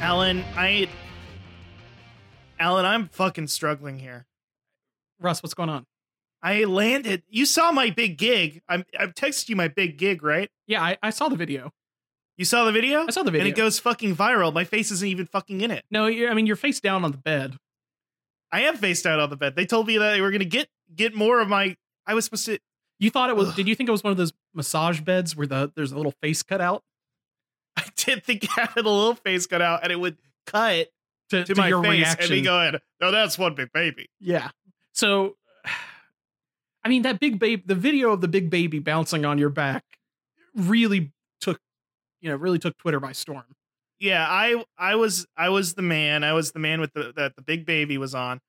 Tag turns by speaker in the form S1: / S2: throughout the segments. S1: Alan, I Alan, I'm fucking struggling here.
S2: Russ, what's going on?
S1: I landed. You saw my big gig. I'm I've texted you my big gig, right?
S2: Yeah, I, I saw the video.
S1: You saw the video?
S2: I saw the video.
S1: And it goes fucking viral. My face isn't even fucking in it.
S2: no, you're, I mean you're face down on the bed.
S1: I am faced out on the bed. They told me that they were gonna get get more of my I was supposed to
S2: You thought it was?
S1: Ugh.
S2: Did you think it was one of those massage beds where the there's a little face cut out
S1: I did think I had a little face cut out and it would cut
S2: to,
S1: to,
S2: to
S1: my
S2: your
S1: face
S2: reaction?
S1: and me going, No, that's one big baby.
S2: yeah. So, I mean that big babe, the video of the big baby bouncing on your back, really took, you know, really took Twitter by storm.
S1: yeah i i was i was the man i was the man with the that the big baby was on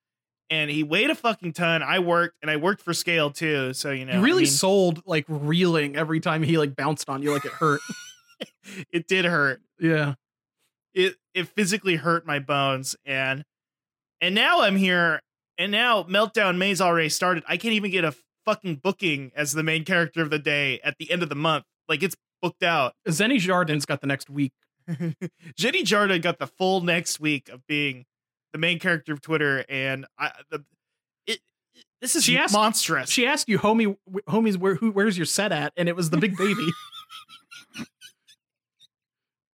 S1: and he weighed a fucking ton i worked and i worked for scale too so you know
S2: you
S1: I
S2: really
S1: mean,
S2: sold like reeling every time he like bounced on you like it hurt.
S1: it did hurt
S2: yeah.
S1: it it physically hurt my bones and and now i'm here and now meltdown may's already started i can't even get a fucking booking as the main character of the day at the end of the month like it's booked out
S2: Zenny Jardin's got the next week.
S1: Jenny Jarda got the full next week of being the main character of Twitter, and I the it, it- this is
S2: She asked-
S1: monstrous.
S2: She asked you, homie, wh- homies, where who where's your set at? And it was the big baby.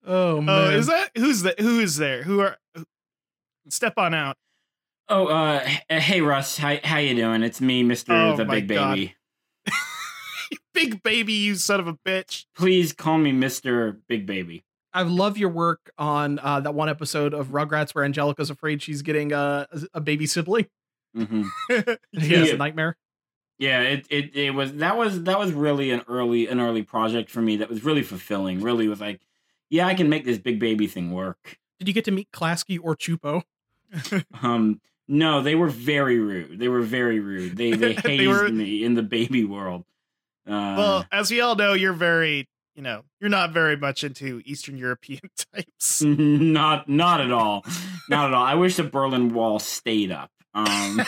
S2: oh man.
S1: oh, is that who's that? Who is there? Who are? who- step on out.
S3: Oh, uh, h- hey Russ, how how you doing? It's me, Mister
S1: Oh
S3: the
S1: my
S3: Big
S1: God.
S3: Baby.
S1: Big baby, you son of a bitch.
S3: Please call me Mister Big Baby.
S2: I love your work on uh, that one episode of Rugrats where Angelica's afraid she's getting a, a baby sibling.
S3: hmm
S2: And he has
S3: Yeah.
S2: a nightmare.
S3: Yeah, it, it it was that was that was really an early an early project for me. That was really fulfilling. Really was like, yeah, I can make this Big Baby thing work.
S2: Did you get to meet Klasky or Chupo?
S3: Um, no, they were very rude. They were very rude. They they hazed
S1: They were-
S3: me in the baby world. Uh,
S1: well, as we all know, you're very you know you're not very much into Eastern European types.
S3: Mm. not not at all, not at all. I wish the Berlin Wall stayed up. Um.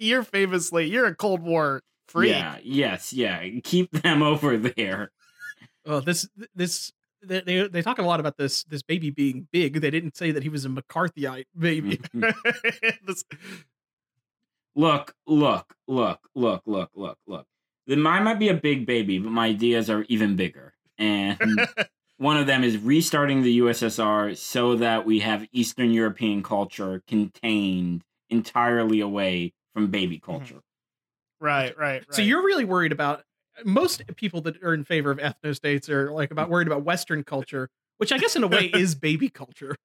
S1: you're famously you're a Cold War freak.
S3: Yeah, yes, yeah. Keep them over there.
S2: Oh, this this they, they they talk a lot about this this baby being big. They didn't say that he was a McCarthyite baby.
S1: This-
S3: look, look, look, look, look, look, look. The, mine might be a big baby, but my ideas are even bigger. And one of them is restarting the USSR so that we have Eastern European culture contained entirely away from baby
S2: Mm-hmm.
S3: culture.
S1: right, right, right.
S2: So you're really worried about uh, most people that are in favor of ethno states are like about worried about Western culture, which I guess in a way is baby culture.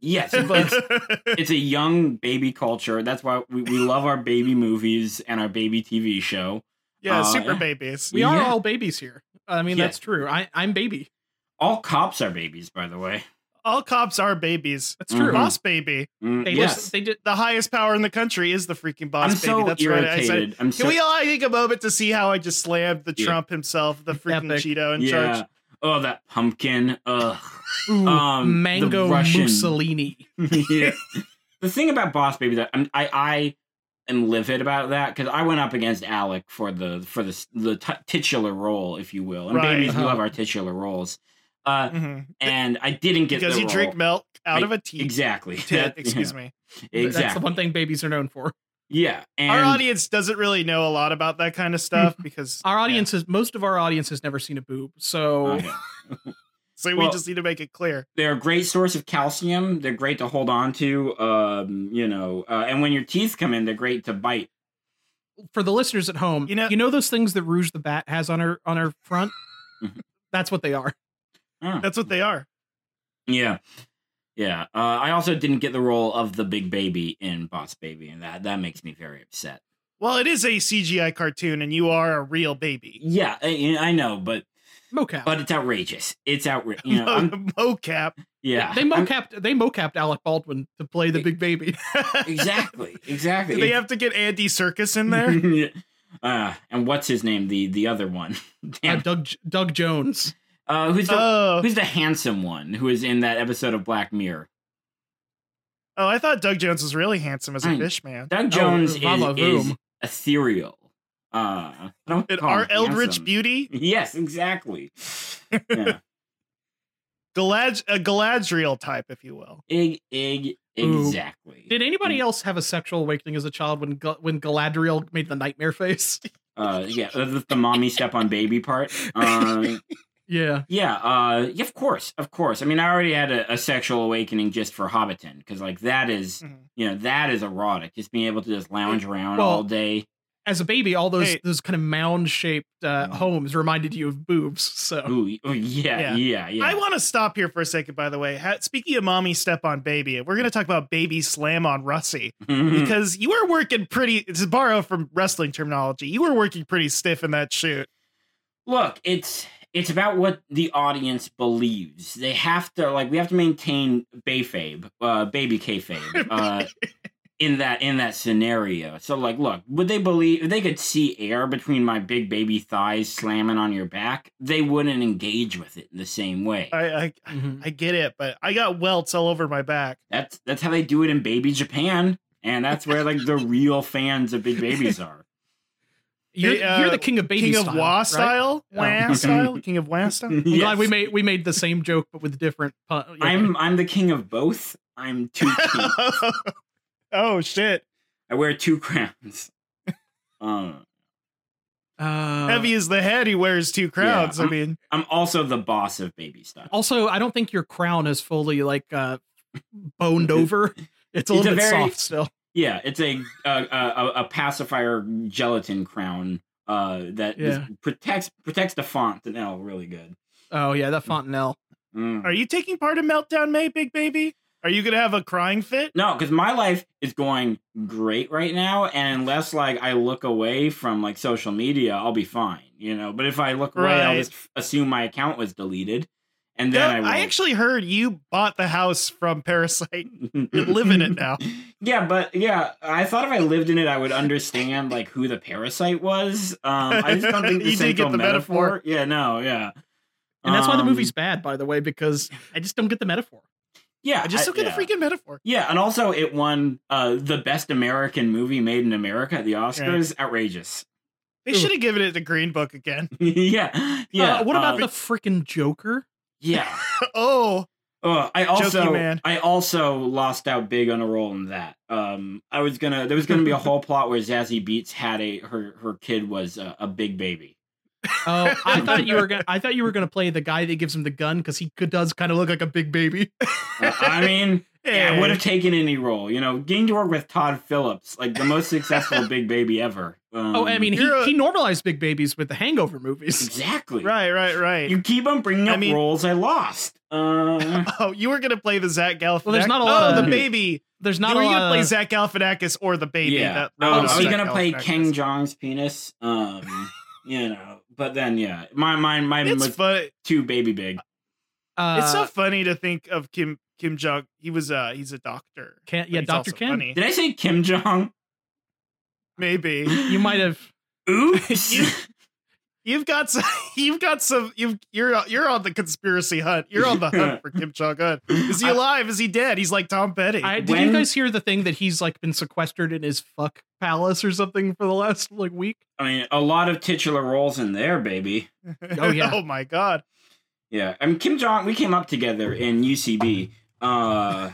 S3: Yes, but it's, it's a young baby culture. That's why we, we love our baby movies and our baby TV show.
S1: yeah,
S3: uh,
S1: super
S3: yeah.
S1: babies.
S2: We are
S3: Yeah.
S2: all babies here. I mean,
S3: Yeah.
S2: that's true. I, I'm baby.
S3: All cops are babies, by the way.
S1: All cops are babies.
S2: That's true.
S3: Mhm.
S1: Boss baby.
S3: Mm,
S2: They
S3: yes.
S2: just, they did.
S1: The highest power in the country is the freaking boss
S3: I'm
S1: baby.
S3: so
S1: That's right. I said,
S3: irritated. I'm so
S1: can we all take a moment to see how I just slammed the
S3: Yeah.
S1: Trump himself, the freaking
S2: Epic.
S1: Cheeto in
S3: yeah.
S1: charge?
S3: Oh, that pumpkin. Ugh.
S2: Ooh,
S3: Um, the
S2: mango
S3: Russian-
S2: Mussolini.
S3: yeah. The thing about Boss Baby that I'm, I I am livid about that because I went up against Alec for the for the the t- titular role, if you will. And
S1: Right.
S3: babies
S2: Uh-huh.
S3: love our titular roles. Uh,
S1: Mhm.
S3: and I didn't get
S1: Because
S3: the
S1: you
S3: role.
S1: drink milk out
S3: I-
S1: of a tea.
S3: exactly.
S1: Tit, excuse me.
S3: me. Exactly.
S2: That's the one thing babies are known for.
S3: Yeah. And
S1: Our audience doesn't really know a lot about that kind of stuff because
S3: Uh,
S2: Our audience is most of our audience has never seen a boob, so
S3: Okay.
S1: So we
S3: Well-
S1: just need to make it clear.
S3: they're a great source of calcium. They're great to hold on to. Um, you know, uh, and when your teeth come in, they're great to bite.
S2: for the listeners at home,
S1: You know-
S2: you know those things that Rouge the Bat has on her on her front.
S3: Mhm.
S2: That's what they are.
S3: Oh.
S1: That's what they are.
S3: Yeah. Yeah. Uh, I also didn't get the role of the big baby in Boss Baby, and that, that makes me very upset.
S1: Well, it is a CGI cartoon and you are a real baby.
S3: Yeah, I, I know, but
S2: Mocap.
S3: but it's outrageous. It's outrageous. You know, I'm,
S1: Mocap.
S3: yeah.
S2: they
S3: I'm-
S2: mocapped they mocapped Alec Baldwin to play the big baby.
S3: exactly.
S1: Do
S3: Exactly.
S1: they have to get Andy Circus in there?
S3: Yeah. uh, and what's his name? The the other one.
S2: Uh,
S3: Damn.
S2: Doug Doug Jones.
S3: Uh, who's the
S1: oh.
S3: who's the handsome one who is in that episode of Black Mirror?
S1: Oh, I thought Doug Jones was really handsome as a
S3: Mm.
S1: fish man.
S3: Doug Jones
S1: uh,
S2: Vava
S3: is, is
S2: Voom.
S3: ethereal. Uh, I don't
S1: And
S3: call
S1: our
S3: him
S1: Eldritch
S3: handsome.
S1: Beauty,
S3: Yes, exactly. Yeah.
S1: Galad- a Galadriel type, if you will.
S3: Ig, ig,
S2: Ooh.
S3: exactly.
S2: Did anybody else have a sexual awakening as a child when Gal- when Galadriel made the nightmare face?
S3: Uh, yeah, the, the mommy step on baby part. Um,
S2: yeah.
S3: yeah, uh, yeah, of course, of course. I mean, I already had a, a sexual awakening just for Hobbiton because, like, that is,
S1: Mhm.
S3: you know, that is erotic. Just being able to just lounge around
S2: Well,
S3: all day.
S2: As a baby, all those
S1: Hey.
S2: those kind of mound shaped uh,
S3: Mm.
S2: homes reminded you of boobs. So
S3: Ooh, y- oh, yeah,
S1: Yeah.
S3: yeah, yeah.
S1: I want to stop here for a second, by the way. Ha- speaking of mommy step on baby, we're going to talk about baby slam on Russie
S2: Mm-hmm.
S3: Mm-hmm.
S1: because you were working pretty, to borrow from wrestling terminology, you were working pretty stiff in that shoot.
S3: look it's it's about what the audience believes they have to like we have to maintain bayfabe uh baby kayfabe uh in that in that scenario so like look would they believe if they could see air between my big baby thighs slamming on your back they wouldn't engage with it in the same way
S1: I, I,
S2: Mhm.
S1: I get it, but I got welts all over my back.
S3: that's that's how they do it in baby japan and that's where like the real fans of big babies are
S2: you're,
S1: Hey, uh,
S2: you're the king of baby
S1: King
S2: style,
S1: of Wah
S2: right?
S1: style?
S2: Yeah.
S1: Wah style? King of Wah style?
S2: I'm
S3: Yes.
S2: glad we made we made the same joke but with different. Pun- yeah.
S3: i'm i'm the king of both i'm two kings
S1: oh, shit.
S3: I wear two crowns. um,
S2: Uh,
S1: Heavy as the head, he wears two crowns. I
S3: I'm-
S1: mean,
S3: I'm also the boss of baby stuff.
S1: Oh.
S2: Also, I don't think your crown is fully like uh, boned over. It's a
S3: It's
S2: little
S3: a
S2: bit
S3: very-
S2: soft still.
S3: Yeah, it's a a, a, a pacifier gelatin crown uh, that is-
S2: Yeah.
S3: protects protects the font and L really good.
S2: Oh yeah, that fontanelle.
S3: Mm.
S1: are you taking part in Meltdown May, big baby? Are you going to have a crying fit?
S3: No, because my life is going great right now, and unless like I look away from like social media, I'll be fine, you know. But if I look away, I'll
S1: Right.
S3: just assume my account was deleted, and
S1: No,
S3: then I, will.
S1: I actually heard you bought the house from Parasite. You live in it now.
S3: Yeah, but yeah, I thought if I lived in it, I would understand like who the parasite was. Um, I just don't think the
S1: You did get
S3: central
S1: the
S3: metaphor.
S1: metaphor.
S3: Yeah, no, yeah,
S2: And that's why the
S3: Um,
S2: movie's bad, by the way, because I just don't get the metaphor.
S3: Yeah,
S1: I just don't get
S3: yeah.
S1: the freaking metaphor.
S3: Yeah, and also it won uh, the best American movie made in America at the Oscars. Outrageous.
S1: They should have given it the Green Book again.
S3: yeah, yeah.
S2: Uh, what about
S1: um,
S3: uh,
S2: the freaking Joker?
S3: yeah?
S1: oh,
S3: Ugh, I also
S1: Jokey man.
S3: I also lost out big on a role in that. Um, I was gonna there was gonna be a whole plot where Zazie Beats had a her her kid was a, a big baby.
S2: Oh, I thought you were gonna. I thought you were gonna play the guy that gives him the gun because he could, does kind of look like a big baby.
S3: Uh, I mean. Yeah, I
S1: hey.
S3: would have taken any role. You know, getting to work with Todd Phillips, like the most successful big baby ever. Um,
S2: oh, I mean, he,
S1: you're a-
S2: he normalized big babies with the Hangover movies.
S3: exactly.
S1: right, right, right.
S3: You keep on bringing
S1: I
S3: up
S1: mean-
S3: roles I lost. Uh,
S1: oh, you were gonna play the Zach Galifianakis.
S2: Well, there's not a lot
S1: Oh,
S2: of-
S1: the baby.
S2: There's
S1: Not
S2: not
S1: you
S2: a
S1: were
S2: lot.
S1: gonna play
S2: of-
S1: Zach Galifianakis or the baby.
S3: yeah,
S1: that-
S3: um,
S1: that
S3: I was
S1: Zach
S3: gonna play
S1: Galifianakis.
S3: King Jong's penis. Um, you know, but then yeah, my my mine
S1: It's
S3: was
S1: fun.
S3: too baby big.
S2: uh,
S1: It's so funny to think of Kim Kim Jong. He was uh he's a doctor.
S2: Ken,
S1: but
S2: yeah,
S1: he's
S2: Doctor
S1: also
S2: Ken.
S1: funny.
S3: Did I say Kim Jong?
S1: Maybe
S2: uh, You might have.
S3: Oops.
S1: you've got some. You've got some. You've you're you're on the conspiracy hunt. You're on the hunt for Kim Jong Un. Is he
S3: I-
S1: alive? Is he dead? He's like Tom Petty.
S2: I, did you
S3: When-
S2: guys hear the thing that he's like been sequestered in his fuck palace or something for the last like week?
S3: I mean, a lot of titular roles in there, baby.
S2: Oh, yeah.
S1: oh my god.
S3: Yeah, I mean Kim Jong. We came up together in UCB, uh,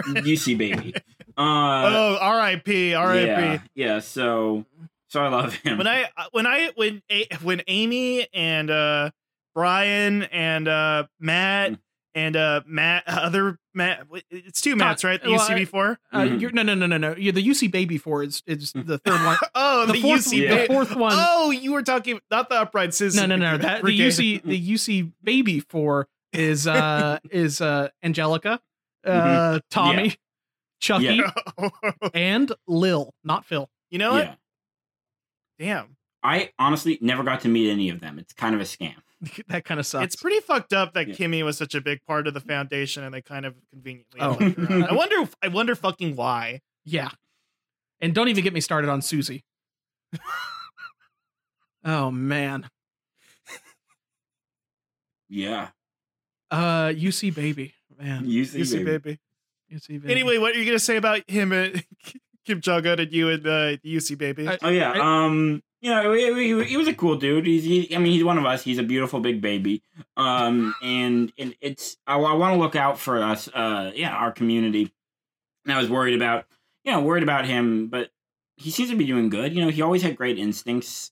S3: UC baby. Uh,
S1: oh, R.I.P. R.I.P.
S3: yeah, yeah. So, so I love him.
S1: When I when I when A- when Amy and uh Brian and uh
S3: Mm.
S1: Matt and uh Matt other Matt it's two Matts right the
S2: well, I-
S1: UCB four
S2: Uh,
S3: Mhm.
S2: you're, no, no, no, no, no. You're the UC baby four is is the third one.
S1: Mm. oh the,
S2: fourth,
S1: UCB
S2: the fourth one.
S1: oh you were talking not the upright
S2: no,
S1: citizen
S2: no, no. That, the
S1: Brigade.
S2: UC the UC baby four is uh is uh Angelica, uh
S1: Mm-hmm.
S3: Mhm.
S2: Tommy, Chucky,
S3: Yeah.
S2: and Lil, not Phil.
S1: you know what
S3: Yeah.
S1: damn
S3: I honestly never got to meet any of them. It's kind of a scam.
S2: that kind of sucks.
S1: it's pretty fucked up that
S3: Yeah.
S1: Kimmy was such a big part of the foundation and they kind of conveniently
S2: Oh.
S1: left her out. I wonder I wonder fucking why
S2: yeah. And don't even get me started on Susie. oh man.
S3: Yeah,
S2: Uh UC baby. Man.
S3: UC,
S1: UC
S3: baby.
S1: baby.
S2: UC baby.
S1: Anyway, what are you gonna say about him and Kim Jong Un and you and uh, the UC baby?
S2: I-
S3: Oh yeah. Um, you know, he, he, he was a cool dude. He's, he, I mean, he's one of us. He's a beautiful big baby. Um, and, and it's, I, I want to look out for us, uh, yeah, our community. And I was worried about, you know, worried about him, but he seems to be doing good. You know, he always had great instincts,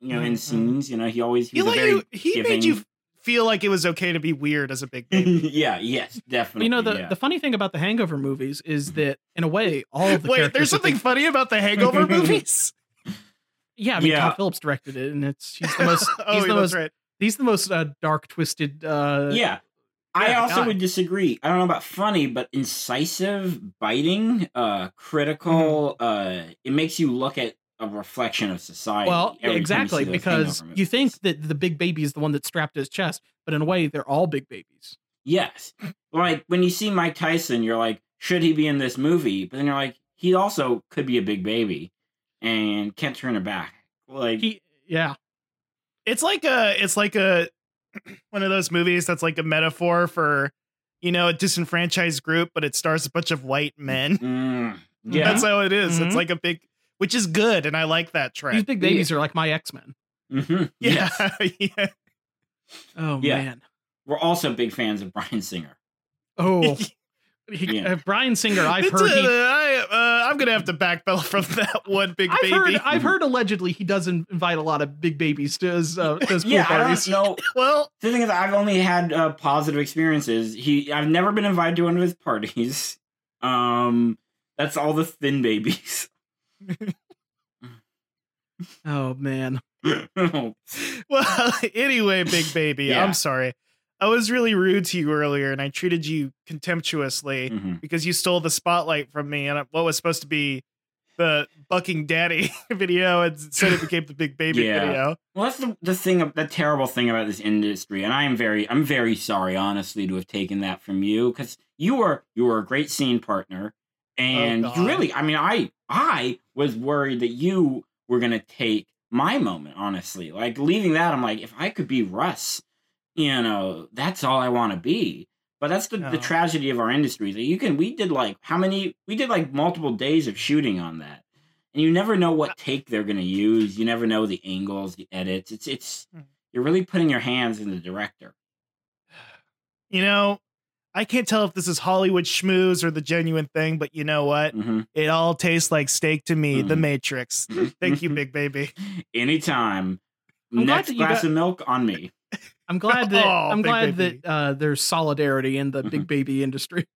S3: you know,
S2: Mm-hmm.
S3: in
S1: Mhm.
S3: scenes. You know, he always, he
S1: He,
S3: was a
S1: let
S3: very,
S1: you, he
S3: giving-
S1: made you feel like it was okay to be weird as a big baby.
S3: yeah, yes, definitely.
S2: You know, the,
S3: yeah.
S2: the funny thing about the Hangover movies is that, in a way, all of the
S1: Wait, there's
S2: characters that they-
S1: something funny about the Hangover movies.
S2: yeah, I mean,
S3: Yeah.
S2: Todd Phillips directed it, and it's he's the most
S1: oh,
S2: he's
S1: yeah,
S2: the
S1: that's
S2: most
S1: right.
S2: he's the most uh, dark, twisted. Uh,
S3: yeah. I
S2: yeah,
S3: also
S2: God.
S3: would disagree. I don't know about funny, but incisive, biting,
S2: Mm-hmm.
S3: uh, critical. Uh, it makes you look at a reflection of society.
S2: Well,
S3: every time you see
S2: exactly,
S3: those
S2: because
S3: hangover
S2: you think
S3: movies.
S2: that the big baby is the one that's strapped to his chest, but in a way, they're all big babies.
S3: yes, like when you see Mike Tyson, you're like, should he be in this movie? But then you're like, he also could be a big baby, and can't turn her back. Like,
S2: He, yeah,
S1: It's like a it's like a one of those movies that's like a metaphor for you know a disenfranchised group, but it stars a bunch of white men.
S3: mm, yeah, Mm-hmm.
S1: That's how it is.
S2: Mhm.
S1: It's like a big, which is good, and I like that
S2: these
S1: trend.
S2: big babies are like my X Men.
S3: Mhm,
S1: Yeah,
S3: yes.
S1: yeah.
S2: Oh
S3: Yeah.
S2: man.
S3: We're also big fans of Brian Singer.
S2: Oh, He-
S3: Yeah.
S2: uh, Brian Singer. I've
S1: It's,
S2: heard.
S1: uh,
S2: He,
S1: I, uh, I'm gonna have to backpedal from that one big
S2: I've
S1: baby.
S2: heard. I've heard. Allegedly, he does in- invite a lot of big babies to his, uh, to his pool
S3: Yeah, I
S2: parties.
S3: don't know.
S1: well,
S3: The thing is, I've only had uh, positive experiences. He, I've never been invited to one of his parties. Um, that's all the thin babies.
S2: Oh man.
S3: oh,
S1: well. Anyway, big baby,
S3: Yeah.
S1: I'm sorry. I was really rude to you earlier, and I treated you contemptuously
S3: mhm.
S1: because you stole the spotlight from me and what was supposed to be the bucking daddy video, and instead it became the big baby
S3: Yeah.
S1: video.
S3: Well, that's the, the thing, the terrible thing about this industry, and I am very, I'm very sorry, honestly, to have taken that from you because you were, you were a great scene partner, and
S1: Oh, God.
S3: you really, I mean, I, I was worried that you were gonna take my moment, honestly. Like leaving that, I'm like, if I could be Russ, you know, that's all I want to be. But that's the, the
S1: Oh.
S3: tragedy of our industry. That you can, we did like how many, we did like multiple days of shooting on that and you never know
S2: Uh
S3: what take they're going to use. You never know the angles, the edits. It's it's
S1: Hmm.
S3: you're really putting your hands in the director.
S1: You know, I can't tell if this is Hollywood schmooze or the genuine thing, but you know what?
S3: hmm
S1: It all tastes like steak to me. The
S3: Mhm.
S1: Matrix. Thank you, big baby.
S3: mm-hmm. Anytime.
S2: I'm glad
S3: Next
S2: that you
S3: glass
S2: got-
S3: of milk on me.
S2: I'm glad that
S1: Oh,
S2: I'm
S1: big
S2: glad
S1: baby.
S2: that uh, there's solidarity in the big baby industry.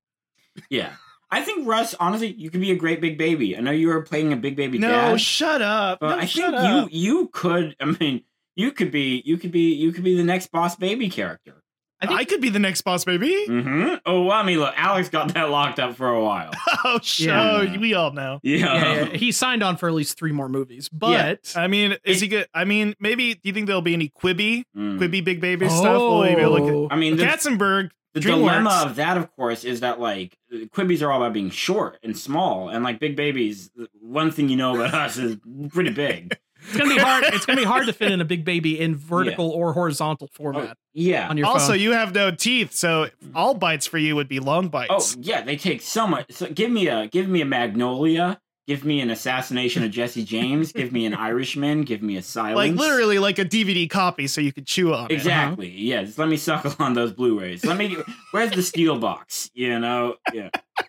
S3: Yeah. I think Russ, honestly, you could be a great big baby. I know you were playing a big baby
S1: No,
S3: dad,
S1: shut up.
S3: but
S1: No,
S3: Uh, I
S1: shut
S3: think
S1: up.
S3: you you could. I mean, you could be you could be you could be the next boss baby character.
S1: I,
S2: I think
S1: could be the next boss, baby.
S3: hmm Oh, well, I mean, look, Alex got that locked up for a while.
S1: Oh, sh-
S2: Yeah.
S1: oh, we all know.
S3: Yeah.
S2: Yeah, yeah, he signed on for at least three more movies, but
S1: I mean, is
S3: It-
S1: he good? I mean, maybe do you think there'll be any Quibby,
S3: Mm.
S1: Quibby big baby stuff? Will they be looking?
S2: Oh.
S3: I mean, there's-
S1: Katzenberg.
S3: the
S1: DreamWorks.
S3: dilemma of that, of course, is that like Quibbies are all about being short and small, and like big babies. One thing you know about us is pretty big.
S2: it's gonna be hard. It's gonna be hard to fit in a big baby in vertical or horizontal format
S3: Oh, Yeah.
S2: on your
S1: Also,
S2: phone.
S1: you have no teeth, so all bites for you would be long
S3: Oh
S1: bites.
S3: yeah, they take so much. So give me a give me a Magnolia. Give me an assassination of Jesse James. give me an Irishman. Give me a Silence.
S1: like literally like a DVD copy, so you could chew on it.
S3: Exactly. Yeah. Just let me suckle on those Blu-rays. Let me. Where's the steel box? You know. Yeah.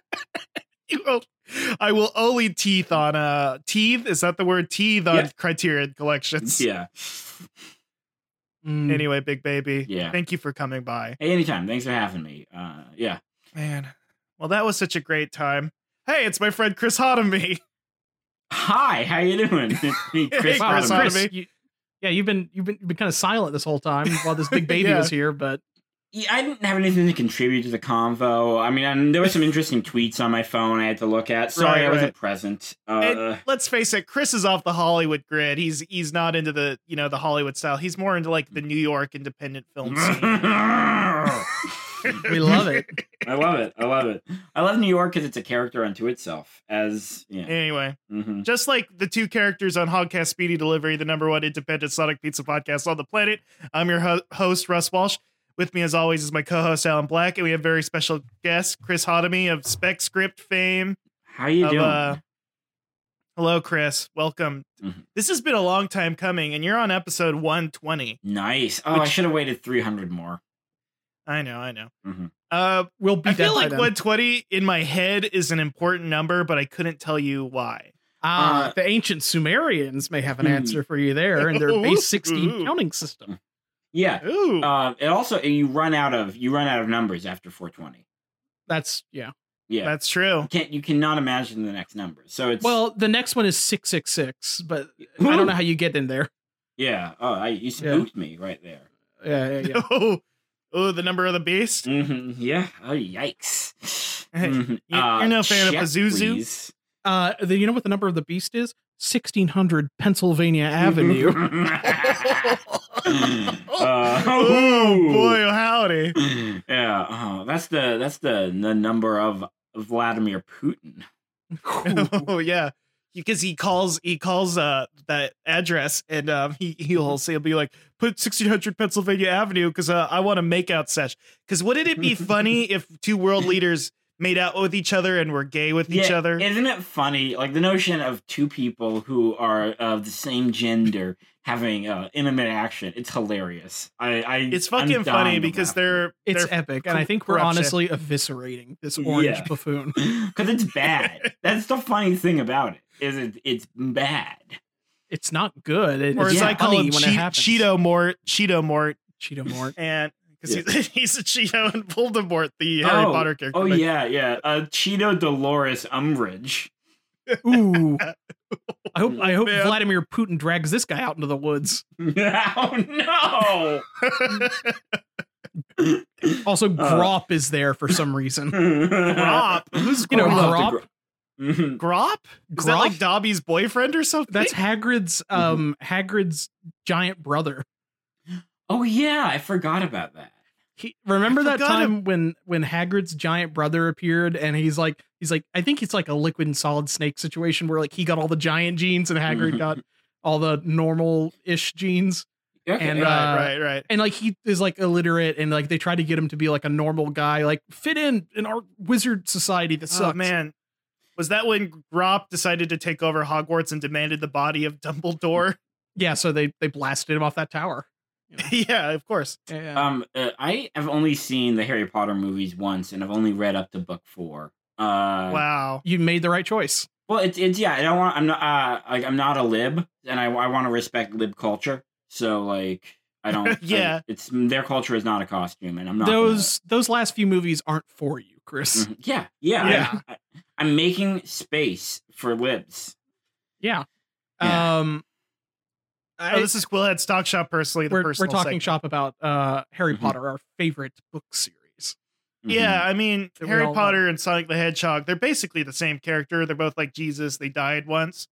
S1: You will- I will only teeth on uh teeth. Is that the word teeth on
S3: Yeah.
S1: Criterion collections?
S3: Yeah.
S2: Mm.
S1: Anyway, big baby.
S3: Yeah.
S1: Thank you for coming by,
S3: Hey, anytime. Thanks for having me. Uh, yeah.
S1: man. Well, that was such a great time. Hey, it's my friend Chris Hotomy.
S3: Hi. How you doing? Chris
S1: Wow,
S2: Wow,
S1: Chris
S3: Potter.
S1: Otterman.
S2: Chris, you- yeah, you've been you've been, you've been kind of silent this whole time while this big baby
S1: Yeah.
S2: was here, but
S3: Yeah, I didn't have anything to contribute to the convo. I mean, and there were some interesting tweets on my phone I had to look at. Sorry,
S1: Right,
S3: I wasn't
S1: right.
S3: present.
S1: And
S3: Uh,
S1: let's face it, Chris is off the Hollywood grid. He's he's not into the you know the Hollywood style. He's more into like
S3: Mm.
S1: the New York independent film scene.
S2: we love it.
S3: I love it. I love it. I love New York because it's a character unto itself. As yeah,
S1: Anyway,
S3: hmm
S1: just like the two characters on Hogcast Speedy Delivery, the number one independent Sonic Pizza podcast on the planet. I'm your ho- host Russ Walsh. With me, as always, is my co-host Alan Black, and we have very special guest Chris Hotomy of Spec Script fame.
S3: how you
S1: of,
S3: doing?
S1: uh, Hello, Chris. Welcome.
S3: Mhm.
S1: This has been a long time coming, and you're on episode 120.
S3: Nice. Oh, I
S1: Which-
S3: should have waited 300 more.
S1: I know, I know.
S3: Mhm.
S1: Uh,
S2: We'll be
S1: I feel
S2: dead by
S1: like
S2: then.
S1: 120 in my head is an important number, but I couldn't tell you why.
S2: Ah,
S3: Uh,
S2: the ancient Sumerians may have an
S3: Hmm.
S2: answer for you there in their base 16 counting system.
S3: Yeah.
S1: Ooh.
S3: Uh, it also you run out of you run out of numbers after 420.
S2: That's yeah.
S3: Yeah.
S1: That's true.
S3: can't you cannot imagine the next number. So it's
S2: Well, the next one is 666, but I don't know how you get in there.
S3: Yeah. Oh, I, you spooked me right there.
S2: Yeah, yeah, yeah.
S1: Oh, oh, the number of the beast.
S3: hmm Yeah. Oh, yikes. Mhm.
S1: You- you're no fan of
S3: check,
S1: Pazuzu?
S3: please.
S2: Uh, the, you know what the number of the beast is? 1600 Pennsylvania Avenue.
S3: Uh,
S1: oh
S3: ooh.
S1: boy, howdy.
S3: yeah. Oh, that's the that's the the number of Vladimir Putin.
S1: oh yeah because he calls he calls uh that address and um he
S3: Mm-hmm.
S1: he'll say he'll be like put 1600 pennsylvania avenue because uh, i want a makeout sesh because wouldn't it be funny if two world leaders made out with each other and were gay with each
S3: Yeah,
S1: other
S3: Isn't it funny? Like the notion of two people who are of the same gender having uh, intimate action. It's hilarious. I, I
S1: it's
S3: I'm
S1: fucking funny
S3: dying to
S1: because
S3: laugh.
S1: they're
S2: It's
S1: they're
S2: epic, and I think we're
S1: corruption.
S2: honestly eviscerating this orange
S3: Yeah.
S2: buffoon.
S3: because it's bad. That's the funny thing about it is it, it's bad.
S2: It's not good. and
S1: or
S2: it's
S1: as I
S2: funny
S1: call him,
S2: when it
S1: che-
S2: happens.
S1: Cheeto Mort, Cheeto Mort,
S2: Cheeto Mort.
S1: and because
S3: Yeah.
S1: he's, he's a Cheeto and Voldemort, the Harry
S3: Oh,
S1: Potter character.
S3: Oh
S1: but-
S3: yeah, yeah. Uh, Cheeto Dolores Umbridge.
S2: Ooh. I hope I hope
S1: Oh, Man.
S2: Vladimir Putin drags this guy out into the woods.
S3: oh
S2: Also,
S3: Uh,
S2: Grop is there for some reason.
S3: no!
S1: Grop, who's
S2: You know,
S1: Grop?
S2: Grop.
S3: Mhm.
S1: Grop? Is that
S2: Grop?
S1: like Mm-hmm. Dobby's boyfriend or something?
S2: That's Hagrid's um Hagrid's giant brother.
S3: Oh yeah, I forgot about that.
S2: He, remember
S1: I
S2: that
S1: forgot
S2: time when when Hagrid's giant brother appeared and he's like he's like I think it's like a liquid and solid snake situation where like he got all the giant genes and
S1: Mm-hmm.
S2: Hagrid got all the normal ish genes
S3: Okay.
S2: And, uh,
S1: right, right, right.
S2: and like he is like illiterate and like they try to get him to be like a normal guy like fit in in our wizard society that
S1: Oh
S2: sucks.
S1: man. Was that when Grop decided to take over Hogwarts and demanded the body of Dumbledore?
S2: Yeah, so they they blasted him off that tower.
S1: yeah, of course.
S2: Yeah.
S3: um, uh, I have only seen the Harry Potter movies once, and I've only read up to book four. Uh,
S1: Wow.
S2: you made the right choice.
S3: Well, it's it's yeah. I don't want. I'm not uh, like I'm not a lib, and I I want to respect lib culture. So like I don't.
S1: Yeah.
S3: I- it's their culture is not a costume, and I'm not gonna-
S2: Those those last few movies aren't for you, Chris.
S1: Mm-hmm.
S3: Mhm. yeah, yeah,
S1: Yeah.
S3: I, am making space for libs.
S2: Yeah.
S3: Yeah.
S2: Um I-
S1: Oh, this is Quillhead Stock Shop personally, the
S2: we're, we're
S1: personal
S2: talking
S1: segment.
S2: shop about uh Harry
S3: Mhm.
S2: Potter, our favorite book series.
S3: Mhm.
S1: Yeah, I mean
S2: That we all
S1: Harry
S2: love.
S1: Potter and Sonic the Hedgehog, they're basically the same character. They're both like Jesus. They died once.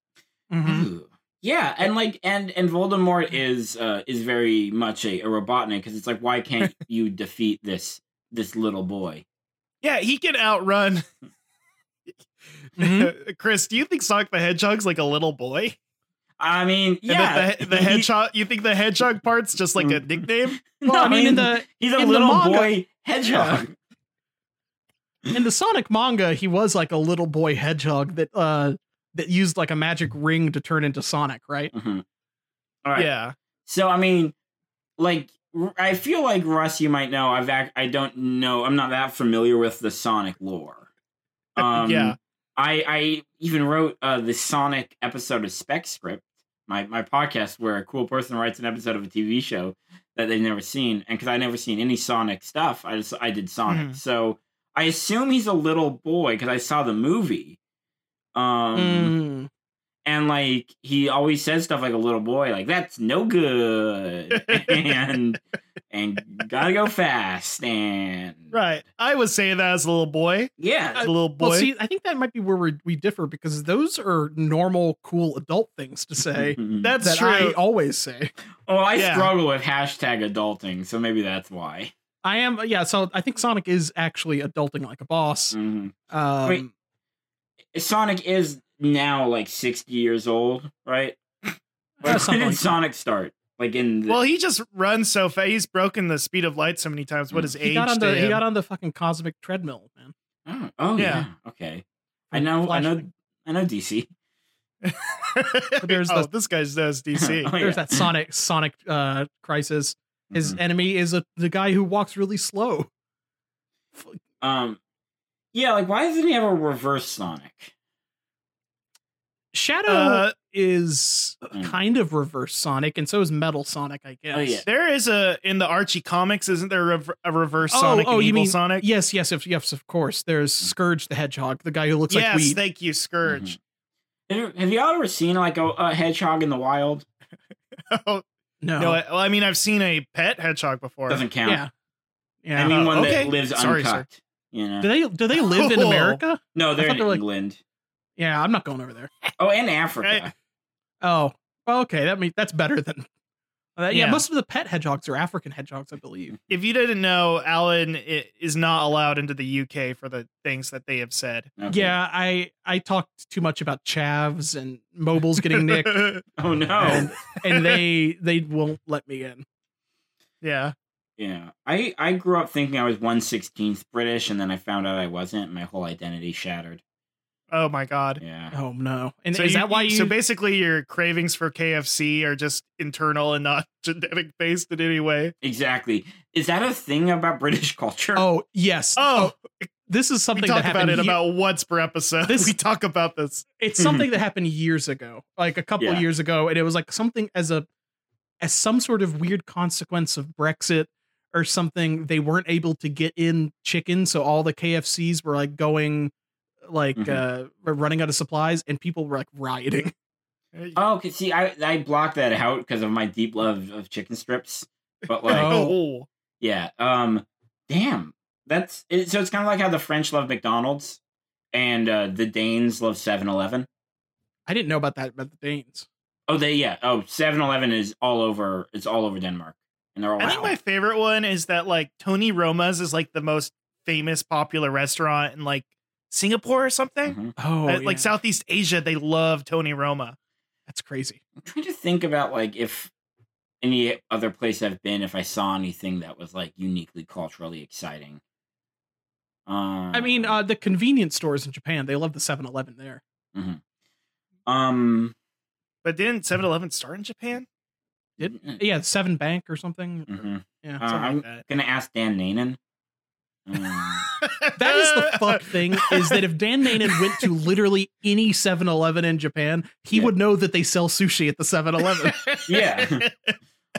S1: Mm-hmm.
S3: Ooh. Yeah, and like and and Voldemort is uh is very much a, a Robotnik because it's like why can't you defeat this this little boy?
S1: Yeah, he can outrun Mm-hmm.
S2: Mhm.
S1: Chris. Do you think Sonic the Hedgehog's like a little boy?
S3: I mean,
S1: And
S3: yeah,
S1: that the, the
S3: he-
S1: hedgehog. You think the hedgehog part's just like
S2: Mm.
S1: a nickname?
S3: No,
S2: Well, I mean in the
S3: he's a
S2: in the
S3: little
S2: manga-
S3: boy hedgehog.
S2: in the Sonic manga, he was like a little boy hedgehog that uh that used like a magic ring to turn into Sonic, right?
S3: Mhm. All right.
S1: Yeah.
S3: So I mean, like r- I feel like Russ, you might know. I've ac- I don't know. I'm not that familiar with the Sonic lore. Um,
S1: Yeah.
S3: I I even wrote uh, the Sonic episode of Spec Script, my my podcast, where a cool person writes an episode of a TV show that they've never seen, and because I never seen any Sonic stuff, I just I did Sonic.
S1: Mhm.
S3: So I assume he's a little boy because I saw the movie. Um
S2: Mm.
S3: and like he always says stuff like a little boy like that's no good and and gotta go fast and
S1: Right. I was saying that as a little boy.
S3: yeah
S1: As a little boy.
S2: Uh, Well, see, I think that might be where we, we differ because those are normal, cool adult things to say
S3: that
S1: That's
S2: that
S1: true.
S2: I always say.
S3: oh Mm-hmm. i
S1: yeah.
S3: struggle with hashtag adulting so maybe that's why
S2: I am, yeah. So I think Sonic is actually adulting like a boss.
S3: Mhm.
S2: Um,
S3: Wait. sonic is now like 60 years old right
S2: Uh,
S3: like, when
S2: something
S3: did
S2: like that.
S3: sonic start like in the,
S1: well, he just runs so fast. He's broken the speed of light so many times. What is age?
S2: Mm. he got on
S1: to
S2: the he
S1: him?
S2: got on the fucking cosmic treadmill, man.
S3: oh, oh, yeah.
S1: Yeah.
S3: okay i know i know
S2: Flashing.
S3: i know dc
S2: there's
S1: oh,
S2: the-
S1: this guy knows DC.
S3: Oh, yeah.
S2: There's that Sonic Sonic uh, crisis. His
S3: Mhm.
S2: enemy is a, the guy who walks really slow.
S3: um, yeah, like why doesn't he have a reverse Sonic?
S2: Shadow
S1: Uh,
S2: is
S3: Mm.
S2: kind of reverse Sonic, and so is Metal Sonic, I guess.
S3: Oh, yeah.
S1: there is a in the Archie comics, isn't there a, rev- a reverse
S2: Oh,
S1: Sonic
S2: oh,
S1: and
S2: you
S1: Evil
S2: mean-
S1: Sonic?
S2: Yes, yes, if, yes, of course. There's
S3: Mm.
S2: Scourge the Hedgehog, the guy who looks
S1: yes,
S2: like Mm-hmm. wheat.
S1: thank you, Scourge.
S3: Mhm. Have you- Have y'all ever seen like a, a hedgehog in the wild?
S1: Oh,
S2: no,
S1: no, I, well, I mean I've seen a pet hedgehog before.
S3: Doesn't count.
S2: yeah, yeah.
S3: I mean one
S1: Uh, Okay.
S3: that lives
S1: Sorry, sir.
S3: uncut. You know?
S2: do they do they live in
S1: Oh.
S2: America?
S3: No, they're
S2: thought
S3: in
S2: they were, like-
S3: England.
S2: Yeah, I'm not going over there.
S3: Oh, and Africa.
S2: Oh, well, okay. That means that's better than. Uh, yeah,
S1: Yeah.
S2: most of the pet hedgehogs are African hedgehogs, I believe.
S1: If you didn't know, Alan i- is not allowed into the UK for the things that they have said.
S3: Okay.
S2: Yeah, I I talked too much about chavs and mobiles getting nicked,
S3: Oh no.
S2: and, and they they won't let me in.
S1: yeah.
S3: yeah. I I grew up thinking I was one sixteenth British, and then I found out I wasn't. And my whole identity shattered.
S1: Oh my god.
S3: Yeah.
S2: Oh no! And
S1: so
S2: is
S1: you-
S2: that why you?
S1: So basically, your cravings for KFC are just internal and not genetic based in any way.
S3: Exactly. Is that a thing about British culture?
S2: oh yes.
S1: Oh,
S2: this is something
S1: we talk
S2: that
S1: about
S2: happened.
S1: it
S2: ye-
S1: about Hmm. once per episode.
S2: This-
S1: we talk about this.
S2: it's something that happened years ago, like a couple
S3: Yeah.
S2: years ago, and it was like something as a as some sort of weird consequence of Brexit or something. They weren't able to get in chicken, so all the KFCs were like going like
S1: Mm-hmm.
S2: uh were running out of supplies, and people were like rioting.
S3: Oh, okay. See, I I blocked that out because of my deep love of chicken strips. But like,
S2: Oh.
S1: oh,
S3: yeah. Um, damn. That's it, so. It's kind of like how the French love McDonald's, and uh, the Danes love 7-Eleven.
S2: I didn't know about that about the Danes.
S3: Oh, they yeah. Oh, 7-Eleven is all over. It's all over Denmark, and they're all.
S1: I
S3: out.
S1: think my favorite one is that like Tony Roma's is like the most famous popular restaurant in like Singapore or something.
S3: Mhm.
S2: Oh,
S1: Uh, like
S2: yeah.
S1: Southeast Asia, they love Tony Roma.
S2: That's crazy.
S3: I'm trying to think about like if any other place I've been, if I saw anything that was like uniquely culturally exciting. Um,
S2: I mean, uh, the convenience stores in Japan, they love the 7 Eleven there.
S3: um,
S1: But didn't 7 Eleven start in Japan?
S2: Did-
S3: mhm.
S2: Yeah, Seven Bank or something. Yeah.
S3: Uh,
S1: Something
S3: I'm
S1: like that.
S3: gonna ask Dan Nanan. Um,
S2: That is the fuck thing is that if Dan Nanan went to literally any 7-Eleven in Japan, he
S3: Yeah.
S2: would know that they sell sushi at the 7-Eleven.
S3: yeah,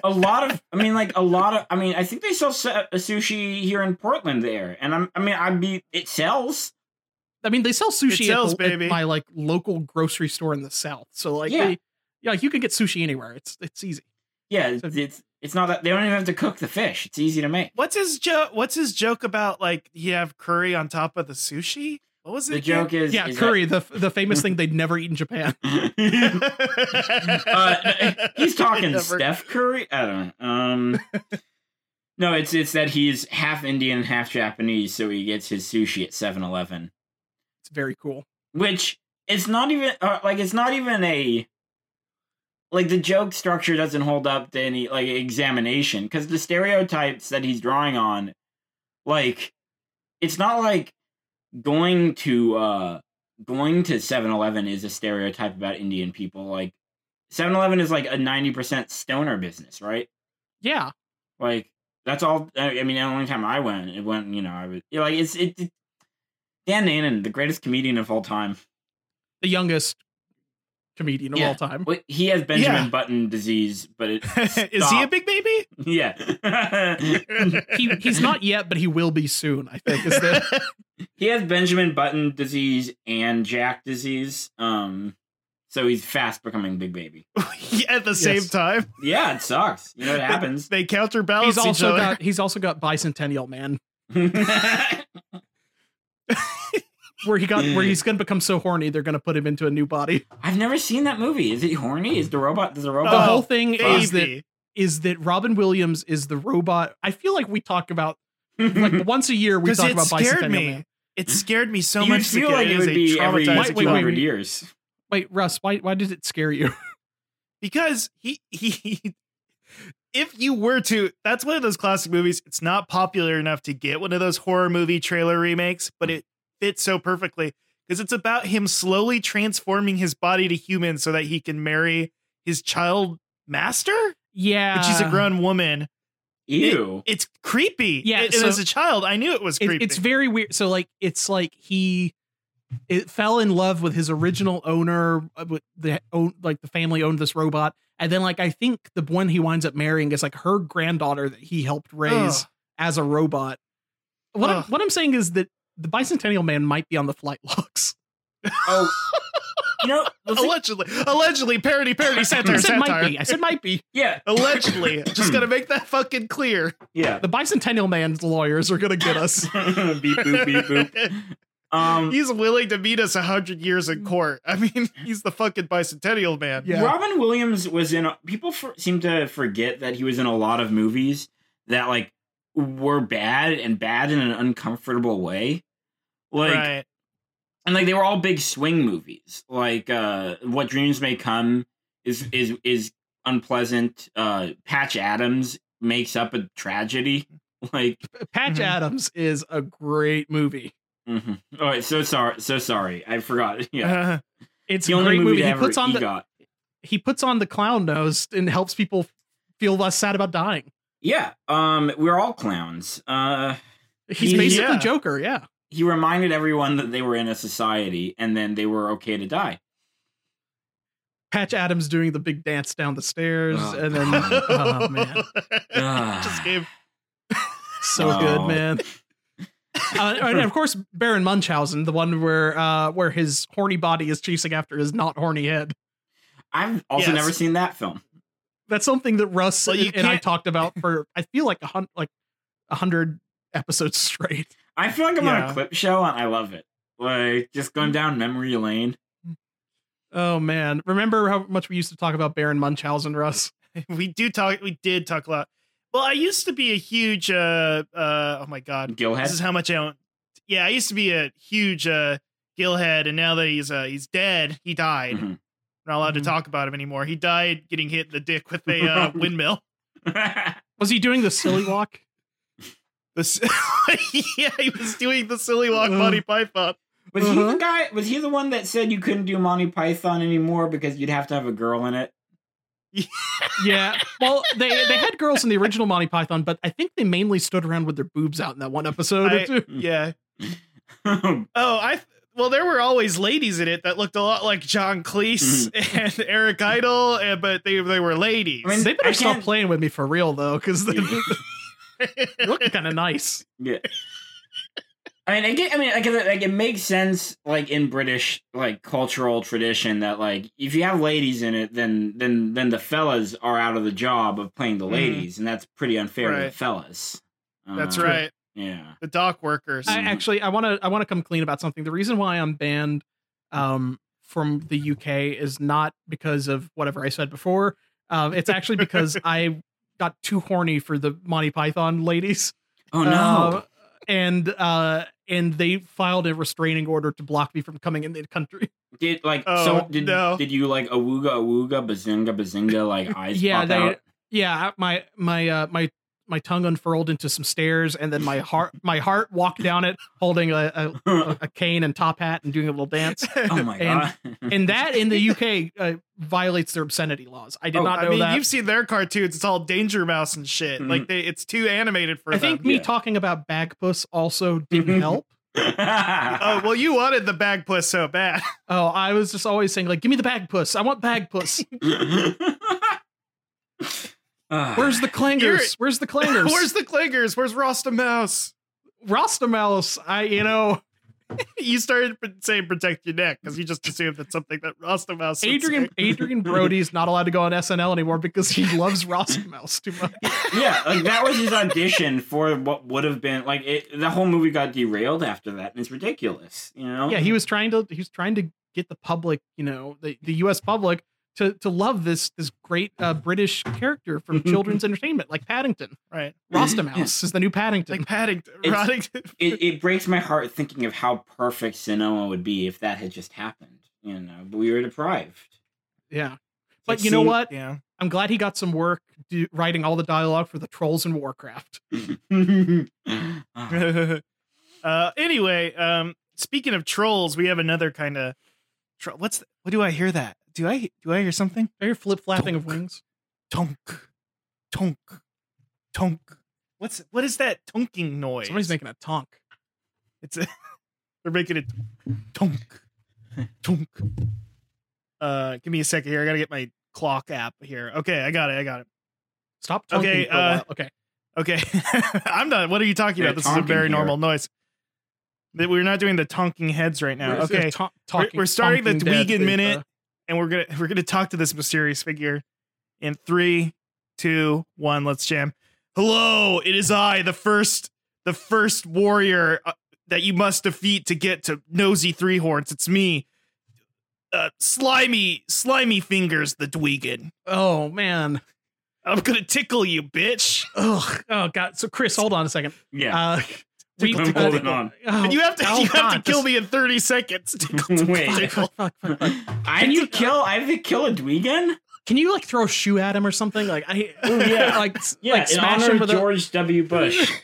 S3: a lot of. I mean, like a lot of. I mean, I think they sell su- uh, sushi here in Portland there, and I'm. I mean, I'd be. It sells.
S2: I mean, they sell sushi
S1: sells,
S2: at, the, at
S1: baby.
S2: my like local grocery store in the south. So like
S3: Yeah.
S2: they- yeah, like, you can get sushi anywhere. It's it's easy.
S3: Yeah, it's, it's. It's not that they don't even have to cook the fish. It's easy to make.
S1: What's his joke? What's his joke about like you have curry on top of the sushi? What was it?
S3: The
S1: again?
S3: joke is
S2: yeah,
S3: is that-
S2: curry, the the famous thing they'd never eat in Japan.
S3: uh, he's talking
S1: Never-
S3: Steph Curry. I don't know. Um, no, it's it's that he's half Indian, half Japanese, so he gets his sushi at 7-Eleven,
S2: It's very cool.
S3: which it's not even uh, like it's not even a like the joke structure doesn't hold up to any like examination because the stereotypes that he's drawing on, like, it's not like going to uh going to 7-Eleven is a stereotype about Indian people like 7-Eleven is like a 90% stoner business, right?
S2: Yeah.
S3: Like that's all I I mean the only time I went it went, you know, I was like it's it, it Dan Nanan, the greatest comedian of all time.
S2: The youngest comedian of
S3: Yeah.
S2: all time.
S3: Wait, He has Benjamin
S1: Yeah.
S3: Button disease, but it
S1: is he a
S3: stopped.
S1: big baby?
S3: Yeah.
S2: He he's not yet, but he will be soon, I think. Is the,
S3: he has Benjamin Button disease and Jack disease. Um so he's fast becoming big baby.
S1: at the same
S2: Yes.
S1: time,
S3: Yeah, it sucks. You know it happens.
S1: they counterbalance
S2: he's
S1: each
S2: also
S1: other.
S2: got he's also got bicentennial man where he got
S1: Mm.
S2: where he's gonna become so horny they're gonna put him into a new body.
S3: I've never seen that movie. Is it horny? Is the robot? Does the
S2: The
S1: Oh,
S3: robot?
S2: whole thing is that
S1: Baby.
S2: is that Robin Williams is the robot. I feel like we talk about
S1: Oh,
S2: like once a year we
S1: 'Cause
S2: talk
S1: it
S2: about
S1: scared
S2: bicentennial
S1: me.
S2: man.
S1: It scared me so
S3: You'd
S1: much. as a
S3: Hmm? feel
S1: kid.
S3: like it
S1: was
S3: would
S1: a
S3: be every
S1: traumatizing
S2: Wait, wait, wait.
S3: 200 years.
S2: Wait, Russ, why why did it scare you?
S1: because he he if you were to that's one of those classic movies it's not popular enough to get one of those horror movie trailer remakes but it fits so perfectly because it's about him slowly transforming his body to human so that he can marry his child master,
S2: Yeah,
S1: but she's a grown woman.
S3: Ew.
S1: It's creepy.
S2: Yeah,
S1: and
S2: so-
S1: as a child, I knew it was
S2: It-
S1: creepy.
S2: it's very weird. So like it's like he it fell in love with his original owner, uh, with the own like the family owned this robot, and then like I think the one he winds up marrying is like her granddaughter that he helped raise
S1: Ugh.
S2: as a robot. What I'm,
S1: Ugh.
S2: what I'm saying is that the bicentennial man might be on the flight logs.
S3: Oh. You know, the thing-
S1: allegedly, allegedly, parody, parody,
S2: I
S1: satire,
S2: said might
S1: satire.
S2: be. I said might be.
S3: yeah,
S1: Allegedly, just gotta make that fucking clear.
S3: yeah.
S2: The bicentennial man's lawyers are gonna get us.
S3: beep boop beep boop. Um,
S1: He's willing to meet us a hundred years in court. I mean, he's the fucking bicentennial man.
S2: Yeah.
S3: Robin Williams was in. People for, seem to forget that he was in a lot of movies that like were bad and bad in an uncomfortable way. Like
S1: right.
S3: and like they were all big swing movies. Like uh What Dreams May Come is is is unpleasant. Uh Patch Adams makes up a tragedy. Like
S2: Patch
S1: Mhm.
S2: Adams is a great movie.
S3: mhm. all right, so sorry, so sorry, I forgot. Yeah,
S1: Uh,
S2: It's
S3: the
S2: a
S3: only
S2: great
S3: movie,
S2: movie.
S3: that
S2: He
S3: ever
S2: puts on the
S3: EGOT.
S2: he puts on the clown nose and helps people feel less sad about dying.
S3: Yeah, um, we're all clowns. Uh.
S2: He's
S3: Yeah.
S2: basically Joker, yeah.
S3: he reminded everyone that they were in a society and then they were okay to die.
S2: Patch Adams doing the big dance down the stairs,
S3: Oh,
S2: and then
S3: God.
S2: oh man,
S1: just gave
S2: so
S3: Oh.
S2: good, man. Uh, and of course, Baron Munchausen, the one where uh, where his horny body is chasing after his not horny head.
S3: I've also
S1: Yes.
S3: never seen that film.
S2: That's something that Russ
S1: Well, you
S2: and I
S1: can't-
S2: talked about for I feel like a hundred like a hundred episodes straight.
S3: I feel like I'm on
S1: Yeah. Mm.
S3: a clip show and I love it. Like just going down memory lane.
S2: Oh man, remember how much we used to talk about Baron Munchausen, Russ?
S1: we do talk we did talk a lot well i used to be a huge uh uh oh my god this is
S3: Gilhead.
S1: how much i own yeah i used to be a huge uh gillhead and now that he's uh he's dead he died
S3: Mhm.
S1: not allowed to
S2: Mhm.
S1: talk about him anymore he died getting hit in the dick with a uh, windmill
S2: Was he doing the silly walk?
S1: this yeah he was doing the silly walk
S2: Uh.
S1: monty python
S3: was he
S2: Uh-huh.
S3: the guy? Was he the one that said you couldn't do Monty Python anymore because you'd have to have a girl in it?
S2: yeah. Well, they they had girls in the original Monty Python, but I think they mainly stood around with their boobs out in that one episode
S1: I-
S2: or two.
S1: yeah oh i well, there were always ladies in it that looked a lot like John Cleese and Eric Idle, and, but they they were ladies.
S3: Mm-hmm. I mean,
S2: They better stop
S3: can't-
S2: playing with me for real though, because they look kind of nice.
S3: Yeah. I mean, I get. I mean, like, it- like it makes sense, like in British like cultural tradition, that like if you have ladies in it, then then then the fellas are out of the job of playing the
S1: Mhm.
S3: ladies, and that's pretty unfair to the
S1: Right.
S3: fellas.
S1: That's
S3: Uh,
S1: right.
S3: Yeah.
S1: The dock workers.
S2: I actually I want to I want to come clean about something. The reason why I'm banned um, from the UK is not because of whatever I said before. Um, it's actually because I got too horny for the Monty Python ladies.
S3: Oh
S1: Um,
S3: no.
S2: Uh, and uh, and they filed a restraining order to block me from coming in the country.
S3: did like
S1: oh,
S3: so? Did
S1: no.
S3: did you like awooga awooga bazinga bazinga like eyes
S2: Yeah,
S3: pop
S2: they-
S3: out?
S2: Yeah, my my uh, my my tongue unfurled into some stairs, and then my heart my heart walked down it, holding a a, a cane and top hat and doing a little dance.
S3: oh my
S2: and-
S3: god.
S2: And that in the UK uh, violates their obscenity laws. I did
S3: Oh,
S2: not
S1: I
S2: know
S1: mean,
S2: that.
S1: you've seen their cartoons. It's all Danger Mouse and shit.
S3: Mhm.
S1: Like they, it's too animated for
S2: I
S1: them.
S2: think me
S3: Yeah. Mm-hmm.
S2: talking about bagpuss also didn't help.
S1: oh well, you wanted the bag puss so bad.
S2: Oh, I was just always saying like, "Give me the bagpuss! I want bagpuss!
S3: Ah.
S2: Where's the clangers? Where's the clangers?
S1: Where's the clingers? Where's Rasta Mouse?
S2: Rasta Mouse, I you know
S1: You started p- saying protect your neck because you just assumed that's something that Rasta Mouse. would
S2: Adrian
S1: say.
S2: Adrian Brody's not allowed to go on SNL anymore because he loves Rasta Mouse too much.
S3: yeah, like that was his audition for what would have been like it, the whole movie got derailed after that, and it's ridiculous, you know.
S2: Yeah, he was trying to he was trying to get the public, you know, the, the US public to to love this this great uh, British character from children's entertainment like Paddington.
S1: right?
S2: Rasta Mouse is the new Paddington.
S1: Like Paddington.
S3: It's-
S1: Paddington.
S3: It, it breaks my heart thinking of how perfect cinema would be if that had just happened, you know. But we were deprived.
S2: yeah. But
S3: Like,
S2: you know
S3: seeing-
S2: what?
S1: Yeah.
S2: I'm glad he got some work do, writing all the dialogue for the trolls in Warcraft.
S3: Ah.
S1: uh, anyway, um, Speaking of trolls, we have another kind of troll. What's th- what do I hear that? Do I do I hear something?
S2: I hear flip flapping of
S1: Tonk.
S2: wings.
S1: Tonk, tonk, tonk. What's what is that tonking noise?
S2: Somebody's making a tonk.
S1: It's a, they're making it tonk, tonk. Uh, give me a second here. I gotta get my clock app here. Okay, I got it. I got it.
S2: Stop tonking
S1: Okay,
S2: for a
S1: uh,
S2: while. Okay.
S1: Okay, I'm done. What are you talking
S3: They're
S1: about? This is a
S3: tonking
S1: very
S3: here.
S1: normal noise. That we're not doing the tonking heads right now.
S2: We're-
S1: okay,
S2: we're to- talking-
S1: we're starting the
S2: tonking dead
S1: Tweegan
S2: with,
S1: Minute.
S2: uh,
S1: and we're gonna we're gonna talk to this mysterious figure in three two one let's jam hello it is i the first the first warrior uh, that you must defeat to get to nosy three horns it's me uh, slimy slimy fingers the dweegan
S2: oh man.
S1: i'm gonna tickle you bitch
S2: Ugh. Oh god. So Chris, hold on a second.
S3: Yeah.
S2: Uh, we
S3: I'm holding on.
S2: Oh,
S1: you have to
S2: oh,
S1: you have to
S2: God,
S1: kill
S2: this-
S1: me in 30 seconds
S3: Wait.
S2: Fuck, fuck, fuck, fuck.
S3: I have to kill. I have to kill a Dweegan.
S2: Can you like throw a shoe at him or something? Like I
S1: Oh,
S3: Ooh, yeah.
S2: like s-
S3: Yeah,
S2: like
S3: in
S2: smash
S3: honor
S2: him
S3: of
S2: with a
S3: George W. Bush.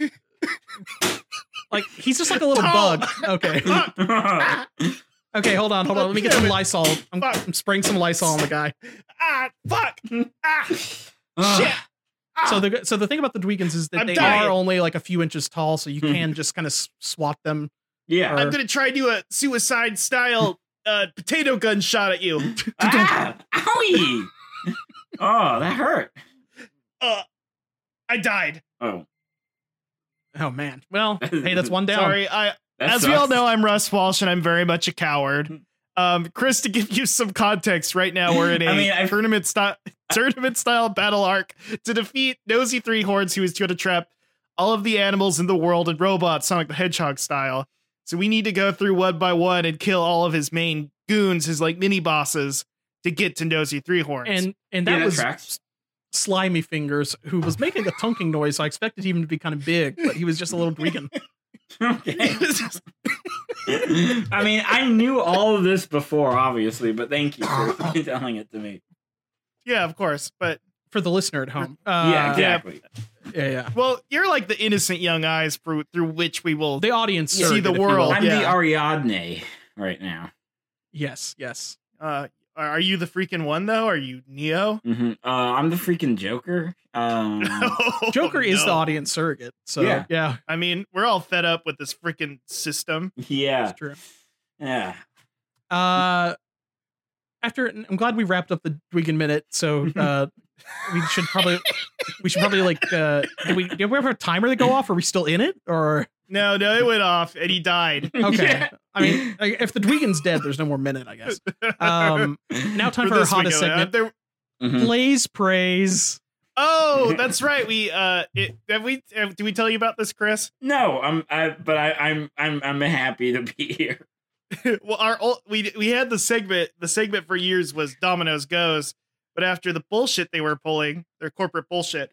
S2: like he's just like a little
S1: Tom!
S2: bug. Okay. Ah,
S3: oh,
S2: Okay, hold on, hold on. Let me get some Lysol. I'm,
S1: Fuck.
S2: I'm spraying some Lysol on the guy.
S1: ah fuck ah shit
S3: I
S1: ah.
S2: So the so the thing about the Dweegans is that
S1: I'm
S2: they
S1: dying.
S2: are only like a few inches tall, so you
S3: Hmm.
S2: can just kind of swat them.
S3: Yeah.
S1: I'm gonna try to do a suicide style uh, potato gun shot at you.
S2: Uh,
S3: Ah, owie. oh, that hurt.
S1: Uh, I died.
S3: Oh,
S2: Oh man. Well, hey, that's one down.
S1: Sorry. I,
S3: that
S1: as we all
S3: sucks. Hmm.
S1: know, I'm Russ Walsh, and I'm very much a coward. Um, Chris, to give you some context, right now we're in a
S3: I mean, I've-
S1: tournament style tournament style battle arc to defeat Nosy Three Horns, who is trying to trap all of the animals in the world and robots, Sonic the Hedgehog style. So we need to go through one by one and kill all of his main goons, his like mini bosses, to get to Nosy Three Horns.
S2: And and
S3: Yeah,
S2: that
S3: that
S2: was
S3: tracks.
S2: slimy fingers who was making a tonking noise. So I expected him to be kind of big, but he was just a little Dweegan.
S3: okay. I mean, I knew all of this before, obviously, but thank you for telling it to me.
S1: yeah, of course, but
S2: For the listener at home.
S3: yeah,
S2: Uh,
S3: exactly.
S2: yeah, yeah.
S1: Well, you're like the innocent young eyes through, through which we will.
S2: The audience
S1: See
S2: surrogate,
S1: the
S2: if you will.
S1: world.
S3: I'm the
S1: yeah.
S3: Ariadne right now.
S2: Yes, yes.
S1: Uh, are are you the freaking one though? Are you Neo?
S3: hmm Uh, I'm the freaking Joker. Um,
S2: Joker is the
S1: Oh, No.
S2: audience surrogate. So yeah,
S3: Yeah.
S1: I mean, we're all fed up with this freaking system.
S3: yeah,
S2: it's true.
S3: yeah.
S2: Uh, after I'm glad we wrapped up the Dweegan minute, so uh, we should probably we should probably like uh, did we did we have a timer to go off? Are we still in it? Or
S1: No, no, it went off and he died.
S2: okay,
S3: Yeah.
S2: I mean, like, if the Dweegan's dead, there's no more minute, I guess. Um, now time for, our
S1: this we
S2: hottest
S1: go out
S2: segment.
S1: there-
S3: Mhm.
S2: Blaze praise.
S1: Oh, that's right. We uh, it, have we have, did we tell you about this, Chris?
S3: No, I'm. I, but I, I'm. I'm. I'm happy to be here.
S1: well, our old, we we had the segment. The segment for years was Domino's goes, but after the bullshit they were pulling, their corporate bullshit,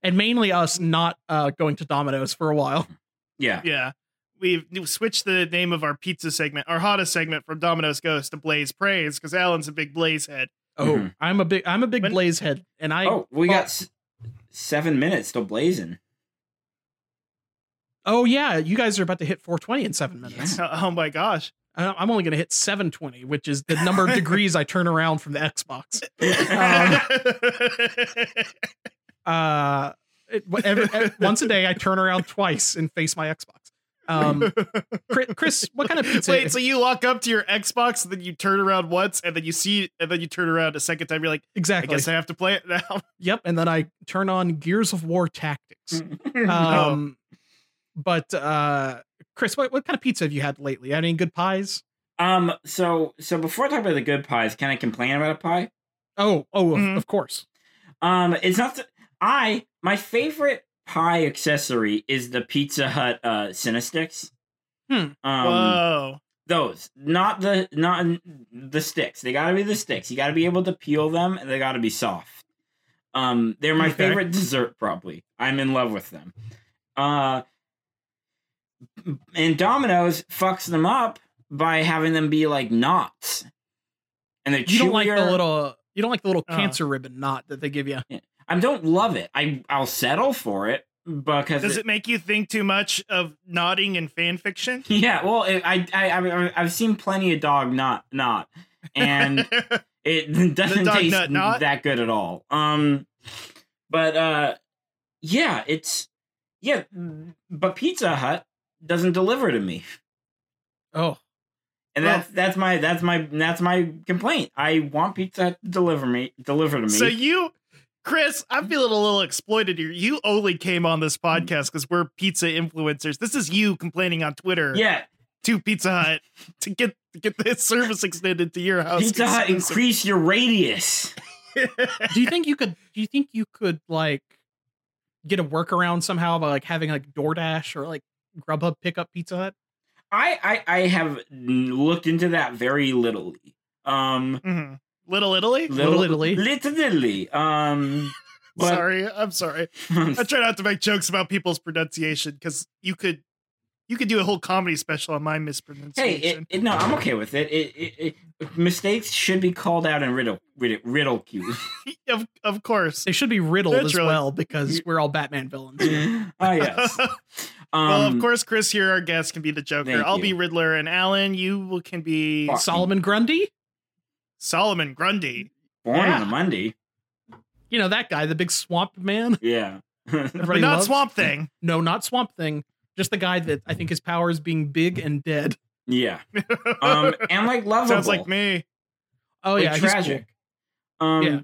S2: And mainly us not uh, going to Domino's for a while.
S3: Yeah.
S1: Yeah. We've we've switched the name of our pizza segment, our hottest segment from Domino's Ghost to Blaze Praise, because Alan's a big Blaze head.
S2: Oh,
S1: Mm-hmm.
S3: Mhm.
S2: I'm a big I'm a big
S1: When-
S2: Blaze head, and I
S3: oh, we got s- seven minutes still blazing.
S2: oh yeah, you guys are about to hit 420 in seven minutes.
S3: Yeah.
S1: Oh, oh my gosh.
S2: I- I'm only going to hit 720, which is the number of degrees I turn around from the Xbox.
S3: Um,
S2: Uh, it, whatever, ev- once a day, I turn around twice and face my Xbox. Um, Chris, Chris what kind of pizza?
S1: Wait, so you walk up to your Xbox, then you turn around once, and then you see, and then you turn around a second time. You're like, I
S2: exactly.
S1: guess I have to play it now.
S2: yep. And then I turn on Gears of War Tactics.
S1: Oh.
S2: Um, But uh, Chris, what, what kind of pizza have you had lately? Had Any good pies?
S3: um. So. So before I talk about the good pies, can I complain about a pie?
S2: Oh, oh, of,
S1: Mhm.
S2: of course.
S3: Um. It's not. The, I. My favorite pie accessory is the Pizza Hut uh Cinesticks.
S2: Hmm.
S3: Um,
S1: Whoa.
S3: those not the not the sticks they gotta be the sticks you gotta be able to peel them and they gotta be soft um they're my
S1: Okay.
S3: favorite dessert probably i'm in love with them uh and domino's fucks them up by having them be like knots and they're
S2: You don't like the
S3: chewier.
S2: little. Oh. You don't like the little
S1: Uh.
S2: cancer ribbon knot that they give you.
S3: i don't love it i i'll settle for it because
S1: Does it make you think too much of nodding in fan fiction?
S3: Yeah, well, it, I, I, I, I've seen plenty of dog not not, and it doesn't
S1: dog
S3: taste
S1: nut not?
S3: that good at all. Um, but uh, yeah, it's yeah, but Pizza Hut doesn't deliver to me,
S2: Oh,
S3: and
S1: Well-
S3: that's that's my that's my that's my complaint. I want Pizza Hut to deliver me deliver to me.
S1: so you, Chris, I'm feeling a little exploited here. You only came on this
S3: Mm-hmm.
S1: podcast because we're pizza influencers. This is you complaining on Twitter
S3: yeah,
S1: to Pizza Hut to get to get this service extended to your house.
S3: Pizza Hut, increase your radius.
S2: do you think you could? Do you think you could like get a workaround somehow by like having like DoorDash or like Grubhub pick up Pizza Hut?
S3: I, I I have looked into that very littlely. Um,
S1: Mhm. Little Italy.
S2: Little Italy.
S3: Little Italy. Um, but-
S1: sorry, I'm sorry. I try not to make jokes about people's pronunciation because you could you could do a whole comedy special on my
S3: hey,
S1: mispronunciation.
S3: it, it, no, I'm okay with it. It, it, it. Mistakes should be called out and riddle, riddle, riddle cued.
S1: of of course.
S2: They should be riddled as
S1: Literally.
S2: well because we're all Batman villains. here.
S3: oh yes. Um,
S1: well, of course, Chris here, our guest, can be the Joker.
S3: thank
S1: I'll
S3: you.
S1: be Riddler, and Alan, you will- can be
S3: Fuck.
S2: Solomon Grundy,
S1: Solomon Grundy.
S3: Born on
S1: yeah.
S3: a Monday.
S2: you know that guy, the big swamp man.
S3: Yeah.
S1: But
S2: Everybody
S1: not
S2: loves.
S1: Swamp Thing.
S2: No, not Swamp Thing. Just the guy that I think his power is being big and dead.
S3: yeah. Um, and like lovable.
S1: Sounds like me.
S2: Oh
S3: Like,
S2: yeah, he's cool.
S3: tragic. Um,
S2: Yeah.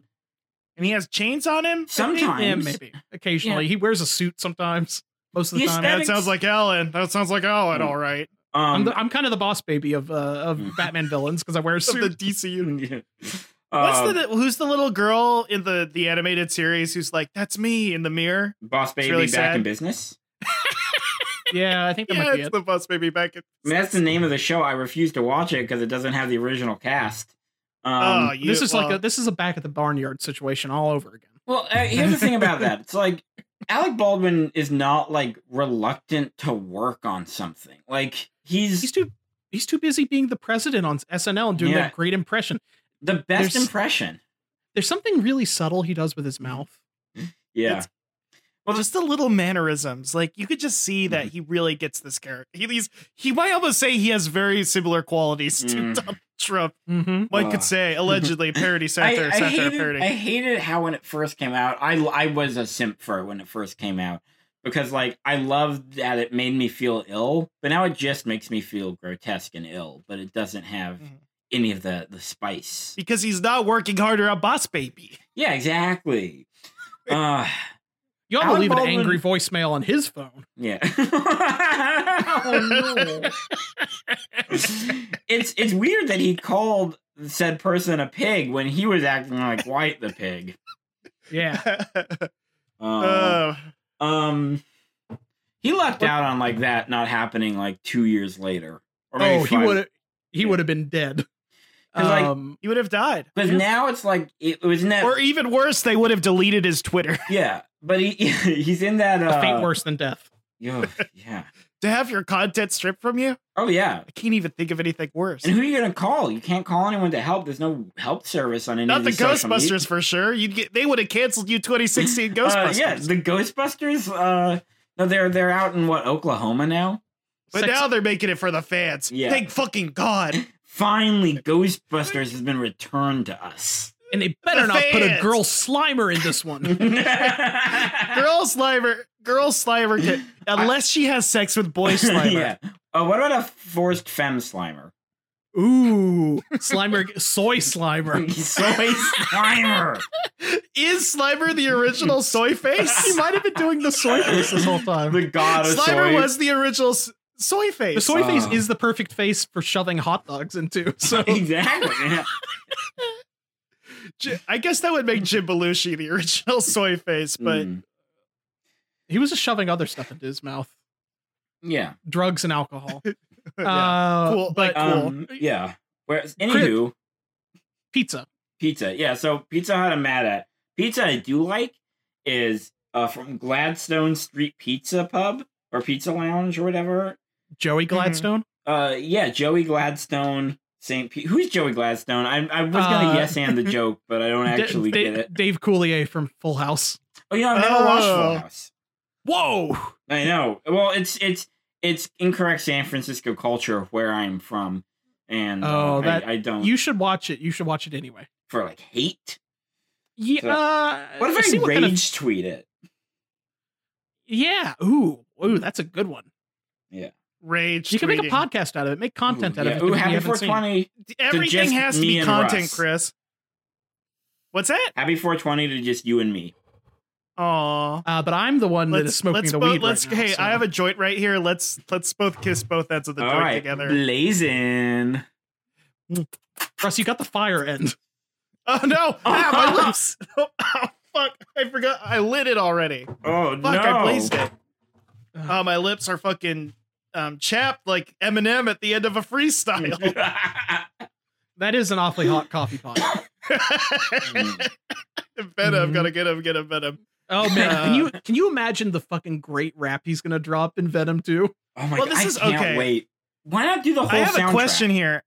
S1: And he has chains on him?
S3: Sometimes.
S2: Yeah, maybe occasionally he wears a suit sometimes. Most of the
S3: The
S2: time,
S1: That sounds like Alan. That sounds like Alan,
S3: Mm.
S1: all right.
S2: I'm,
S3: Um,
S2: the, I'm kind of the boss baby of uh, of
S3: Mm.
S2: Batman villains because I wear a
S1: Of the
S2: suit.
S1: DCU. What's
S3: uh,
S1: the, who's the little girl in the, the animated series who's like, that's me in the mirror?
S3: boss baby
S1: really
S3: back
S1: sad.
S3: in business?
S2: yeah, I think that
S1: Yeah,
S2: might be
S1: it's
S2: it.
S1: the bus baby back at
S3: I mean, that's the name of the show. I refuse to watch it because it doesn't have the original cast. Um,
S1: oh, you,
S2: this is like
S1: well,
S2: a, this is a back at the barnyard situation all over again.
S3: Well, uh, here's the thing about that. It's like Alec Baldwin is not like reluctant to work on something. Like he's,
S2: He's too he's too busy being the president on SNL and doing
S3: Yeah.
S2: that great impression.
S3: the best
S2: there's-
S3: impression.
S2: There's something really subtle he does with his mouth.
S3: Yeah.
S1: It's- well, just the little mannerisms. Like you could just see that
S3: Mhm.
S1: he really gets this character. He, he's he might almost say he has very similar qualities
S3: Mm.
S1: to Donald Trump.
S2: Mm-hmm.
S1: One
S3: Uh.
S1: could say allegedly parody
S3: I,
S1: center,
S3: I
S1: center
S3: hated,
S1: parody.
S3: I hated how when it first came out, I I was a simp for it when it first came out because like I loved that it made me feel ill, but now it just makes me feel grotesque and ill. But it doesn't have
S1: Mhm.
S3: any of the the spice.
S1: because he's not working harder on Boss Baby.
S3: Yeah, exactly. Uh,
S2: You ought to
S3: Alec
S2: leave
S3: Baldwin-
S2: an angry voicemail on his phone.
S3: yeah. Oh, it's it's weird that he called said person a pig when he was acting like White the pig.
S2: Yeah,
S1: Um,
S3: Uh,
S1: Uh,
S3: um, he lucked out on like that not happening like two years later. Or maybe
S2: oh, he
S3: five.
S2: would have he
S3: Yeah.
S2: would have been dead.
S3: 'Cause, like,
S2: Um,
S1: he would have died.
S3: Because now it's like it was never.
S1: Or even worse, they would have deleted his Twitter.
S3: yeah, but he he's in that.
S2: a
S3: Uh,
S2: fate worse than death.
S3: yo, yeah.
S1: to have your content stripped from you,
S3: Oh yeah.
S1: I can't even think of anything worse.
S3: And who are you gonna call? You can't call anyone to help. There's no help service on any
S1: Not
S3: of
S1: the
S3: these social media-
S1: Ghostbusters for sure. You'd get they would have canceled you 2016 Ghostbusters.
S3: Uh, yeah, the Ghostbusters. Uh, no, they're they're out in what Oklahoma now.
S1: But
S2: Sex-
S1: now they're making it for the fans.
S3: Yeah.
S1: Thank fucking God.
S3: Finally, Ghostbusters has been returned to us.
S2: and they better
S1: The
S2: not put a
S1: fans.
S2: girl Slimer in this one.
S3: Girl
S1: Girl Sliver, girl Sliver, can, unless she has sex with boy Sliver.
S3: yeah. Uh, what about a forced femme slimer?
S2: Ooh, Slimer, soy Slimer.
S3: Soy slimer.
S1: Is Sliver the original soy face?
S2: he might have been doing the soy face this whole time.
S3: The god of
S1: Sliver
S3: soy.
S1: was the original s- soy face.
S2: The soy face
S3: Oh.
S2: is the perfect face for shoving hot dogs into. So
S3: exactly. Yeah.
S1: J- I guess that would make Jim Belushi the original soy face, but
S3: Mm.
S2: he was just shoving other stuff into his mouth,
S3: yeah.
S2: drugs and alcohol.
S1: yeah.
S2: Uh,
S1: cool.
S2: But
S1: like, cool.
S3: Um, yeah. Whereas, anywho.
S2: pizza.
S3: Pizza, yeah. So Pizza Hut, I'm mad at. Pizza I do like is uh, from Gladstone Street Pizza Pub or Pizza Lounge or whatever.
S2: Joey
S3: Mm-hmm.
S2: Gladstone.
S3: Uh, yeah, Joey Gladstone, St. Pete. Who's Joey Gladstone? I I was gonna
S2: Uh,
S3: yes and the joke, but I don't
S2: Da-
S3: actually
S2: Da-
S3: get it.
S2: Dave Coulier from Full House.
S3: Oh, you know, I've never watched
S1: Oh.
S3: Full House.
S2: Whoa!
S3: I know. Well, it's it's it's incorrect San Francisco culture of where I'm from, and uh,
S2: Oh, that-
S3: I, I don't
S2: You should watch it. You should watch it anyway.
S3: for like hate.
S2: Yeah.
S3: So-
S2: uh,
S3: What if I,
S2: see
S3: rage
S2: kind of-
S3: tweet it?
S2: yeah. Ooh. Ooh. That's a good one.
S1: Rage.
S2: you can make a
S1: tweeting.
S2: podcast out of it. Make content
S3: Ooh,
S2: out
S3: yeah.
S2: of it.
S3: Ooh,
S2: if you
S3: happy
S2: haven't seen it.
S3: 420.
S1: Everything
S3: just
S1: has to
S3: me
S1: be
S3: and
S1: content,
S3: Russ.
S1: Chris. What's that?
S3: Happy 420 to just you and me.
S1: Aw.
S2: Uh, but I'm the one that is smoking
S1: let's
S2: the
S1: both-
S2: weed.
S1: let's
S2: right now,
S1: hey,
S2: so-
S1: I have a joint right here. Let's let's both kiss both ends of the
S3: All
S1: joint
S3: right,
S1: together.
S3: blazing.
S2: Russ, you got the fire end.
S1: Oh no! Ah, my lips. Oh, fuck! I forgot. I lit it already.
S3: Oh
S1: Fuck!
S3: no!
S1: I blazed it. Oh, my lips are fucking um, chapped like Eminem at the end of a
S3: Oh
S1: freestyle.
S2: That is an awfully hot coffee pot.
S1: Venom, gotta get him, get him, Venom.
S2: Oh man, can you can you imagine the fucking great rap he's gonna drop in Venom 2?
S3: oh my
S1: Well,
S3: god!
S1: this
S3: I
S1: is
S3: can't
S1: okay.
S3: wait. Why not do the whole?
S1: I have
S3: soundtrack?
S1: a question here.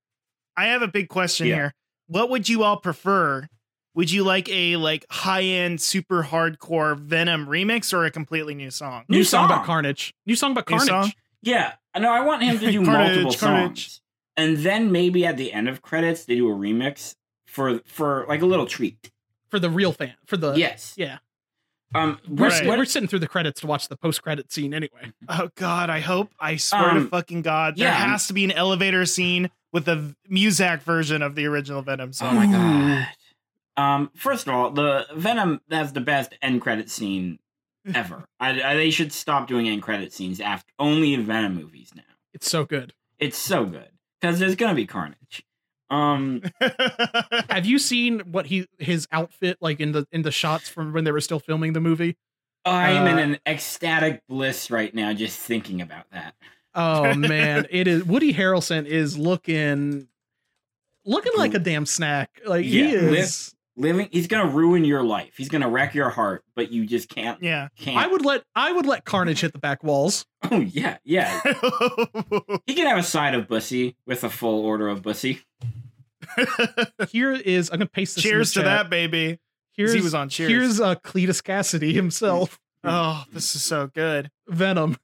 S1: I have a big question
S3: Yeah.
S1: here. What would you all prefer? Would you like a like high end, super hardcore Venom remix or a completely new song?
S3: New, song
S2: about Carnage. New song about
S1: New
S2: Carnage.
S1: song?
S3: Yeah, no, I want him to do
S1: Carnage,
S3: multiple
S1: Carnage.
S3: songs, and then maybe at the end of credits they do a remix for for like a little treat.
S2: For the real fan. For the
S3: yes.
S2: yeah.
S3: Um.
S2: We're,
S3: What,
S1: Right.
S2: we're
S3: what,
S2: sitting through the credits to watch the post credit scene anyway.
S1: Oh God, I hope. I swear to
S3: Um,
S1: fucking God, there
S3: yeah.
S1: has to be an elevator scene with the Muzak version of the original Venom
S3: oh
S1: song.
S3: my god. Um. First of all, the Venom has the best end credit scene ever. I, I, they should stop doing end credit scenes after only in Venom movies now.
S2: It's so good.
S3: It's so good because there's gonna be carnage. Um.
S2: Have you seen what he his outfit like in the in the shots from when they were still filming the movie?
S3: I'm in
S2: Uh,
S3: an ecstatic bliss right now just thinking about that.
S2: Oh man, it is Woody Harrelson is looking looking like a damn snack. Like
S3: Yeah,
S2: he is
S3: living he's gonna ruin your life he's gonna wreck your heart but you just can't
S1: yeah.
S3: can't
S2: I would let I would let Carnage hit the back walls.
S3: oh yeah yeah he can have a side of bussy with a full order of bussy
S2: Here is I'm gonna paste this. in the
S1: Cheers to
S2: chat.
S1: that, baby.
S2: Here's
S1: he was on Cheers.
S2: here's uh, Cletus Cassidy himself,
S1: oh, this is so good.
S2: Venom.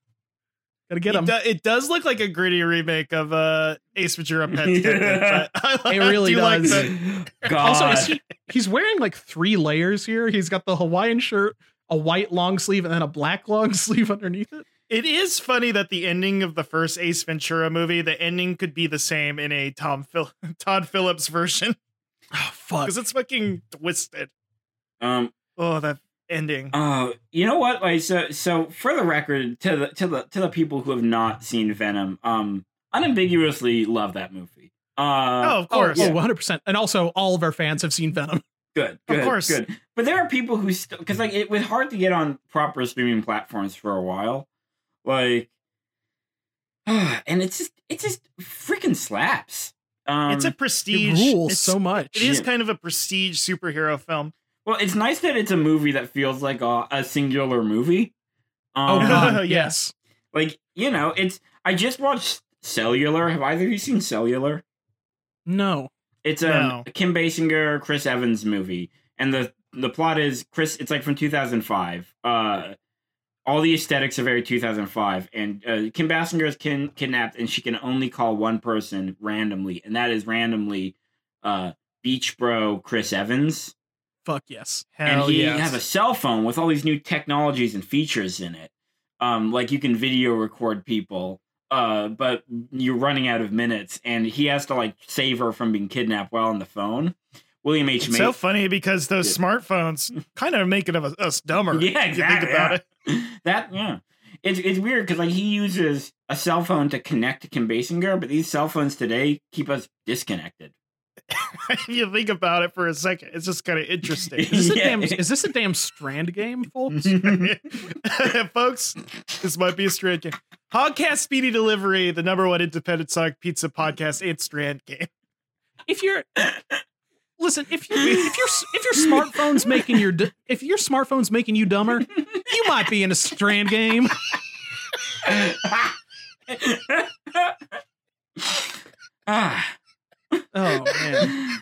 S2: Gotta get
S1: it,
S2: him.
S1: do- it does look like a gritty remake of uh, Ace Ventura: Pet Detective. but I
S2: It really
S1: do like
S2: does.
S1: the-
S3: god
S2: Also, Oh, is he, he's wearing like three layers here. He's got the Hawaiian shirt, a white long sleeve, and then a black long sleeve underneath it.
S1: it is funny that the ending of the first Ace Ventura movie, the ending could be the same in a Tom Phil- Todd Phillips version
S2: Oh
S3: Uh,
S2: fuck!
S1: because it's fucking twisted.
S3: um
S1: Oh, that ending.
S3: uh you know what like so so for the record to the to the to the people who have not seen venom um unambiguously love that movie uh
S1: oh, of course.
S2: Oh, 100 percent. And also, all of our fans have seen Venom.
S3: good
S1: Of
S3: good
S1: course.
S3: good but there are people who still because like it was hard to get on proper streaming platforms for a while like and it's just it just freaking slaps um
S1: it's a
S2: It
S1: prestige.
S2: rules
S1: it's-
S2: so much.
S1: It is
S3: Yeah.
S1: kind of a prestige superhero film.
S3: well it's nice that it's a movie that feels like a, a singular movie
S2: Oh
S3: um
S2: god,
S1: Yes.
S2: yes.
S3: like you know it's i just watched cellular have either of you seen cellular
S2: No.
S3: It's um,
S1: No.
S3: a Kim Basinger, Chris Evans movie, and the the plot is Chris. It's like from 2005. Uh, all the aesthetics are very 2005, and uh, Kim Basinger is kin- kidnapped, and she can only call one person randomly, and that is randomly uh, Beach Bro Chris Evans,
S2: Fuck yes.
S1: Hell
S3: and he
S1: yes.
S3: has a cell phone with all these new technologies and features in it. Um, like you can video record people, uh, but you're running out of minutes, and he has to like save her from being kidnapped while on the phone. William H.
S1: It's
S3: Macy.
S1: so funny because those
S3: Yeah.
S1: smartphones kind of making of us, us dumber.
S3: Yeah,
S1: if you
S3: exactly,
S1: Think about
S3: yeah.
S1: it.
S3: that yeah, it's it's weird because like he uses a cell phone to connect to Kim Basinger, but these cell phones today keep us disconnected.
S1: if you think about it for a second, it's just kind of interesting.
S2: Is this,
S3: Yeah.
S2: a damn, is this a damn Strand game, folks?
S1: Folks, this might be a strand game. Hogcast Speedy Delivery, the number one independent Sonic pizza podcast and strand game.
S2: if you're listen if you if your if your smartphone's making your d- if your smartphone's making you dumber you might be in a strand game
S3: ah.
S2: oh man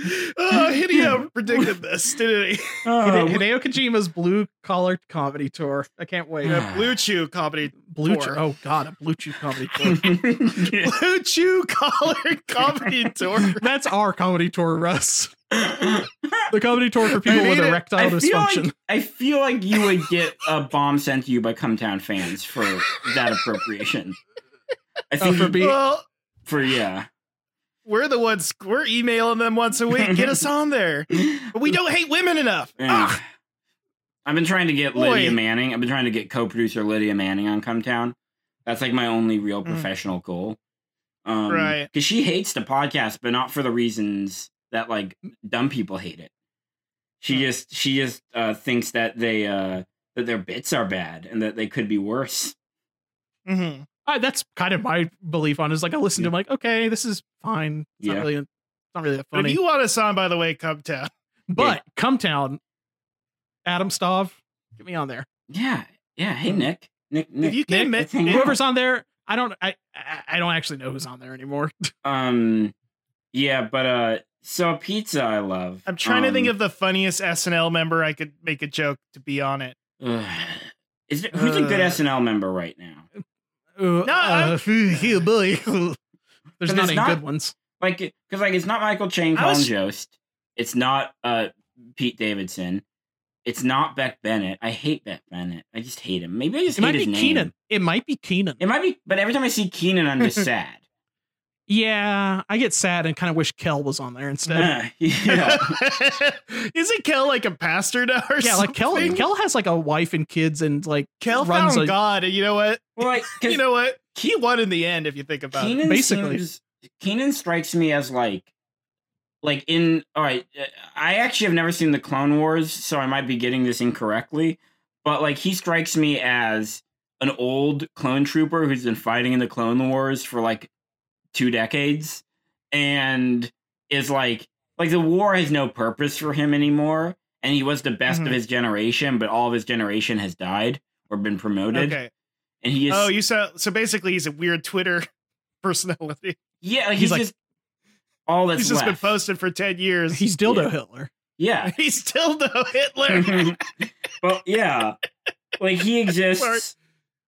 S1: oh, Hideo predicted this, didn't he?
S2: Hide-
S3: Oh,
S2: Hideo Kojima's blue collar comedy tour. I can't wait.
S3: Ah.
S1: Yeah, Blue Chew comedy.
S2: Blue
S1: tour.
S2: Chew. Oh God, a Blue Chew comedy tour.
S3: Yeah.
S1: Blue Chew collar comedy tour.
S2: That's our comedy tour, Russ. The comedy tour for people
S1: I
S2: with
S1: mean,
S2: erectile
S3: I feel,
S2: dysfunction.
S3: like, I feel like you would get a bomb sent to you by Cumtown fans for that appropriation.
S2: Oh,
S3: I think
S2: for
S3: for,
S2: being
S1: Well,
S3: yeah.
S1: we're the ones we're emailing them once a week. Get us on there. But we don't hate women enough.
S3: Yeah.
S1: Ah,
S3: I've been trying to get Lydia
S1: Boy.
S3: Manning. I've been trying to get co-producer Lydia Manning on Cumtown. That's like my only real
S1: Mm.
S3: professional goal. Um,
S1: Right.
S3: Because she hates the podcast, but not for the reasons that like dumb people hate it. She
S1: Hmm.
S3: just she just uh, thinks that they uh, that their bits are bad and that they could be worse. Mm-hmm.
S1: mhm.
S2: I, that's kind of my belief on. It, is like I listen to him, like okay, this is fine. It's
S3: Yeah.
S2: not really, it's not really that
S1: But
S2: funny.
S1: if you want us on, by the way, come down.
S2: but come town, Adam Stav, get me on there.
S3: Yeah, yeah. Hey Nick, Nick, Nick.
S1: Hmm. If you can
S3: Nick,
S1: admit,
S3: let's hang out.
S2: Whoever's on there, I don't, I, I, I don't actually know who's on there anymore.
S3: um, yeah, but uh, so pizza I love.
S1: I'm trying to think
S3: Um,
S1: of the funniest SNL member I could make a joke to be on it.
S3: Ugh. Is there, who's a good
S1: Uh,
S3: SNL member right now?
S2: no,
S1: I'm-
S2: Billy. There's
S3: it's
S2: not any
S3: not-
S2: good ones.
S3: Like, because like it's not Michael Chang,
S1: I
S3: Colin
S1: was-
S3: Jost. It's not uh Pete Davidson. It's not Beck Bennett. I hate Beck Bennett. I just hate him. Maybe I just
S2: It might
S3: hate
S2: be
S3: his name.
S2: Keenan. It might be Keenan.
S3: It might be, but every time I see Keenan, I'm just sad.
S2: Yeah, I get sad and kind of wish Kel was on there instead.
S3: Uh, yeah.
S1: Isn't Kel like a pastor now or
S2: yeah, like Kel.
S1: something?
S2: Kel has like a wife and kids and like
S1: Kel
S2: runs
S1: found
S2: a-
S1: God, and you know what?
S3: Well, like, 'cause
S1: You know what? He
S3: Ke-
S1: won in the end, if you think about it.
S3: Keenan
S2: basically.
S3: seems- Keenan strikes me as like, like in all right. uh, I actually have never seen the Clone Wars, so I might be getting this incorrectly, but like he strikes me as an old clone trooper who's been fighting in the Clone Wars for like two decades, and is like like the war has no purpose for him anymore, and he was the best
S1: Mhm.
S3: of his generation, but all of his generation has died or been promoted,
S1: Okay.
S3: and he is
S1: Oh, you saw. So basically, he's a weird Twitter personality.
S3: yeah, like,
S2: he's
S3: he's,
S2: like-
S3: just all that's
S1: he's just been
S3: left.
S1: posted for ten years.
S2: He's dildo
S3: Yeah.
S2: Hitler.
S3: Yeah.
S1: he's still no Hitler.
S3: well, yeah. Like he
S1: Sorry.
S3: exists.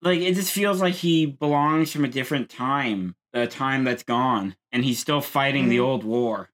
S3: Like it just feels like he belongs from a different time, a time that's gone, and he's still fighting the
S1: Mhm.
S3: old war.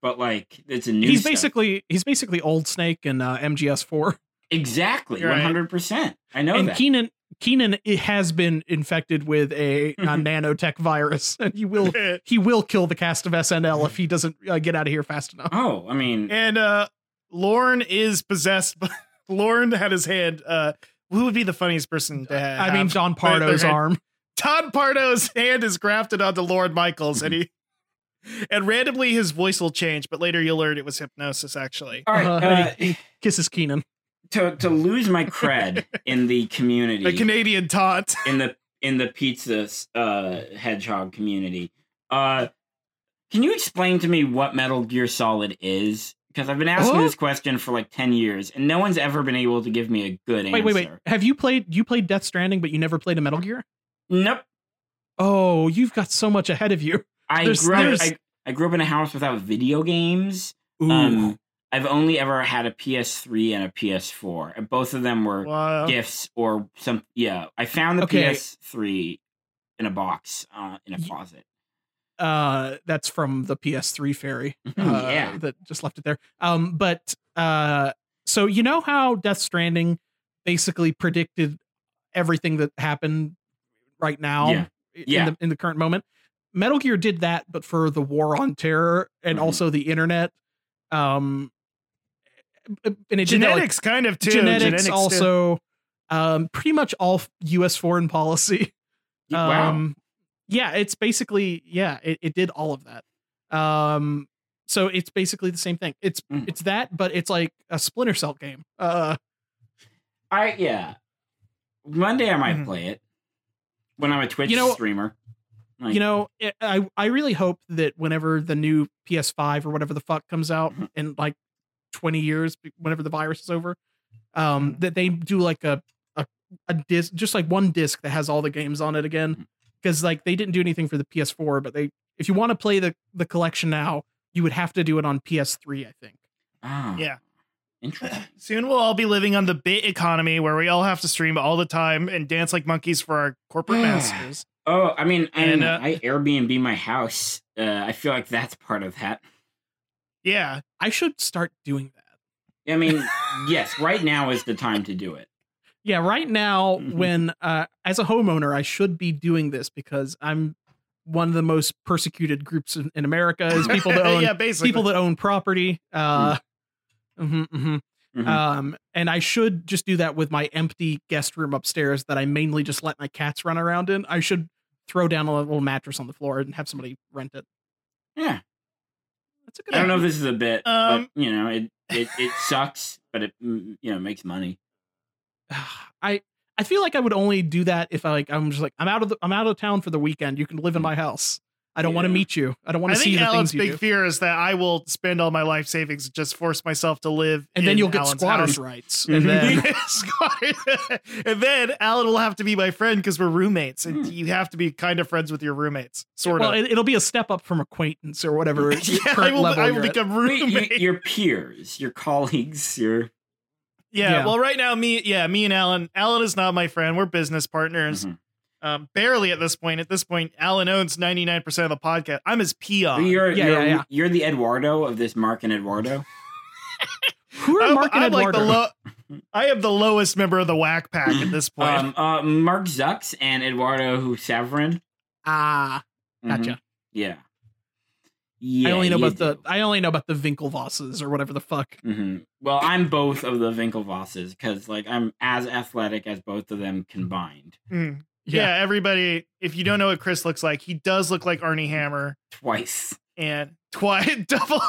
S3: But like it's a new.
S2: he's
S3: stuff.
S2: basically he's basically old Snake and uh, MGS4.
S3: exactly
S1: Right.
S3: one hundred percent. I know
S2: and
S3: that.
S2: Keenan Keenan i- has been infected with a, a nanotech virus, and he will he will kill the cast of SNL if he doesn't uh, get out of here fast enough.
S3: oh, I mean,
S1: and uh, Lorne is possessed. By, Lorne had his hand. Uh, who would be the funniest person to have?
S2: I mean, Don Pardo's
S1: they're-
S2: arm.
S1: Todd Pardo's hand is grafted onto Lord Michaels, and he and randomly his voice will change, but later you'll learn it was hypnosis. Actually,
S3: all right.
S2: uh,
S3: Uh,
S2: he- Kisses Keenan.
S3: to to lose my cred in the community,
S1: a Canadian taunt.
S3: in the in the pizza uh, hedgehog community. Uh, can you explain to me what Metal Gear Solid is? Because I've been asking
S2: Huh?
S3: this question for like ten years, and no one's ever been able to give me a good answer.
S2: Wait, wait, wait. Have you played you played Death Stranding, but you never played a Metal Gear?
S3: Nope.
S2: Oh, you've got so much ahead of you.
S3: I
S2: There's-
S3: grew up,
S2: there's-
S3: I, I grew up in a house without video games.
S2: Ooh.
S3: Um, I've only ever had a PS3 and a PS4, and both of them were
S1: Wow.
S3: gifts or some. Yeah, I found the
S2: Okay.
S3: PS3 in a box uh, in a
S2: Y-
S3: closet.
S2: uh that's from the ps3 fairy uh,
S3: Yeah.
S2: that just left it there um but uh so you know how death stranding basically predicted everything that happened right now
S3: Yeah. Yeah.
S2: In, the, in the current moment metal gear did that but for the war on terror and
S3: Mhm.
S2: also the internet um eh, and it did that, like,
S1: genetics kind of too.
S2: genetics,
S1: too.
S2: also um pretty much all us foreign policy
S3: wow.
S2: um, Yeah, it's basically yeah, it, it did all of that. Um, so it's basically the same thing. It's
S3: Mm.
S2: it's that, but it's like a Splinter Cell game. Uh,
S3: I yeah. One day I might
S1: Mhm.
S3: play it when I'm a Twitch
S2: Mm-hmm. You know-
S3: streamer. Like,
S2: you know, it, I I really hope that whenever the new PS5 or whatever the fuck comes out
S3: Mhm.
S2: in like 20 years, whenever the virus is over, um, that they do like a a a disc, just like one disc that has all the games on it again, because like they didn't do anything for the PS4, but they if you want to play the the collection now, you would have to do it on PS3, I think.
S3: Ah,
S1: Yeah.
S3: Interesting.
S1: Soon we'll all be living on the bit economy where we all have to stream all the time and dance like monkeys for our corporate masters.
S3: Oh, I mean, I,
S1: And,
S3: don't
S1: uh,
S3: know. I Airbnb my house. Uh, I feel like that's part of that.
S1: Yeah.
S2: I should start doing that.
S3: I mean, yes, right now is the time to do it.
S2: Yeah, right now
S3: Mhm.
S2: when uh as a homeowner I should be doing this because I'm one of the most persecuted groups in, in America is people that own
S1: yeah, basically.
S2: people that own property.
S3: Mm-hmm.
S2: Uh mhm, mhm.
S3: Mhm.
S2: Um and I should just do that with my empty guest room upstairs that I mainly just let my cats run around in. I should throw down a little mattress on the floor and have somebody rent it.
S3: yeah,
S2: That's a good
S3: I don't know if
S2: idea.
S3: this is a bit,
S1: Um,
S3: but you know, it, it it sucks, but it mm, you know makes money.
S2: I I feel like I would only do that if I like I'm just like I'm out of the, I'm out of town for the weekend. You can live in my house. I don't want to
S3: Yeah.
S2: meet you. I don't want
S1: Mm. I
S2: to see
S1: think
S2: the
S1: Alan's
S2: things
S1: big
S2: you do.
S1: fear is that I will spend all my life savings and just force myself to live.
S2: and then
S1: in
S2: you'll get
S1: Alan's
S2: squatters
S1: house. Mm-hmm.
S2: rights. And then
S1: Yeah, squatter. and then Alan will have to be my friend because we're roommates, and
S3: Hmm.
S1: you have to be kind of friends with your roommates, sort
S2: well,
S1: of.
S2: it, it'll be a step up from acquaintance or whatever
S1: yeah, I
S2: current
S1: will,
S2: level
S1: I
S2: you're
S1: will
S2: at.
S1: become
S3: Wait,
S1: roommate.
S3: you, your peers, your colleagues, your
S1: yeah,
S2: yeah.
S1: Well, right now, me, yeah, me and Alan. Alan is not my friend. We're business partners,
S3: Mhm.
S1: um, barely at this point. At this point, Alan owns ninety nine percent of the podcast. I'm his
S3: But
S1: peon.
S3: you're
S2: Uh, Yeah,
S3: you're,
S2: yeah, yeah.
S3: you're the Eduardo of this Mark and Eduardo.
S2: Who are
S1: I'm,
S2: Mark and
S1: I'm like
S2: Eduardo?
S1: the low. I am the lowest member of the whack pack at this point.
S3: Um, uh, Mark Zucks and Eduardo Severin.
S2: ah,
S3: Mhm.
S1: Mm-hmm.
S2: gotcha.
S3: Yeah. Yeah.
S2: I only know about the I only know about the Winklevosses or whatever the fuck.
S3: hmm Well, I'm both of the Winklevosses because, like, I'm as athletic as both of them combined
S1: Mm. Yeah. everybody. If you don't know what Chris looks like, he does look like Arnie Hammer
S3: twice.
S1: and twice double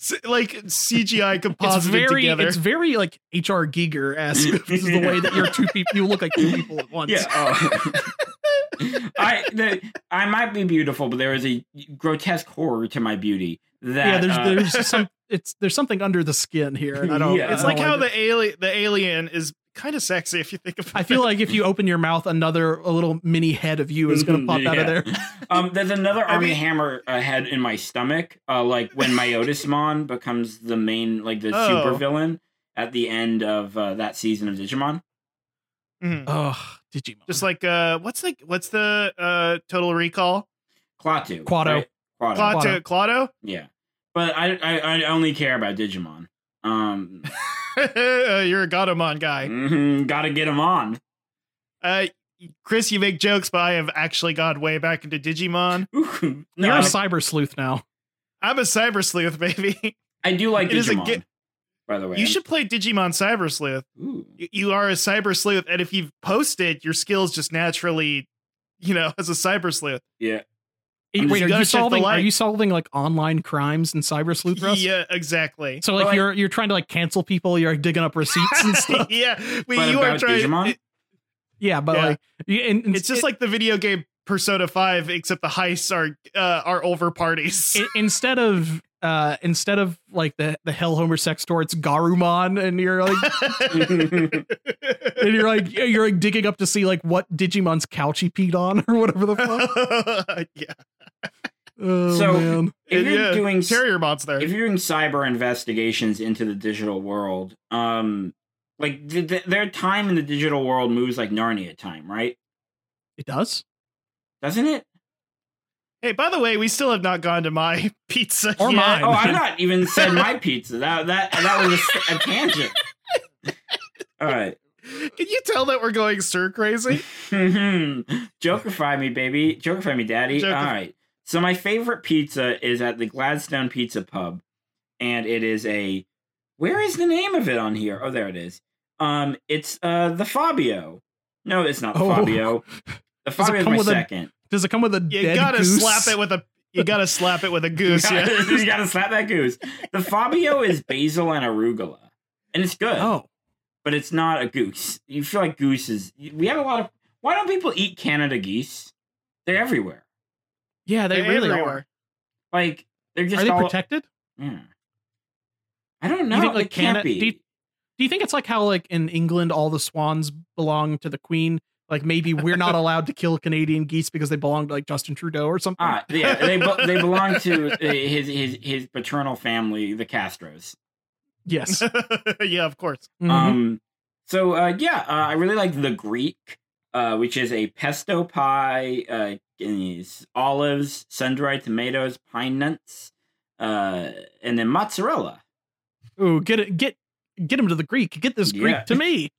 S1: s- like CGI
S2: It's
S1: composited
S2: very,
S1: together.
S2: it's very like HR Giger esque. this is the way that you're two people, you look like two people at once.
S3: Yeah. Oh. I the, I might be beautiful, but there is a grotesque horror to my beauty. That
S2: yeah, there's
S3: uh,
S2: there's some it's there's something under the skin here, and I don't.
S3: Yeah.
S2: I
S1: It's
S2: don't
S1: like how
S2: it.
S1: the alien the alien is kind of sexy if you think about
S2: I feel
S1: it.
S2: like if you open your mouth, another a little mini head of you is going
S1: Mm-hmm,
S2: to pop out
S3: Yeah.
S2: of there.
S3: Um, there's another
S1: I
S3: Army
S1: mean-
S3: Hammer uh, head in my stomach. Uh, like when Myotismon becomes the main, like the
S1: Oh.
S3: super villain at the end of uh, that season of Digimon.
S1: Mhm.
S2: Oh, Digimon.
S1: just like uh, what's the what's the uh Total Recall
S3: Klaatu.
S2: Quado.
S3: right? Quado.
S1: Claudio Claudio.
S3: Yeah, but I, I I only care about Digimon. Um,
S1: uh, you're a Godamon
S2: Mm.
S1: guy.
S3: mhm, gotta get him on.
S1: Uh, Chris, you make jokes, but I have actually gone way back into Digimon.
S3: Ooh, no,
S1: uh,
S2: you're a
S3: I-
S2: cyber sleuth now.
S1: I'm a cyber sleuth, baby.
S3: I do like
S1: It is a
S3: Digimon.
S1: ga-
S3: by the way,
S1: You should play Digimon Cyber Sleuth.
S3: Ooh.
S1: y- you are a cyber sleuth and if you've posted your skills just naturally you know as a cyber sleuth
S3: Yeah.
S2: Wait,
S3: just
S2: are
S1: gotta
S2: you
S1: check the
S2: solving? Are
S1: light.
S2: you solving like online crimes and cyber sleuth? Russ?
S1: yeah exactly
S2: So like
S3: Well, I-
S2: you're you're trying to like cancel people. You're digging up receipts and stuff.
S1: yeah we,
S3: But
S1: you are
S3: about
S1: trying
S3: Digimon?
S1: it-
S2: Yeah, but
S1: Yeah.
S2: like you- and, and
S1: it's just like the video game persona 5 except the heists are uh, are over parties
S2: i- instead of uh instead of like the the hell homer sex store, it's Garumon, and you're like and you're like you're like digging up to see like what Digimon's couch he peed on or whatever the fuck.
S1: yeah
S2: Oh
S3: So-
S2: man.
S3: if you're
S1: yeah,
S3: doing
S1: terrier monster
S3: if you're doing cyber investigations into the digital world, um, like th- th- their time in the digital world moves like Narnia time, right?
S2: It does.
S3: Doesn't it?
S1: hey by the way we still have not gone to my pizza
S2: Or
S1: yet.
S2: mine.
S3: Oh, I've not even said my pizza. That that that was a, a tangent. All right.
S1: can you tell that we're going stir crazy
S3: Jokerfy Mm-hmm. me, baby. Jokerfy me, daddy.
S1: Joker-
S3: All right. So my favorite pizza is at the Gladstone Pizza Pub, and it is a. Where is the name of it on here? Oh, there it is. Um, it's uh the Fabio. No, it's not the
S2: Oh.
S3: Fabio. The
S2: it
S3: Fabio is
S2: come
S3: my
S2: with a
S3: second.
S2: Does it come with a
S1: you
S2: dead
S1: gotta
S2: goose?
S1: slap it with a you gotta slap it with a
S3: You
S1: goose yeah
S3: gotta, you gotta slap that goose. The Fabio is basil and arugula, and it's good,
S2: Oh.
S3: but it's not a goose. You feel like goose is. We have a lot of. Why don't people eat Canada geese? They're everywhere.
S2: Yeah, they
S1: They're
S2: really
S1: everywhere.
S2: are.
S3: Like they're just
S2: are they
S3: all,
S2: protected?
S3: Yeah. I don't know.
S2: You think,
S3: They
S2: like,
S3: can't
S2: Canada-
S3: be.
S2: do you- Do you think it's like how like in England all the swans belong to the queen? Like maybe we're not allowed to kill Canadian geese because they belong to like Justin Trudeau or something.
S3: Ah, yeah, they be- they belong to uh, his his his paternal family, the Castros.
S2: yes.
S1: yeah, of course.
S2: Mhm.
S3: Um, so uh, yeah, uh, I really like the Greek, uh, which is a pesto pie, uh, and these olives, sun-dried tomatoes, pine nuts, uh, and then mozzarella.
S2: Ooh, get it, get get him to the Greek. Get this Greek
S3: Yeah.
S2: to me.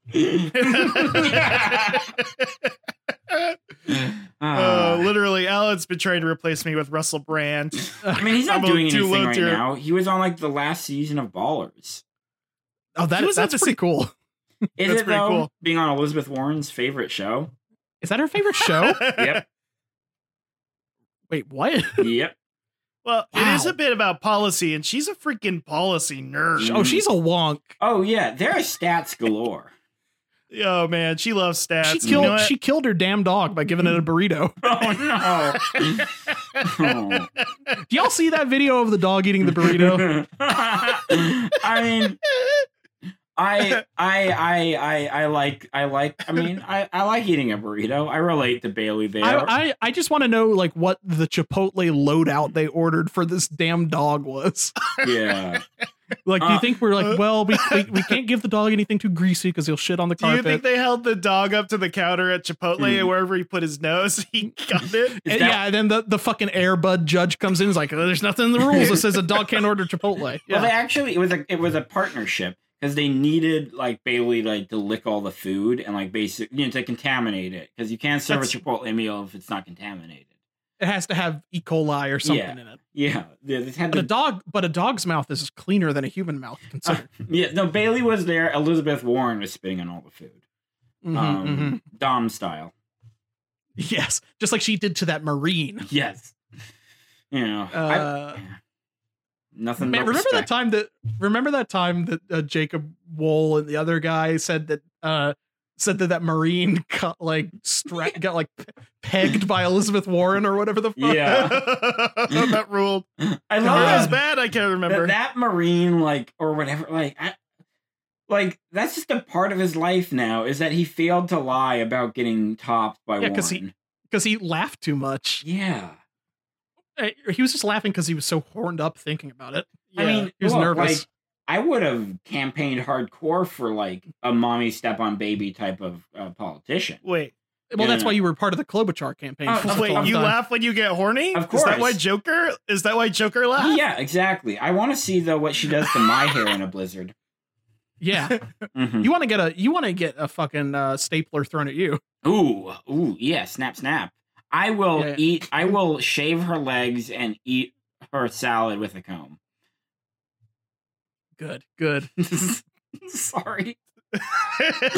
S1: Uh,
S3: Uh,
S1: literally, Alan's been trying to replace me with Russell Brand.
S3: I mean, he's not
S1: I'm a
S3: doing
S1: too
S3: anything
S1: low
S3: right
S1: tier.
S3: now. He was on like the last season of Ballers.
S2: Oh, that
S1: He was at
S2: that's
S1: the
S2: pretty cool.
S3: Is
S1: That's
S3: it
S1: pretty
S3: though?
S1: cool.
S3: Being on Elizabeth Warren's favorite show.
S2: Is that her favorite show?
S3: Oh, Yep.
S2: Wait, what?
S3: yep.
S1: Well, it is
S2: Wow.
S1: a bit about policy, and she's a freaking policy nerd.
S2: Oh, she's a wonk.
S3: Oh yeah, there are stats galore.
S1: Oh man, she loves stats.
S2: She
S1: You
S2: killed
S1: know what?
S2: she killed her damn dog by giving it a burrito.
S3: Oh no. Oh.
S2: Do y'all see that video of the dog eating the burrito?
S3: I mean, I, I, I, I, I like, I like. I mean, I, I like eating a burrito. I relate to Bailey there.
S2: I, I I just want to know like what the Chipotle loadout they ordered for this damn dog was.
S3: yeah.
S2: Like, do
S3: Uh,
S2: you think we're like,
S1: uh,
S2: well, we, we, we can't give the dog anything too greasy because he'll shit on the
S1: Do you
S2: carpet.
S1: think they held the dog up to the counter at Chipotle
S3: Mm.
S1: and wherever he put his nose, he got it?
S3: Is
S2: And
S3: that-
S2: yeah, and then the, the fucking airbud judge comes in and is like, "Oh, there's nothing in the rules that says a dog can't order Chipotle. Yeah.
S3: Well, they actually it was a it was a partnership because they needed like Bailey like to lick all the food and like basic you know to contaminate it because you can't serve
S2: That's-
S3: a Chipotle meal if it's not contaminated.
S2: it has to have E. coli or something
S3: Yeah.
S2: in it.
S3: Yeah, they, they had
S2: But a
S3: to,
S2: dog but a dog's mouth is cleaner than a human mouth
S1: Uh,
S2: considered.
S3: yeah. No, Bailey was there. Elizabeth Warren was spitting on all the food,
S2: Mhm,
S3: um,
S2: mhm.
S3: Dom style.
S2: Yes. Just like she did to that marine.
S3: Yes. You know, I-
S2: Uh,
S3: nothing.
S2: Man,
S3: but
S2: remember that
S3: respect.
S2: time that remember that time that uh, Jacob Wool and the other guy said that uh said that that marine got like stra- got like pe- pegged by Elizabeth Warren or whatever the fuck.
S3: Yeah.
S1: that ruled.
S3: I
S1: How
S2: Uh,
S1: it was
S3: love that,
S1: bad, I can't remember.
S3: that, that marine, like or whatever, like, I, like that's just a part of his life now. Is that he failed to lie about getting topped by
S2: Yeah,
S3: Warren?
S2: 'cause he- because he laughed too much.
S3: yeah.
S2: Uh, He was just laughing because he was so horned up thinking about it.
S3: I
S1: Yeah.
S3: mean,
S2: he was
S3: look,
S2: nervous.
S3: Like, I would have campaigned hardcore for like a mommy step on baby type of uh, politician.
S1: Wait,
S2: well, that's
S3: yeah.
S2: why you were part of the Klobuchar campaign.
S3: Oh,
S2: for such a
S1: wait,
S2: long
S1: you
S2: time.
S1: laugh when you get horny?
S3: Of
S1: Is that
S3: course.
S1: why Joker? Is that why Joker
S2: Ah.
S1: laughed?
S3: Yeah, exactly. I want to see though what she does to my hair in a blizzard.
S2: Yeah,
S3: Mhm.
S2: you want to get a you want to get a fucking uh, stapler thrown at you.
S3: Ooh, ooh, yeah, snap, snap. I will
S2: Yeah.
S3: eat, I will shave her legs and eat her salad with a comb.
S2: Good, good.
S3: Sorry.
S1: Yeah.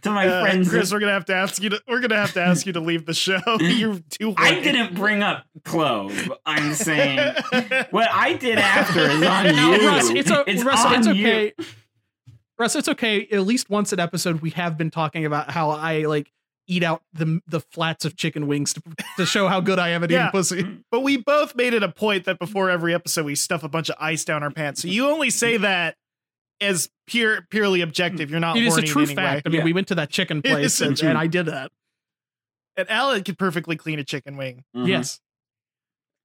S3: to my
S1: Uh,
S3: friends.
S1: Chris, we're gonna have to ask you. To, we're gonna have to ask you to leave the show. You're too.
S3: I
S1: horny.
S3: didn't bring up clove. I'm saying what I did after is on you.
S2: No, Russ, it's, o- Russ,
S3: on
S2: it's
S3: you.
S2: okay. Russ, it's okay. At least once an episode, we have been talking about how I like eat out the the flats of chicken wings to, to show how good I am at
S1: Yeah.
S2: eating pussy.
S1: But we both made it a point that before every episode we stuff a bunch of ice down our pants. So you only say that as pure purely objective. You're not
S2: It is a
S1: horny
S2: true
S1: in any way.
S2: fact. I mean,
S3: Yeah.
S2: we went to that chicken
S1: It
S2: place
S1: is a
S2: and,
S3: true-
S2: and I did that.
S1: And Alan could perfectly clean a chicken wing.
S3: Mhm.
S2: Yes.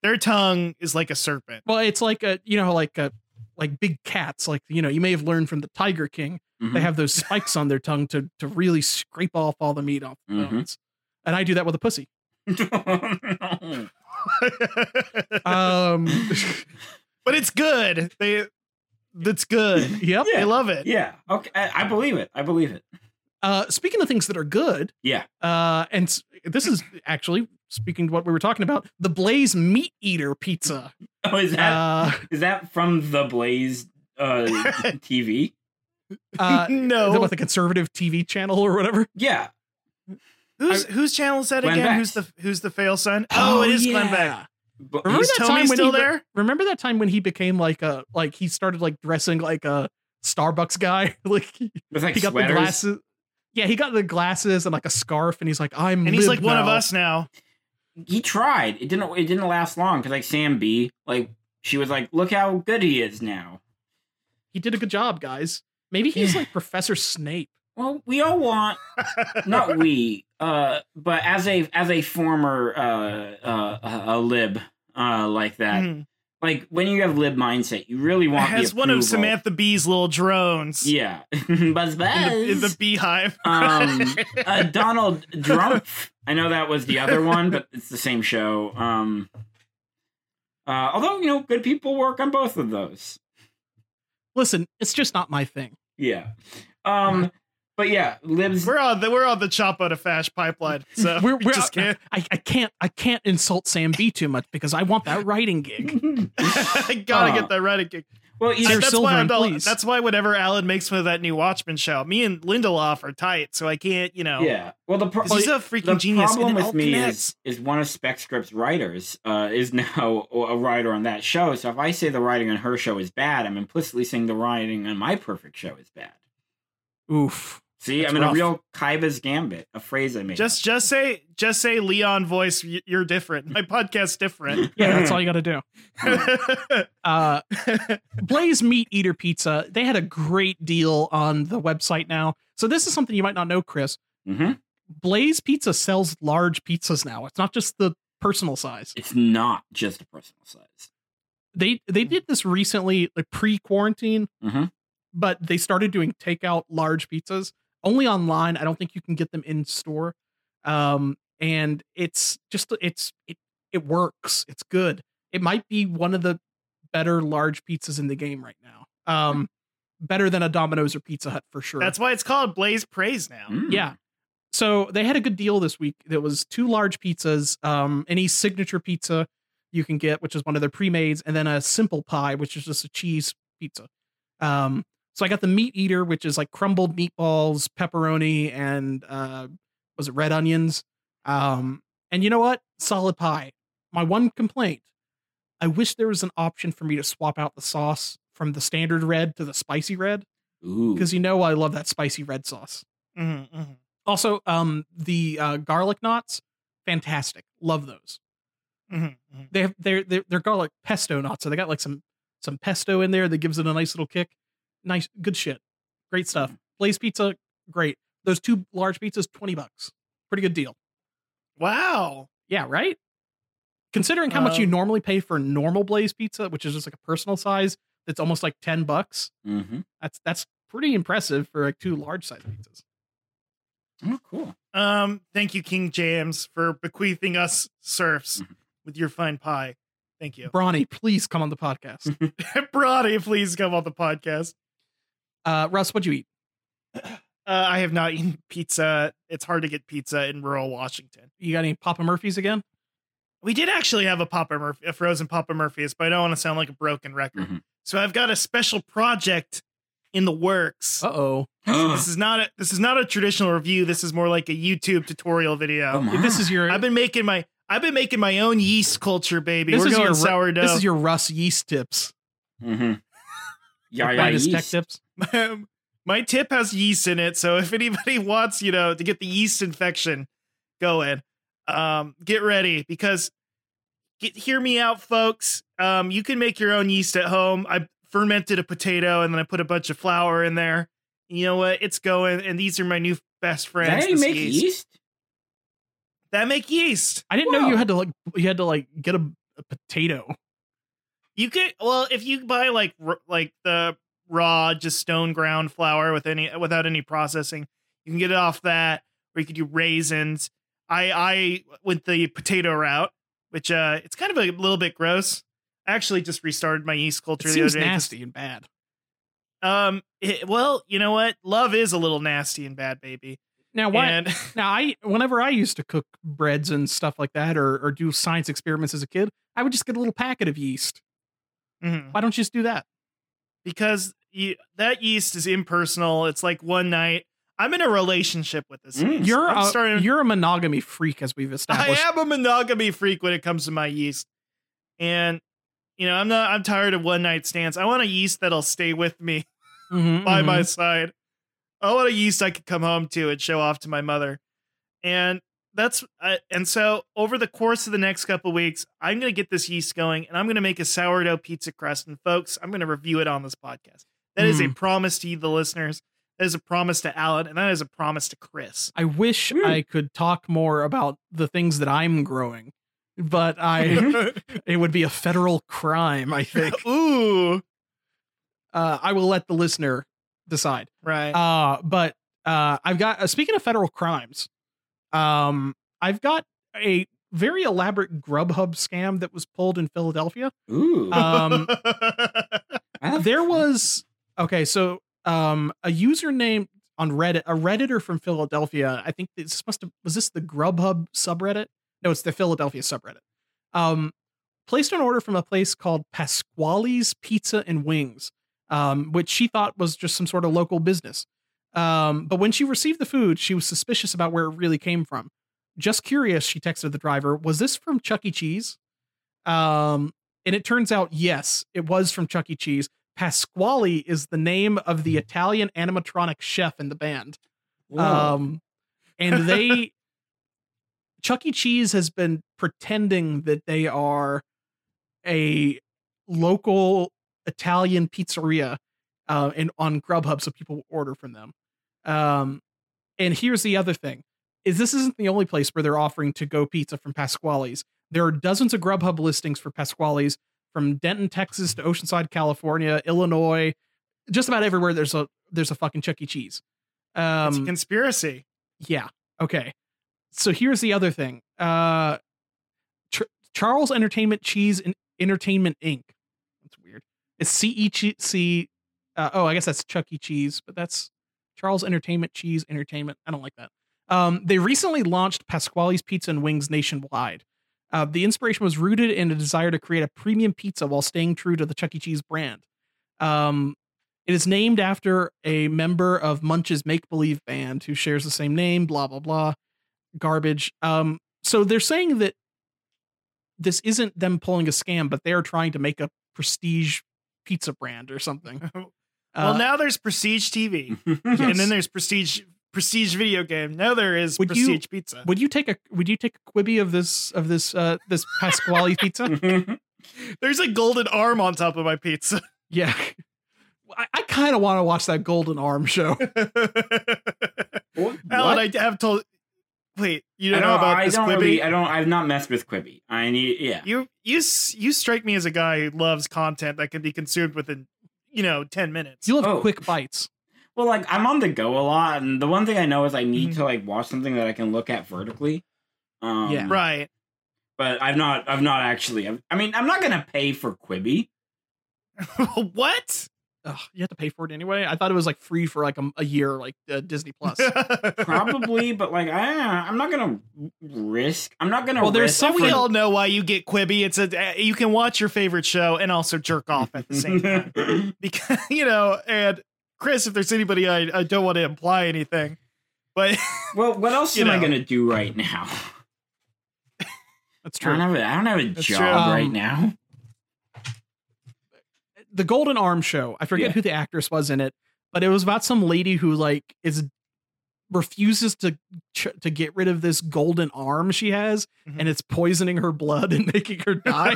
S1: Their tongue is like a serpent.
S2: Well, it's like a you know like a like big cats. Like you know you may have learned from the Tiger King.
S3: Mhm.
S2: They have those spikes on their tongue to to really scrape off all the meat off the
S3: Mhm.
S2: bones. And I do that with a pussy.
S3: No.
S2: Um,
S1: but it's good. They, that's good.
S2: yep.
S1: They
S3: Yeah.
S1: love it.
S3: Yeah. Okay. I, I believe it. I believe it.
S2: Uh, speaking of things that are good,
S3: Yeah.
S2: uh, and s- this is actually speaking to what we were talking about, the Blaze Meat Eater Pizza.
S3: Oh, is that
S2: Uh,
S3: is that from the Blaze uh, TV?
S2: uh,
S1: no.
S2: what the conservative TV channel or whatever?
S3: Yeah.
S1: whose whose channel is that
S3: Glenn
S1: again?
S3: Beck.
S1: Who's the who's the fail son? Oh, it is Glenn Beck.
S3: But-
S2: Remember
S1: Is
S2: that
S1: Tony
S2: time when
S1: still
S2: he re-
S1: there?
S2: Remember that time when he became like a like he started like dressing like a Starbucks guy? like he,
S3: With like
S2: he got the
S3: sweaters.
S2: glasses. Yeah, he got the glasses and like a scarf, and he's like, "I'm."
S1: And he's
S2: lib
S1: like one of
S2: now."
S1: us now.
S3: he tried. It didn't. It didn't last long because like Sam B, like she was like, "Look how good he is now."
S2: He did a good job, guys. Maybe he's
S3: Yeah.
S2: like Professor Snape.
S3: Well, we all want not we, uh, but as a as a former uh, uh, a a lib uh, like that,
S1: Mhm.
S3: like when you have lib mindset, you really want the
S1: Has one of
S3: approval.
S1: Samantha Bee's little drones
S3: Yeah,
S1: in,
S3: buzz buzz.
S1: the, in the beehive.
S3: um, uh, Donald Trump. I know that was the other one, but it's the same show. Um, uh, although you know, good people work on both of those.
S2: Listen, it's just not my thing.
S3: Yeah. Um, but yeah, libs.
S1: we're on the we're on the Choppa to Fash pipeline, so
S2: We're, we're
S1: just
S2: I,
S1: can't.
S2: I can't I can't insult Sam B too much because I want that writing gig.
S1: I gotta
S3: Uh,
S1: get that right again.
S3: well, you
S2: Sarah
S1: that's
S2: Silverman,
S1: why I'm not-
S2: please.
S1: that's why whenever Alan makes fun of that new Watchmen show, me and Lindelof are tight, so I can't, you know.
S3: yeah. Well, the, pro-
S1: 'cause he's a freaking
S3: the
S1: genius. and
S3: problem
S1: it
S3: with
S1: all
S3: me
S1: connects.
S3: is is one of SpecScript's writers uh, is now a writer on that show. So if I say the writing on her show is bad, I'm implicitly saying the writing on my perfect show is bad.
S2: Oof.
S3: See,
S2: That's
S3: I'm in a
S2: rough.
S3: real Kaiba's gambit, a phrase I made.
S1: just just say just say Leon voice. y- You're different. My podcast's different.
S2: Yeah, that's all you got to do. Uh,
S1: That's
S2: Blaze Meat Eater Pizza, they had a great deal on the website now. So this is something you might not know, Chris.
S3: hmm
S2: Blaze Pizza sells large pizzas now. It's not just the personal size.
S3: It's not just a personal size.
S2: They they did this recently, like pre-quarantine,
S3: Mhm.
S2: but they started doing takeout large pizzas only online. I don't think you can get them in store. Um, and it's just it's it it works. It's good. It might be one of the better large pizzas in the game right now. Um, better than a Domino's or Pizza Hut for sure.
S1: why it's called Blaze Praise now.
S3: Mm.
S2: Yeah. So they had a good deal this week. There was two large pizzas, um, any signature pizza you can get, which is one of their pre-mades, and then a simple pie, which is just a cheese pizza. Um, so I got the meat eater, which is like crumbled meatballs, pepperoni, and uh, was it red onions? Um, and you know what? Solid pie. My one complaint: I wish there was an option for me to swap out the sauce from the standard red to the spicy red,
S3: Ooh.
S2: because you know I love that spicy red sauce.
S1: Mhm, mhm.
S2: Also, um, the uh, garlic knots, fantastic. Love those.
S1: Mhm, mhm.
S2: They have they're, they're they're garlic pesto knots, so they got like some some pesto in there that gives it a nice little kick. Nice, good shit. Great stuff. Blaze pizza, great. Those two large pizzas, twenty bucks. Pretty good deal.
S1: Wow.
S2: Yeah, right. Considering how much you
S1: Um,
S2: normally pay for normal Blaze pizza, which is just like a personal size, that's almost like ten bucks.
S3: hmm
S2: That's that's pretty impressive for like two large size pizzas.
S3: Oh, cool.
S1: Um, thank you, King James, for bequeathing us serfs
S2: Mm-hmm.
S1: with your fine pie. Thank you.
S2: Bronny, please come on the podcast.
S1: Brody, please come on the podcast.
S2: Uh, Russ, what'd you eat?
S1: Uh, I have not eaten pizza. It's hard to get pizza in rural Washington.
S2: You got any Papa Murphy's agagan
S1: We did actually have a Papa Murphy, a frozen Papa Murphy's, but I don't want to sound like a broken record.
S2: Mm-hmm.
S3: Mhm.
S1: So I've got a special project in the works.
S2: Uh oh.
S1: This is not a this is not a traditional review. This is more like a YouTube tutorial
S3: Oh,
S1: video.
S3: my.
S2: This is your
S1: I've been making my I've been making my own yeast culture, baby.
S2: This
S1: We're
S2: is
S1: going
S2: your-
S1: sourdough.
S2: this is your Russ yeast tips.
S3: Mhm. Yeah, yeah,
S2: Finest tech
S3: yeast.
S2: tips.
S1: Um, my tip has yeast in it, so if anybody wants, you know, to get the yeast infection going, um, get ready because get, hear me out, folks. Um, you can make your own yeast at home. I fermented a potato and then I put a bunch of flour in there. You know what? It's going, and these are my new best
S3: Is that
S1: friends.
S3: how you
S1: this
S3: make yeast?
S1: That make yeast.
S2: I didn't know
S3: Whoa.
S2: you had to like you had to like get a, a potato.
S1: You could well if you buy like r- like the raw just stone ground flour with any without any processing, you can get it off that, or you could do raisins. I I went the potato route, which uh it's kind of a little bit gross. I actually just restarted my yeast
S2: It
S1: culture the other
S2: seems
S1: day. 'cause-
S2: nasty and bad.
S1: Um, it- well, you know what? Love is a little nasty and bad, baby.
S2: Now Uh, why?
S1: And
S2: now I whenever I used to cook breads and stuff like that, or or do science experiments as a kid, I would just get a little packet of yeast.
S1: Mhm.
S2: Why don't you just do that?
S1: because you, that yeast is impersonal, it's like one night. I'm in a relationship with this.
S3: Mm.
S1: yeast.
S2: You're
S1: I'm
S2: a,
S1: starting-
S2: you're a monogamy freak, as we've
S1: I
S2: established.
S1: am a monogamy freak when it comes to my yeast. And you know, I'm not I'm tired of one night stands. I want a yeast that'll stay with me
S2: Mhm,
S1: by
S2: mhm.
S1: my side. I want a yeast I could come home to and show off to my mother. And that's uh, and so over the course of the next couple weeks, I'm going to get this yeast going and I'm going to make a sourdough pizza crust and folks, I'm going to review it on this podcast. That is a promise to you the listeners. That is a promise to Alan, and that is a promise to Chris.
S2: I wish
S3: Hmm.
S2: I could talk more about the things that I'm growing, but I it would be a federal crime. I think
S1: Ooh,
S2: uh, I will let the listener decide.
S1: right.
S2: Uh, but uh, I've got uh, speaking of federal crimes, um, I've got a very elaborate Grubhub scam that was pulled in Philadelphia.
S3: Ooh.
S2: Um,
S3: I have-
S2: there was okay so um a username on reddit a redditor from philadelphia i think this must have was this the grubhub subreddit no it's the philadelphia subreddit um placed an order from a place called pasquale's pizza and wings um which she thought was just some sort of local business um but when she received the food she was suspicious about where it really came from just curious she texted the driver was this from chuck e cheese um and it turns out yes it was from chuck e cheese Pasquale is the name of the Italian animatronic chef in the band.
S3: Whoa.
S2: Um, and they, Chuck E. Cheese has been pretending that they are a local Italian pizzeria uh, and on Grubhub, so people will order from them. Um, and here's the other thing: is this isn't the only place where they're offering to go pizza from Pasquale's. There are dozens of Grubhub listings for Pasquale's from Denton, Texas to Oceanside, California, Illinois, just about everywhere. There's a there's a fucking Chuck E. Cheese.
S1: it's a
S2: Um,
S1: conspiracy.
S2: yeah. Okay. So here's the other thing. Uh, Ch- Charles Entertainment Cheese and Entertainment Inc. That's weird. It's C E C C. Uh, oh, I guess that's Chuck E. Cheese, but that's Charles Entertainment Cheese Entertainment. I don't like that. Um, they recently launched Pasquale's Pizza and Wings nationwide. Uh, the inspiration was rooted in a desire to create a premium pizza while staying true to the Chuck E. Cheese brand. Um, it is named after a member of Munch's make believe band who shares the same name, blah, blah, blah. Garbage. Um, so they're saying that this isn't them pulling a scam, but they're trying to make a prestige pizza brand or something.
S1: well,
S2: Uh,
S1: now there's Prestige TV, and then there's Prestige Prestige video game. Now there is
S2: Would you-
S1: Prestige Pizza.
S2: would you take a would you take a quibby of this of this uh this Pasquale pizza?
S3: Mm.
S1: There's a golden arm on top of my pizza.
S2: Yeah. I, I kind of want to watch that Golden Arm show.
S3: What?
S1: Alan, I have told. Wait, you
S3: I
S1: don't,
S3: don't,
S1: know about
S3: I
S1: this
S3: don't
S1: Quibi?
S3: really. I don't. I've not messed with Quibi. I need. Yeah.
S1: you you s- you strike me as a guy who loves content that can be consumed within you know ten minutes.
S2: You love
S3: Oh.
S2: quick bites.
S3: Well, like I'm on the go a lot, and the one thing I know is I need
S1: Mm-hmm.
S3: to like watch something that I can look at vertically. Um,
S2: Yeah.
S1: right?
S3: But I've not. I've not actually. I've, I mean, I'm not gonna pay for Quibi.
S1: what?
S2: Ugh, you have to pay for it anyway. I thought it was like free for like a, a year, like uh, Disney Plus.
S3: Probably, but like I, I'm not gonna risk. I'm not gonna.
S2: Well, there's
S3: risk
S1: So we
S3: for-
S1: all know why you get Quibi. It's a uh, you can watch your favorite show and also jerk off at the same time because you know. And Chris, if there's anybody, I, I don't want to imply anything, but
S3: well, what else
S1: You
S3: am I
S1: know.
S3: gonna do right now?
S2: That's
S3: I don't
S2: true.
S3: have a, I don't have a
S1: That's
S3: job
S1: true.
S3: right
S2: Um,
S3: now.
S2: The Golden Arm show. I forget
S3: Yeah.
S2: who the actress was in it, but it was about some lady who like is refuses to ch- to get rid of this golden arm she has,
S1: Mhm.
S2: and it's poisoning her blood and making her die.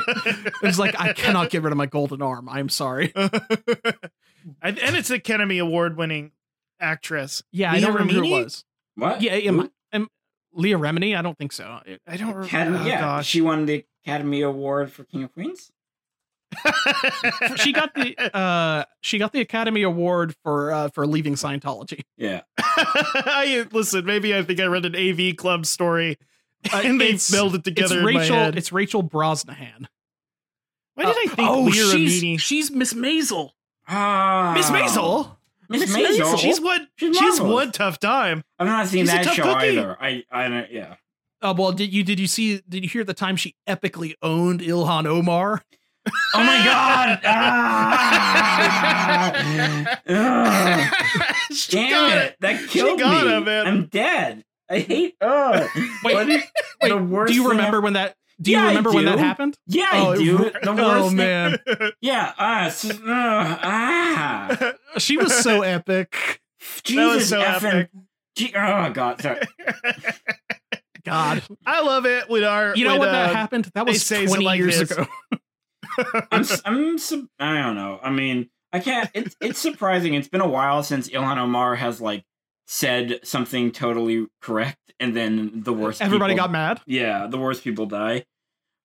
S2: it's like I cannot get rid of my golden arm. I'm sorry.
S1: and and it's an Academy Award winning actress.
S2: Yeah, I
S1: Leah
S2: don't remember who
S1: Remini?
S2: it was.
S3: What?
S2: Yeah, am, am, Leah Remini. I don't think so.
S1: I don't remember.
S3: Academy,
S1: Oh,
S3: yeah,
S1: gosh.
S3: she won the Academy Award for King of Queens.
S2: she got the uh she got the Academy Award for uh for leaving Scientology.
S3: Yeah,
S1: I listen. Maybe I think I read an AV Club story,
S2: Uh,
S1: and they
S2: it's-
S1: melded together
S2: it's
S1: in my
S2: Rachel.
S1: head. Uh,
S2: It's Rachel Brosnahan.
S1: Why did I think
S2: oh,
S1: Leah
S2: she's,
S1: Remini?
S2: she's Miss Maisel.
S3: ah,
S1: Miss Maisel.
S3: Miss Maisel.
S1: She's one.
S3: She's
S1: She's,
S3: marvelous.
S1: one tough time.
S3: I've not seen
S1: she's a
S3: that
S1: tough
S3: show
S1: cookie.
S3: either. I, I don't. Yeah.
S2: Uh, well, did you did you see did you hear the time she epically owned Ilhan Omar?
S3: Oh my god! Ah! Ugh.
S1: she got
S3: Damn it. That killed
S1: got
S3: me.
S1: it, man.
S3: I'm dead. I hate. uh, Ugh.
S2: Wait,
S3: What is
S2: wait,
S3: the worst
S2: do you
S3: thing
S2: remember
S3: ever-
S2: when that? Do you
S3: Yeah, I
S2: remember when that
S3: do.
S2: happened?
S3: Yeah, I
S2: oh,
S3: do.
S2: it-
S3: The worst.
S2: oh
S3: thing-
S2: man,
S3: Yeah. Uh, s- ugh, ah.
S2: she was so epic.
S3: Jesus
S1: so
S3: effing.
S1: epic.
S3: Gee- oh god. Sorry.
S2: God,
S1: I love it when our.
S2: you know
S1: when,
S2: what that
S1: uh,
S2: happened? That
S1: they
S2: was
S1: say something
S2: twenty
S1: like
S2: years
S1: this.
S2: ago.
S3: I'm. s- I'm. s- I don't know. I mean, I can't. It's it's surprising. It's been a while since Ilhan Omar has like said something totally correct, and then the worst.
S2: Everybody
S3: people-
S2: got mad.
S3: Yeah, the worst people die.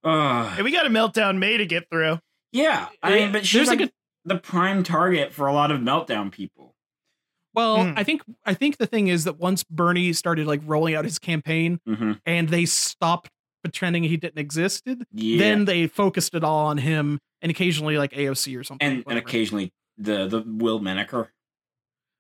S3: Ugh.
S1: Hey, we got a meltdown May to get through.
S3: yeah, I mean, but she's
S2: There's
S3: like
S2: like
S3: the prime target for a lot of meltdown people.
S2: Well,
S3: Hmm.
S1: Mm.
S2: I think I think the thing is that once Bernie started like rolling out his campaign
S3: Mm-hmm.
S2: and they stopped pretending he didn't existed,
S3: Yeah,
S2: then they focused it all on him and occasionally like AOC or something.
S3: and and
S2: whatever.
S3: occasionally the the Will Menaker.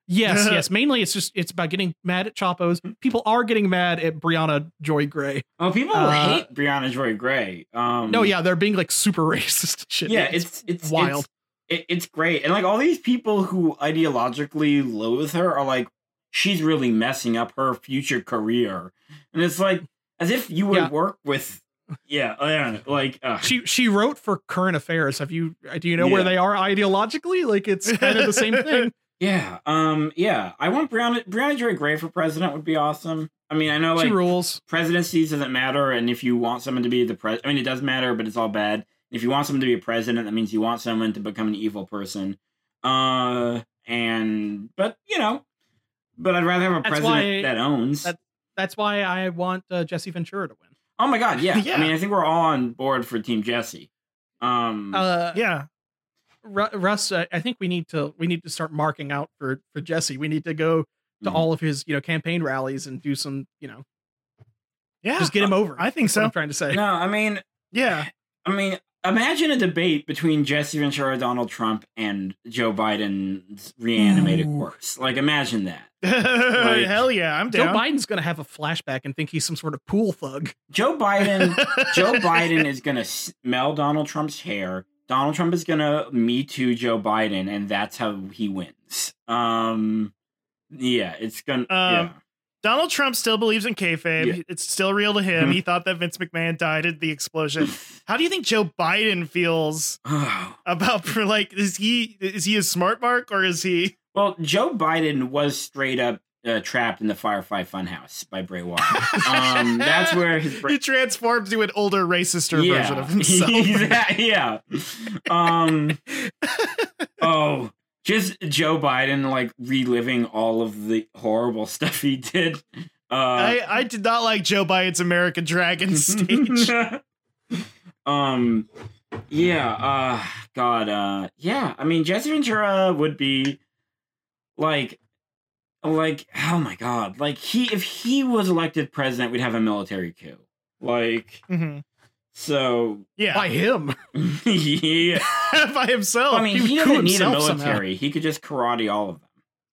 S2: Yes, yes. Mainly it's just it's about getting mad at Chapos. People are getting mad at Brianna Joy Gray.
S3: Oh, people
S2: Uh,
S3: hate Brianna Joy Gray. Um,
S2: No, yeah, they're being like super racist and shit.
S3: yeah, it's it's
S2: wild.
S3: It's, it, it's great, and like all these people who ideologically loathe her are like, she's really messing up her future career, and it's like as if you would
S2: Yeah.
S3: work with, yeah, I don't know, like uh,
S2: she she wrote for current affairs. Have you uh, do you know where
S3: Yeah.
S2: they are ideologically? Like it's kind of the same thing.
S3: yeah, um, yeah. I want Brianna Brianna Joy Gray for president would be awesome. I mean, I know
S2: she
S3: like
S2: rules.
S3: presidencies doesn't matter, and if you want someone to be the pres, I mean, it does matter, but it's all bad. If you want someone to be a president, that means you want someone to become an evil person. Uh, and but you know, but I'd rather have a
S2: That's
S3: president
S2: why-
S3: that owns.
S2: that- That's why I want uh, Jesse Ventura to win.
S3: oh my god, yeah. I
S1: Yeah.
S3: mean, I think we're all on board for Team Jesse. Um,
S2: Uh,
S1: Yeah.
S2: Ru- Russ, I I think we need to we need to start marking out for for Jesse. We need to go to
S3: Mhm.
S2: all of his you know campaign rallies and do some you know
S1: Yeah.
S2: just get him over.
S1: I think
S2: That's what
S1: so.
S2: I'm trying to say.
S3: no, I mean,
S1: Yeah.
S3: I mean, imagine a debate between Jesse Ventura, Donald Trump, and Joe Biden's reanimated
S2: Ooh.
S3: corpse. Like, imagine that.
S1: Hell yeah, I'm
S2: Joe
S1: down.
S2: Biden's gonna have a flashback and think he's some sort of pool thug.
S3: Joe Biden Joe Biden is going to smell Donald Trump's hair. Donald Trump is going to me too Joe Biden, and that's how he wins. Um, yeah, it's gonna. yeah.
S1: Donald Trump still believes in kayfabe.
S3: Yeah.
S1: It's still real to him.
S3: Mhm.
S1: he thought that Vince McMahon died at the explosion. How do you think Joe Biden feels
S3: Oh.
S1: about for like is he is he a smart mark or is he
S3: well, Joe Biden was straight up uh, trapped in the Firefly Funhouse by Bray Wyatt. um, that's where his brain.
S1: he transforms into an older racist version of himself?
S3: Exa- yeah. Um. oh, just Joe Biden like reliving all of the horrible stuff he did. Uh,
S1: I, I did not like Joe Biden's American Dragon stage.
S3: um yeah, uh god, uh yeah, I mean Jesse Ventura would be like like oh my god, like he if he was elected president, we'd have a military coup. Like
S1: Mhm.
S3: so
S1: Yeah,
S2: By him,
S3: yeah.
S1: by himself.
S3: I mean,
S2: he
S3: Oh, he,
S2: would coup
S3: doesn't need a
S2: himself somehow.
S3: military. He could just karate all of them.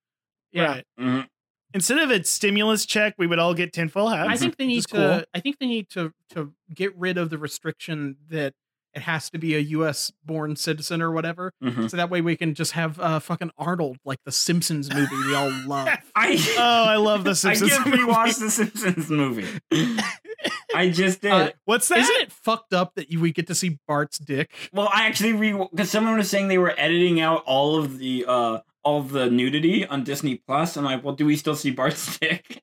S2: yeah.
S1: Right.
S3: Mhm.
S1: Instead of a stimulus check, we would all get tinfoil hats.
S2: I think they
S1: which
S2: need
S1: is
S2: to. I think they need to to get rid of the restriction that it has to be a U.S. born citizen or whatever.
S3: Mhm.
S2: So that way we can just have uh, fucking Arnold like the Simpsons movie we all love.
S3: I
S1: Oh, I love the
S3: I
S1: Simpsons.
S3: can't rewatch the Simpsons movie. I just did.
S2: Uh,
S1: What's that?
S2: Isn't it fucked up that you, we get to see Bart's dick?
S3: Well, I actually re because someone was saying they were editing out all of the uh all of the nudity on Disney Plus. I'm like, well, do we still see Bart's dick?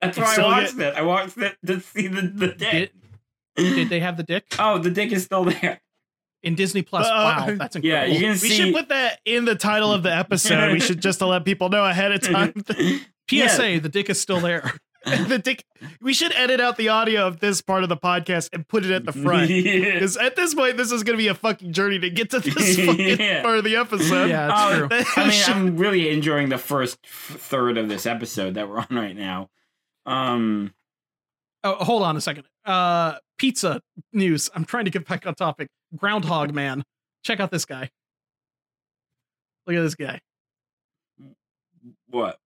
S3: That's
S1: You
S3: why I
S1: still
S3: watched it. I watched it to see the, the dick.
S2: Did they have the dick
S3: oh, the dick is still there.
S2: in Disney Plus?
S1: Uh,
S2: wow, that's
S3: Yeah,
S2: incredible.
S3: you can
S1: we
S3: see.
S1: should put that in the title of the episode. we should just to let people know ahead of time.
S2: PSA: The dick is still there.
S1: the dick. We should edit out the audio of this part of the podcast and put it at the front.
S3: Yeah.
S1: Because at this point, this is going to be a fucking journey to get to this fucking
S3: Yeah.
S1: part of the episode.
S2: Yeah, that's
S3: Oh,
S2: true.
S3: I mean, I'm really enjoying the first f- third of this episode that we're on right now. Um,
S2: Oh, hold on a second. Uh, pizza news. I'm trying to get back on topic. Groundhog Man. Check out this guy. Look at this guy.
S3: what?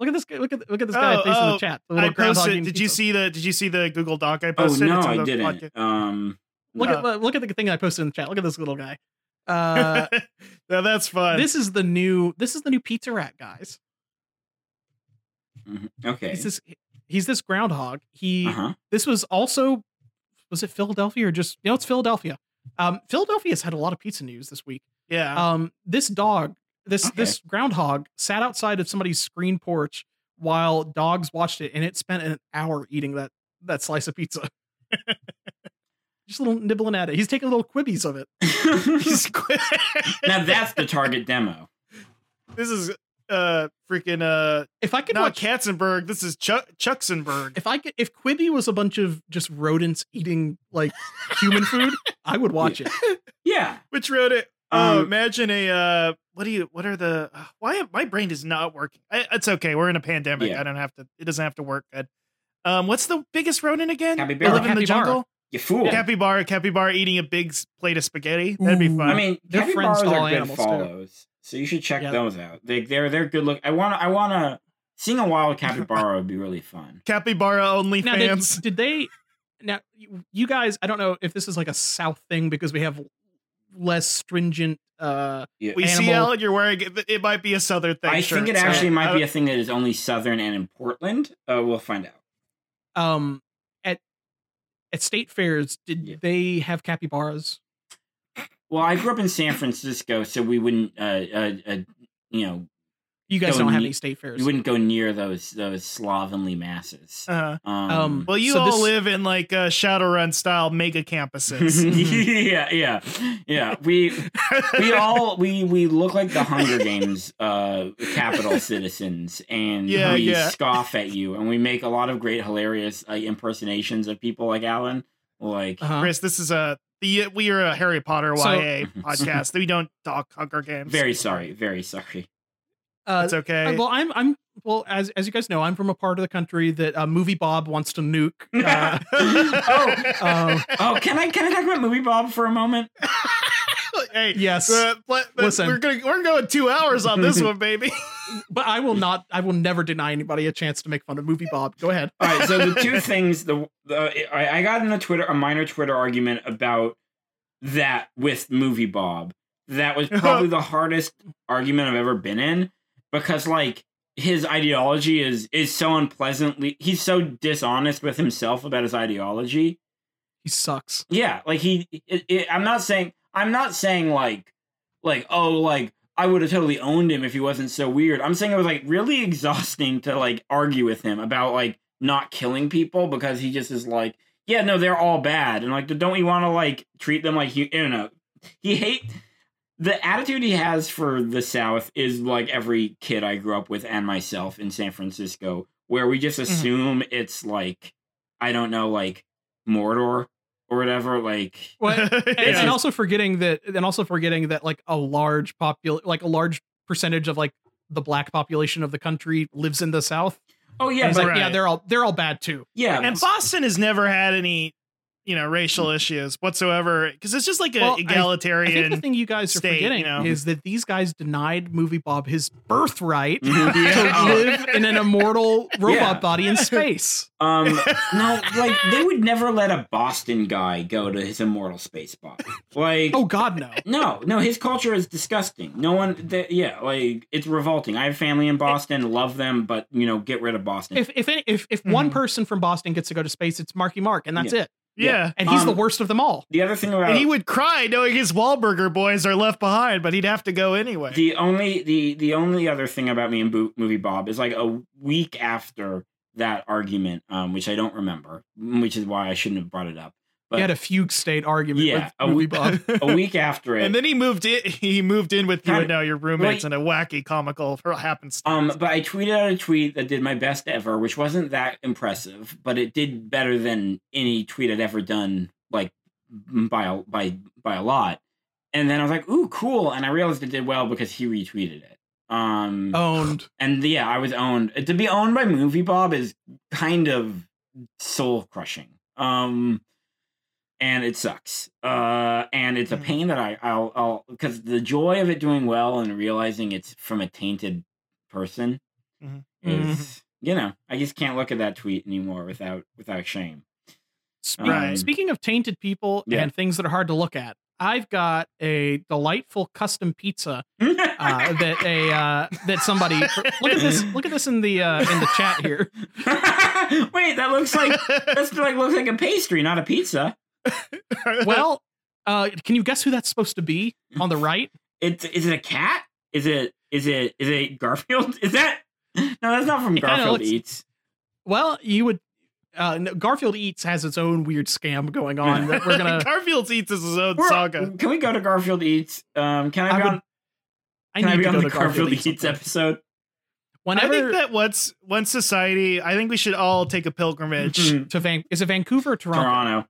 S2: Look at this guy. Look at look at this guy.
S1: Oh,
S2: face in the
S1: oh,
S2: chat.
S1: I
S2: The little groundhog
S1: posted.
S2: eating
S1: Did you
S2: pizza.
S1: see the? Did you see the Google Doc I
S3: Oh
S1: posted?
S3: no,
S1: It's on
S3: I
S1: the
S3: didn't. Um,
S2: Look
S1: Uh,
S2: at look at the thing I posted in the chat. Look at this little guy. Uh,
S1: podcast. no, that's fun.
S2: this is the new this is the new pizza rat, guys.
S3: mhm, okay.
S2: He's this he's this groundhog. He
S3: Uh-huh.
S2: this was also was it Philadelphia or just no? It's Philadelphia. Um, Philadelphia's had a lot of pizza news this week.
S1: yeah.
S2: Um, this dog, this
S3: Okay.
S2: this groundhog, sat outside of somebody's screen porch while dogs watched it, and it spent an hour eating that that slice of pizza. Just a little nibbling at it. He's taking little quibbies of it.
S1: He's quit.
S3: now that's the target demo.
S1: this is uh freaking uh
S2: If I could
S1: not
S2: watch
S1: Katzenberg. This is Chuck Chucksenberg.
S2: if I could if Quibi was a bunch of just rodents eating like human food, I would watch it.
S3: Yeah.
S1: Which wrote it? Oh,
S3: Um,
S1: imagine a uh what do you what are the uh, why am- my brain is not working. I, it's okay. We're in a pandemic.
S3: Yeah.
S1: I don't have to it doesn't have to work good. Um what's the biggest rodent again?
S3: Capybara.
S1: They live in the
S2: Capybara.
S1: jungle.
S3: You fool.
S1: Capybara, capybara eating a big s- plate of spaghetti. That'd be
S2: Ooh.
S1: fun.
S3: I mean,
S2: They're
S3: Happy
S2: friends
S3: Bars
S2: to all
S3: are good
S2: animals, too.
S3: follows, so you should check
S2: Yeah.
S3: those out. They they're they're good look. I want I want to seeing a wild capybara would be really fun.
S1: capybara only
S2: Now did,
S1: fans.
S2: did they now you- you guys I don't know if this is like a South thing because we have less stringent uh
S3: Yeah.
S1: we see
S2: animal-
S1: Alan, you're wearing it. It might be a southern thing.
S3: I think it actually might be a thing that is only southern and in Portland. Uh, we'll find out.
S2: um at at state fairs, did
S3: Yeah.
S2: they have capybaras?
S3: Well, I grew up in San Francisco, so we wouldn't uh, uh, uh you know
S2: You guys
S3: No,
S2: don't have
S3: ne-
S2: any state fairs.
S3: you wouldn't go near those those slovenly masses.
S1: uh
S3: Um,
S2: Um,
S1: Well, you
S2: So
S1: all
S2: this-
S1: live in like uh, Shadowrun style mega campuses.
S3: yeah, yeah, yeah. We Mm-hmm. we all we we look like the Hunger Games uh capital citizens and
S1: Yeah,
S3: we
S1: yeah.
S3: scoff at you and we make a lot of great hilarious like impersonations of people like Alan like
S2: Uh-huh.
S1: Chris, this is a the uh, we are a Harry Potter
S2: So-
S1: YA podcast. We don't talk Hunger Games.
S3: very sorry very sorry
S2: Uh,
S1: it's okay.
S2: Uh, well, I'm I'm well as as you guys know, I'm from a part of the country that uh, movie Bob wants to nuke. Uh, uh,
S3: oh can I can I talk about movie Bob for a moment
S1: hey,
S2: yes,
S1: uh, but- but
S2: Listen.
S1: we're gonna we're going two hours on this one, baby.
S2: but I will not. I will never deny anybody a chance to make fun of movie Bob. Go ahead.
S3: all right so the two things the, the I, I got in a Twitter a minor Twitter argument about that with movie Bob that was probably the hardest argument I've ever been in because like his ideology is is so unpleasantly he's so dishonest with himself about his ideology.
S2: He sucks.
S3: Yeah, like he it, it, I'm not saying I'm not saying like like oh like I would have totally owned him if he wasn't so weird. I'm saying it was like really exhausting to like argue with him about like not killing people because he just is like yeah no they're all bad and like don't we want to like treat them like you you know he hate the attitude he has for the South is like every kid I grew up with and myself in San Francisco, where we just assume it's like I don't know, like Mordor or whatever. Like
S2: Well, and,
S1: Yeah.
S2: and also forgetting that, and also forgetting that like a large popul, like a large percentage of like the black population of the country lives in the South.
S3: oh
S2: And
S3: yeah,
S2: it's
S3: but
S2: like, yeah,
S1: right.
S2: they're all they're all bad too.
S3: yeah,
S1: and Boston has never had any, you know, racial issues whatsoever because it's just like a
S2: Well, I- I think I
S1: egalitarian.
S2: think the thing you guys are
S1: state, you
S2: forgetting
S1: know.
S2: is that these guys denied movie Bob his birthright. to
S3: yeah. oh.
S2: live in an immortal robot
S3: Yeah.
S2: body in space.
S3: Um, no, like they would never let a Boston guy go to his immortal space bot. Like
S2: Oh God, no!
S3: No, no, his culture is disgusting. No one, th- yeah, like it's revolting. I have family in Boston, love them, but you know, get rid of Boston.
S2: If if any, if if one
S1: Mhm.
S3: Mm-hmm.
S2: person from Boston gets to go to space, it's Marky Mark, and that's it.
S1: yeah.
S2: And he's
S3: Um,
S2: the worst of them all.
S3: the other thing about
S1: And he would cry knowing his Wahlburger boys are left behind, but he'd have to go anyway.
S3: the only the the only other thing about me and Bo- movie Bob is like a week after that argument, um, which I don't remember, which is why I shouldn't have brought it up.
S2: He had a fugue state argument
S3: Yeah,
S2: with
S3: a
S2: movie
S3: wee-
S2: Bob.
S3: A week after it,
S1: and then he moved in. He moved in with you
S3: Kind
S1: and now your roommates in
S3: Wait.
S1: a wacky comical happenstance.
S3: Um, but I tweeted out a tweet that did my best ever, which wasn't that impressive, but it did better than any tweet I'd ever done, like by a, by by a lot. And then I was like, "Ooh, cool!" And I realized it did well because he retweeted it. Um,
S2: Owned.
S3: and yeah, I was owned. To be owned by Movie Bob is kind of soul crushing. Um, and it sucks. Uh, and it's a
S1: Mhm.
S3: pain that I I'll I'll because the joy of it doing well and realizing it's from a tainted person
S1: Mhm.
S2: Mm-hmm. Mm.
S3: is you know I just can't look at that tweet anymore without without shame.
S2: Speak,
S1: Right.
S2: Speaking of tainted people
S3: Yeah.
S2: and things that are hard to look at, I've got a delightful custom pizza uh, that a uh, that somebody look at this look at this in the uh, in the chat here.
S3: Wait, that looks
S2: Uh,
S3: like that's like looks like a pastry, not a pizza.
S2: Well, uh, can you guess who that's supposed to be on the right?
S3: It's is it a cat? Is it is it is it Garfield? Is that no? That's not from
S2: It kinda
S3: Garfield
S2: looks-
S3: Eats.
S2: Well, you would uh, no, Garfield Eats has its own weird scam going on that we're gonna.
S1: Garfield eats is his own
S3: We're-
S1: saga.
S3: Can we go to Garfield Eats? Um, can I,
S2: I
S3: be
S2: would-
S3: on,
S2: I
S3: can I
S2: need
S3: be
S2: to
S3: on
S2: go
S3: the
S2: to Garfield Eats sometime.
S3: episode?
S2: Whenever
S1: I think that once once society, I think we should all take a pilgrimage.
S3: Mhm.
S2: to Van, is it Vancouver or Toronto?
S3: Toronto.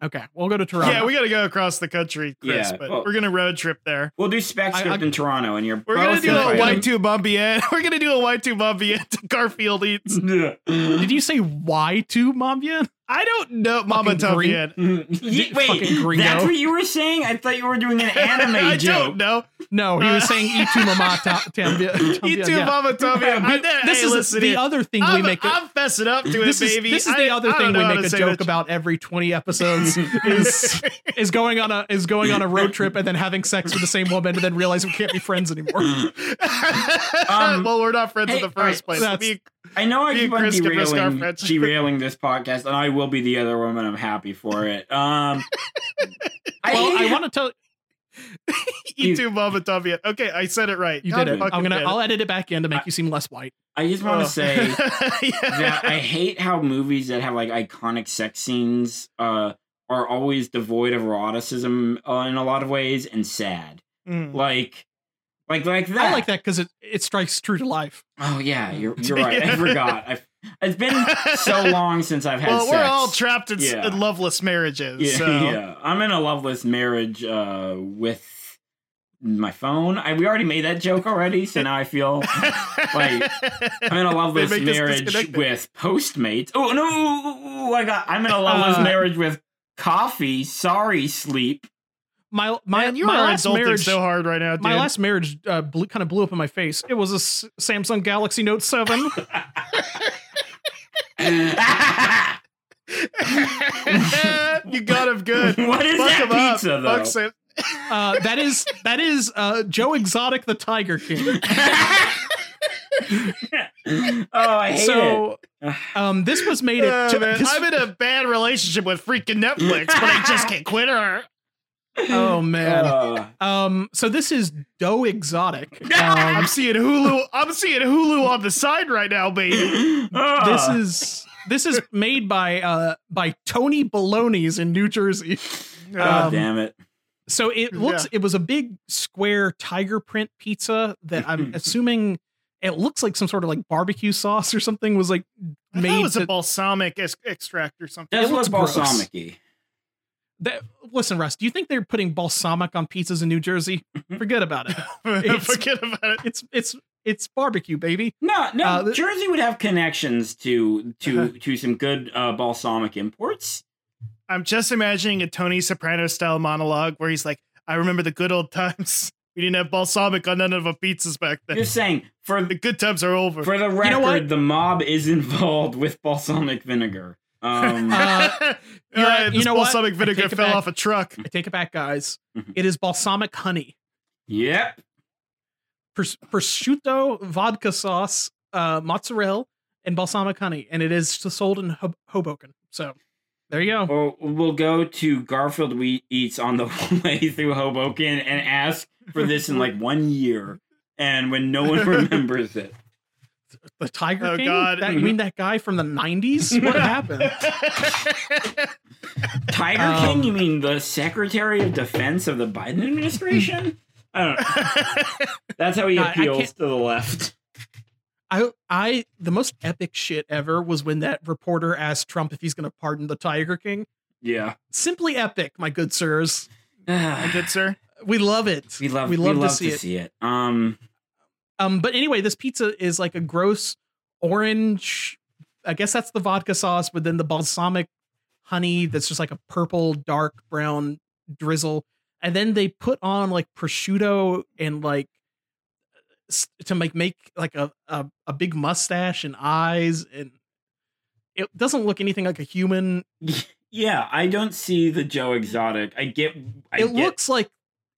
S2: Okay, we'll go to Toronto.
S1: yeah, we got to go across the country, Chris.
S3: Yeah,
S1: but
S3: well-
S1: we're gonna road trip there.
S3: We'll do spec
S2: I-
S3: script
S2: I-
S3: in Toronto, and you're
S1: We're
S3: both
S1: gonna do a
S3: invited.
S1: Y two bumpy end. We're gonna do a Y two bumpy end to Garfield
S2: Mm.
S1: eats.
S2: Did you say why to Mom yet?
S1: I don't know, Mama
S2: Fucking green-
S1: Tuffy.
S3: Ye- Wait,
S2: fucking gringo.
S3: that's what you were saying? I thought you were doing an anime
S1: I
S3: joke.
S1: don't know.
S2: No, he was
S1: Uh,
S2: saying E two Mama ta- Tambia.
S1: You
S2: Tambia,
S1: too,
S2: yeah.
S1: Mama Tuffy. I-
S2: This
S1: E hey,
S2: is
S1: listen
S2: the
S1: here.
S2: other thing
S1: I'm,
S2: we make. A,
S1: I'm fessing up to
S2: this
S1: it,
S2: is
S1: baby.
S2: this is
S1: I-
S2: the other
S1: I don't
S2: thing
S1: know
S2: we
S1: how
S2: make
S1: to
S2: a
S1: say
S2: joke
S1: that.
S2: about every twenty episodes is is going on a is going on a road trip and then having sex with the same woman and then realize we can't be friends anymore.
S3: Um,
S1: well, we're not friends
S3: hey,
S1: in the first
S2: all right,
S1: place. Let me-
S3: I know I
S1: Me
S3: keep
S1: and
S3: on
S1: Chris can risk our
S3: derailing,
S1: friendship.
S3: derailing this podcast, and I will be the other woman. I'm happy for it. Um, I,
S2: Well, I want to tell
S1: you too, Mama Tuffy. Okay, I said it right.
S2: you
S1: God
S2: did it.
S1: fucking
S2: I'm gonna
S1: damn it.
S2: I'll edit it back in to make you seem less white.
S3: I just want
S1: Oh.
S3: to say
S1: Yeah.
S3: that I hate how movies that have like iconic sex scenes uh, are always devoid of eroticism uh, in a lot of ways and sad.
S1: Mm.
S3: Like, like, like that.
S2: I like that because it, it strikes true to life.
S3: Oh yeah, you're you're right. I
S1: Yeah.
S3: forgot. I've, it's been so long since I've had.
S1: Well,
S3: sex.
S1: we're all trapped in, s
S3: Yeah.
S1: in loveless marriages.
S3: Yeah,
S1: so.
S3: yeah. I'm in a loveless marriage uh, with my phone. I, we already made that joke already, so now I feel Like, I'm in a loveless
S1: make us
S3: marriage
S1: disconnected.
S3: with Postmates. Oh no! ooh, ooh, ooh, I got. I'm in a loveless
S2: Uh,
S3: marriage with coffee. Sorry, sleep.
S2: My my
S1: man, you
S2: my
S1: are
S2: last
S1: adulting
S2: marriage
S1: so hard right now, dude.
S2: my last marriage uh, blew, kind of blew up in my face. It was a S- Samsung Galaxy Note 7.
S3: what
S1: you got him good.
S3: is
S1: Fuck
S3: that
S1: him up.
S3: pizza though?
S1: Fuck Sam-
S2: Uh, that is that is uh, Joe Exotic the Tiger King.
S3: oh, I hate
S2: So
S3: it.
S2: um, this was made at
S1: Oh, man,
S2: this-
S1: I'm in a bad relationship with freaking Netflix, but I just can't quit her.
S2: oh man.
S3: Uh,
S2: Um, so this is Doe Exotic.
S1: I'm
S2: Um,
S1: seeing Hulu. I'm seeing Hulu on the side right now, baby.
S2: this
S3: uh,
S2: is this is made by uh, by Tony Baloney's in New Jersey.
S3: oh,
S1: Uh,
S2: um,
S3: damn it.
S2: So it looks it was a big square tiger print pizza that I'm assuming it looks like some sort of like barbecue sauce or something was like
S1: I thought
S2: made
S1: it was
S2: to-
S1: a balsamic es- extract or something.
S3: That
S2: it
S3: looks
S2: looks gross.
S3: balsamic y.
S2: that, listen, Russ, do you think they're putting balsamic on pizzas in New Jersey?
S1: Mm-hmm.
S2: Forget about it. It's-
S1: Forget about it.
S2: It's it's it's barbecue, baby.
S3: No, no.
S2: Uh, Uh-huh. th-
S3: Jersey would have connections to to to some good uh, balsamic imports.
S1: I'm just imagining a Tony Soprano style monologue where he's like, I remember the good old times. We didn't have balsamic on none of our pizzas back then.
S3: Just saying, for
S1: The
S3: the
S1: good times are over.
S3: for the
S2: know what?
S3: record, the mob is involved with balsamic vinegar. Um,
S2: Uh,
S1: All right,
S2: you
S1: this
S2: know what?
S1: balsamic
S2: I
S1: vinegar
S2: take it
S1: fell
S2: back.
S1: off a truck.
S2: I take it back, guys.
S1: Mm-hmm.
S3: Mhm.
S2: It is balsamic honey,
S3: yep.
S2: pros- prosciutto, vodka sauce, uh, mozzarella, and balsamic honey, and it is sold in Hob- Hoboken. So there you
S1: Oh.
S2: go.
S3: Or we'll go to Garfield We Eats on the way through Hoboken and ask for this in like one year, and when no one remembers it.
S2: The Tiger
S1: Oh,
S2: King.
S1: God.
S2: That,
S3: Mhm.
S2: You mean that guy from the '90s? What happened?
S3: Tiger
S2: Um,
S3: King? You mean the Secretary of Defense of the Biden administration? I don't. That's how he
S2: No, I
S3: appeals
S2: can't-
S3: to the left.
S2: I I the most epic shit ever was when that reporter asked Trump if he's going to pardon the Tiger King.
S3: Yeah.
S2: Simply epic, my good sirs.
S1: My good sir.
S2: We love it.
S3: we love
S2: we love, to, see, it.
S3: it. Um
S2: Um, but anyway, this pizza is like a gross orange. I guess that's the vodka sauce, but then the balsamic honey that's just like a purple, dark brown drizzle, and then they put on like prosciutto and like s- to make make like a a, a big mustache and eyes and. It doesn't look anything like a human.
S3: yeah, I don't see the Joe Exotic. I get I
S2: it
S3: get-
S2: looks like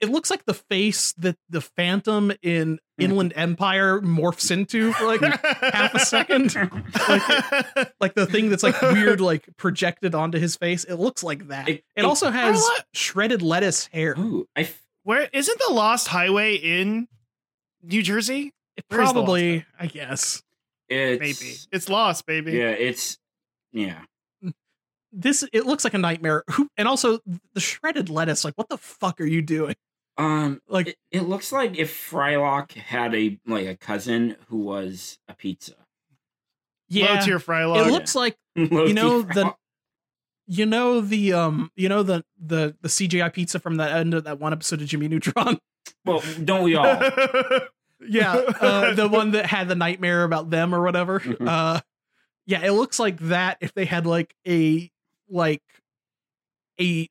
S2: it looks like the face that the Phantom in Inland Empire morphs into for like half a second. like the thing that's like weird, like projected onto his face. It looks like that.
S3: It-
S2: It,
S3: it-
S2: also has
S1: I like-
S2: shredded lettuce hair.
S3: Ooh, I f-
S1: Where isn't the Lost Highway in New Jersey?
S2: It
S1: Where is the
S2: probably, I guess.
S3: it's
S1: Maybe it's lost, baby.
S3: Yeah, it's Yeah.
S2: This it looks like a nightmare. Who and also the shredded lettuce. Like, what the fuck are you doing?
S3: Um,
S2: Like-
S3: it, it looks like if Frylock had a like a cousin who was a pizza.
S1: Low tier fry log.
S2: it looks like
S3: Low-key
S2: know, the-
S3: Frylock.
S2: you know the um you know the the the CGI pizza from that end of that one episode of Jimmy Neutron.
S3: well, don't we all?
S2: yeah, uh, the one that had the nightmare about them or whatever.
S1: Mm-hmm.
S3: Mhm.
S2: Uh, yeah, it looks like that if they had like a like a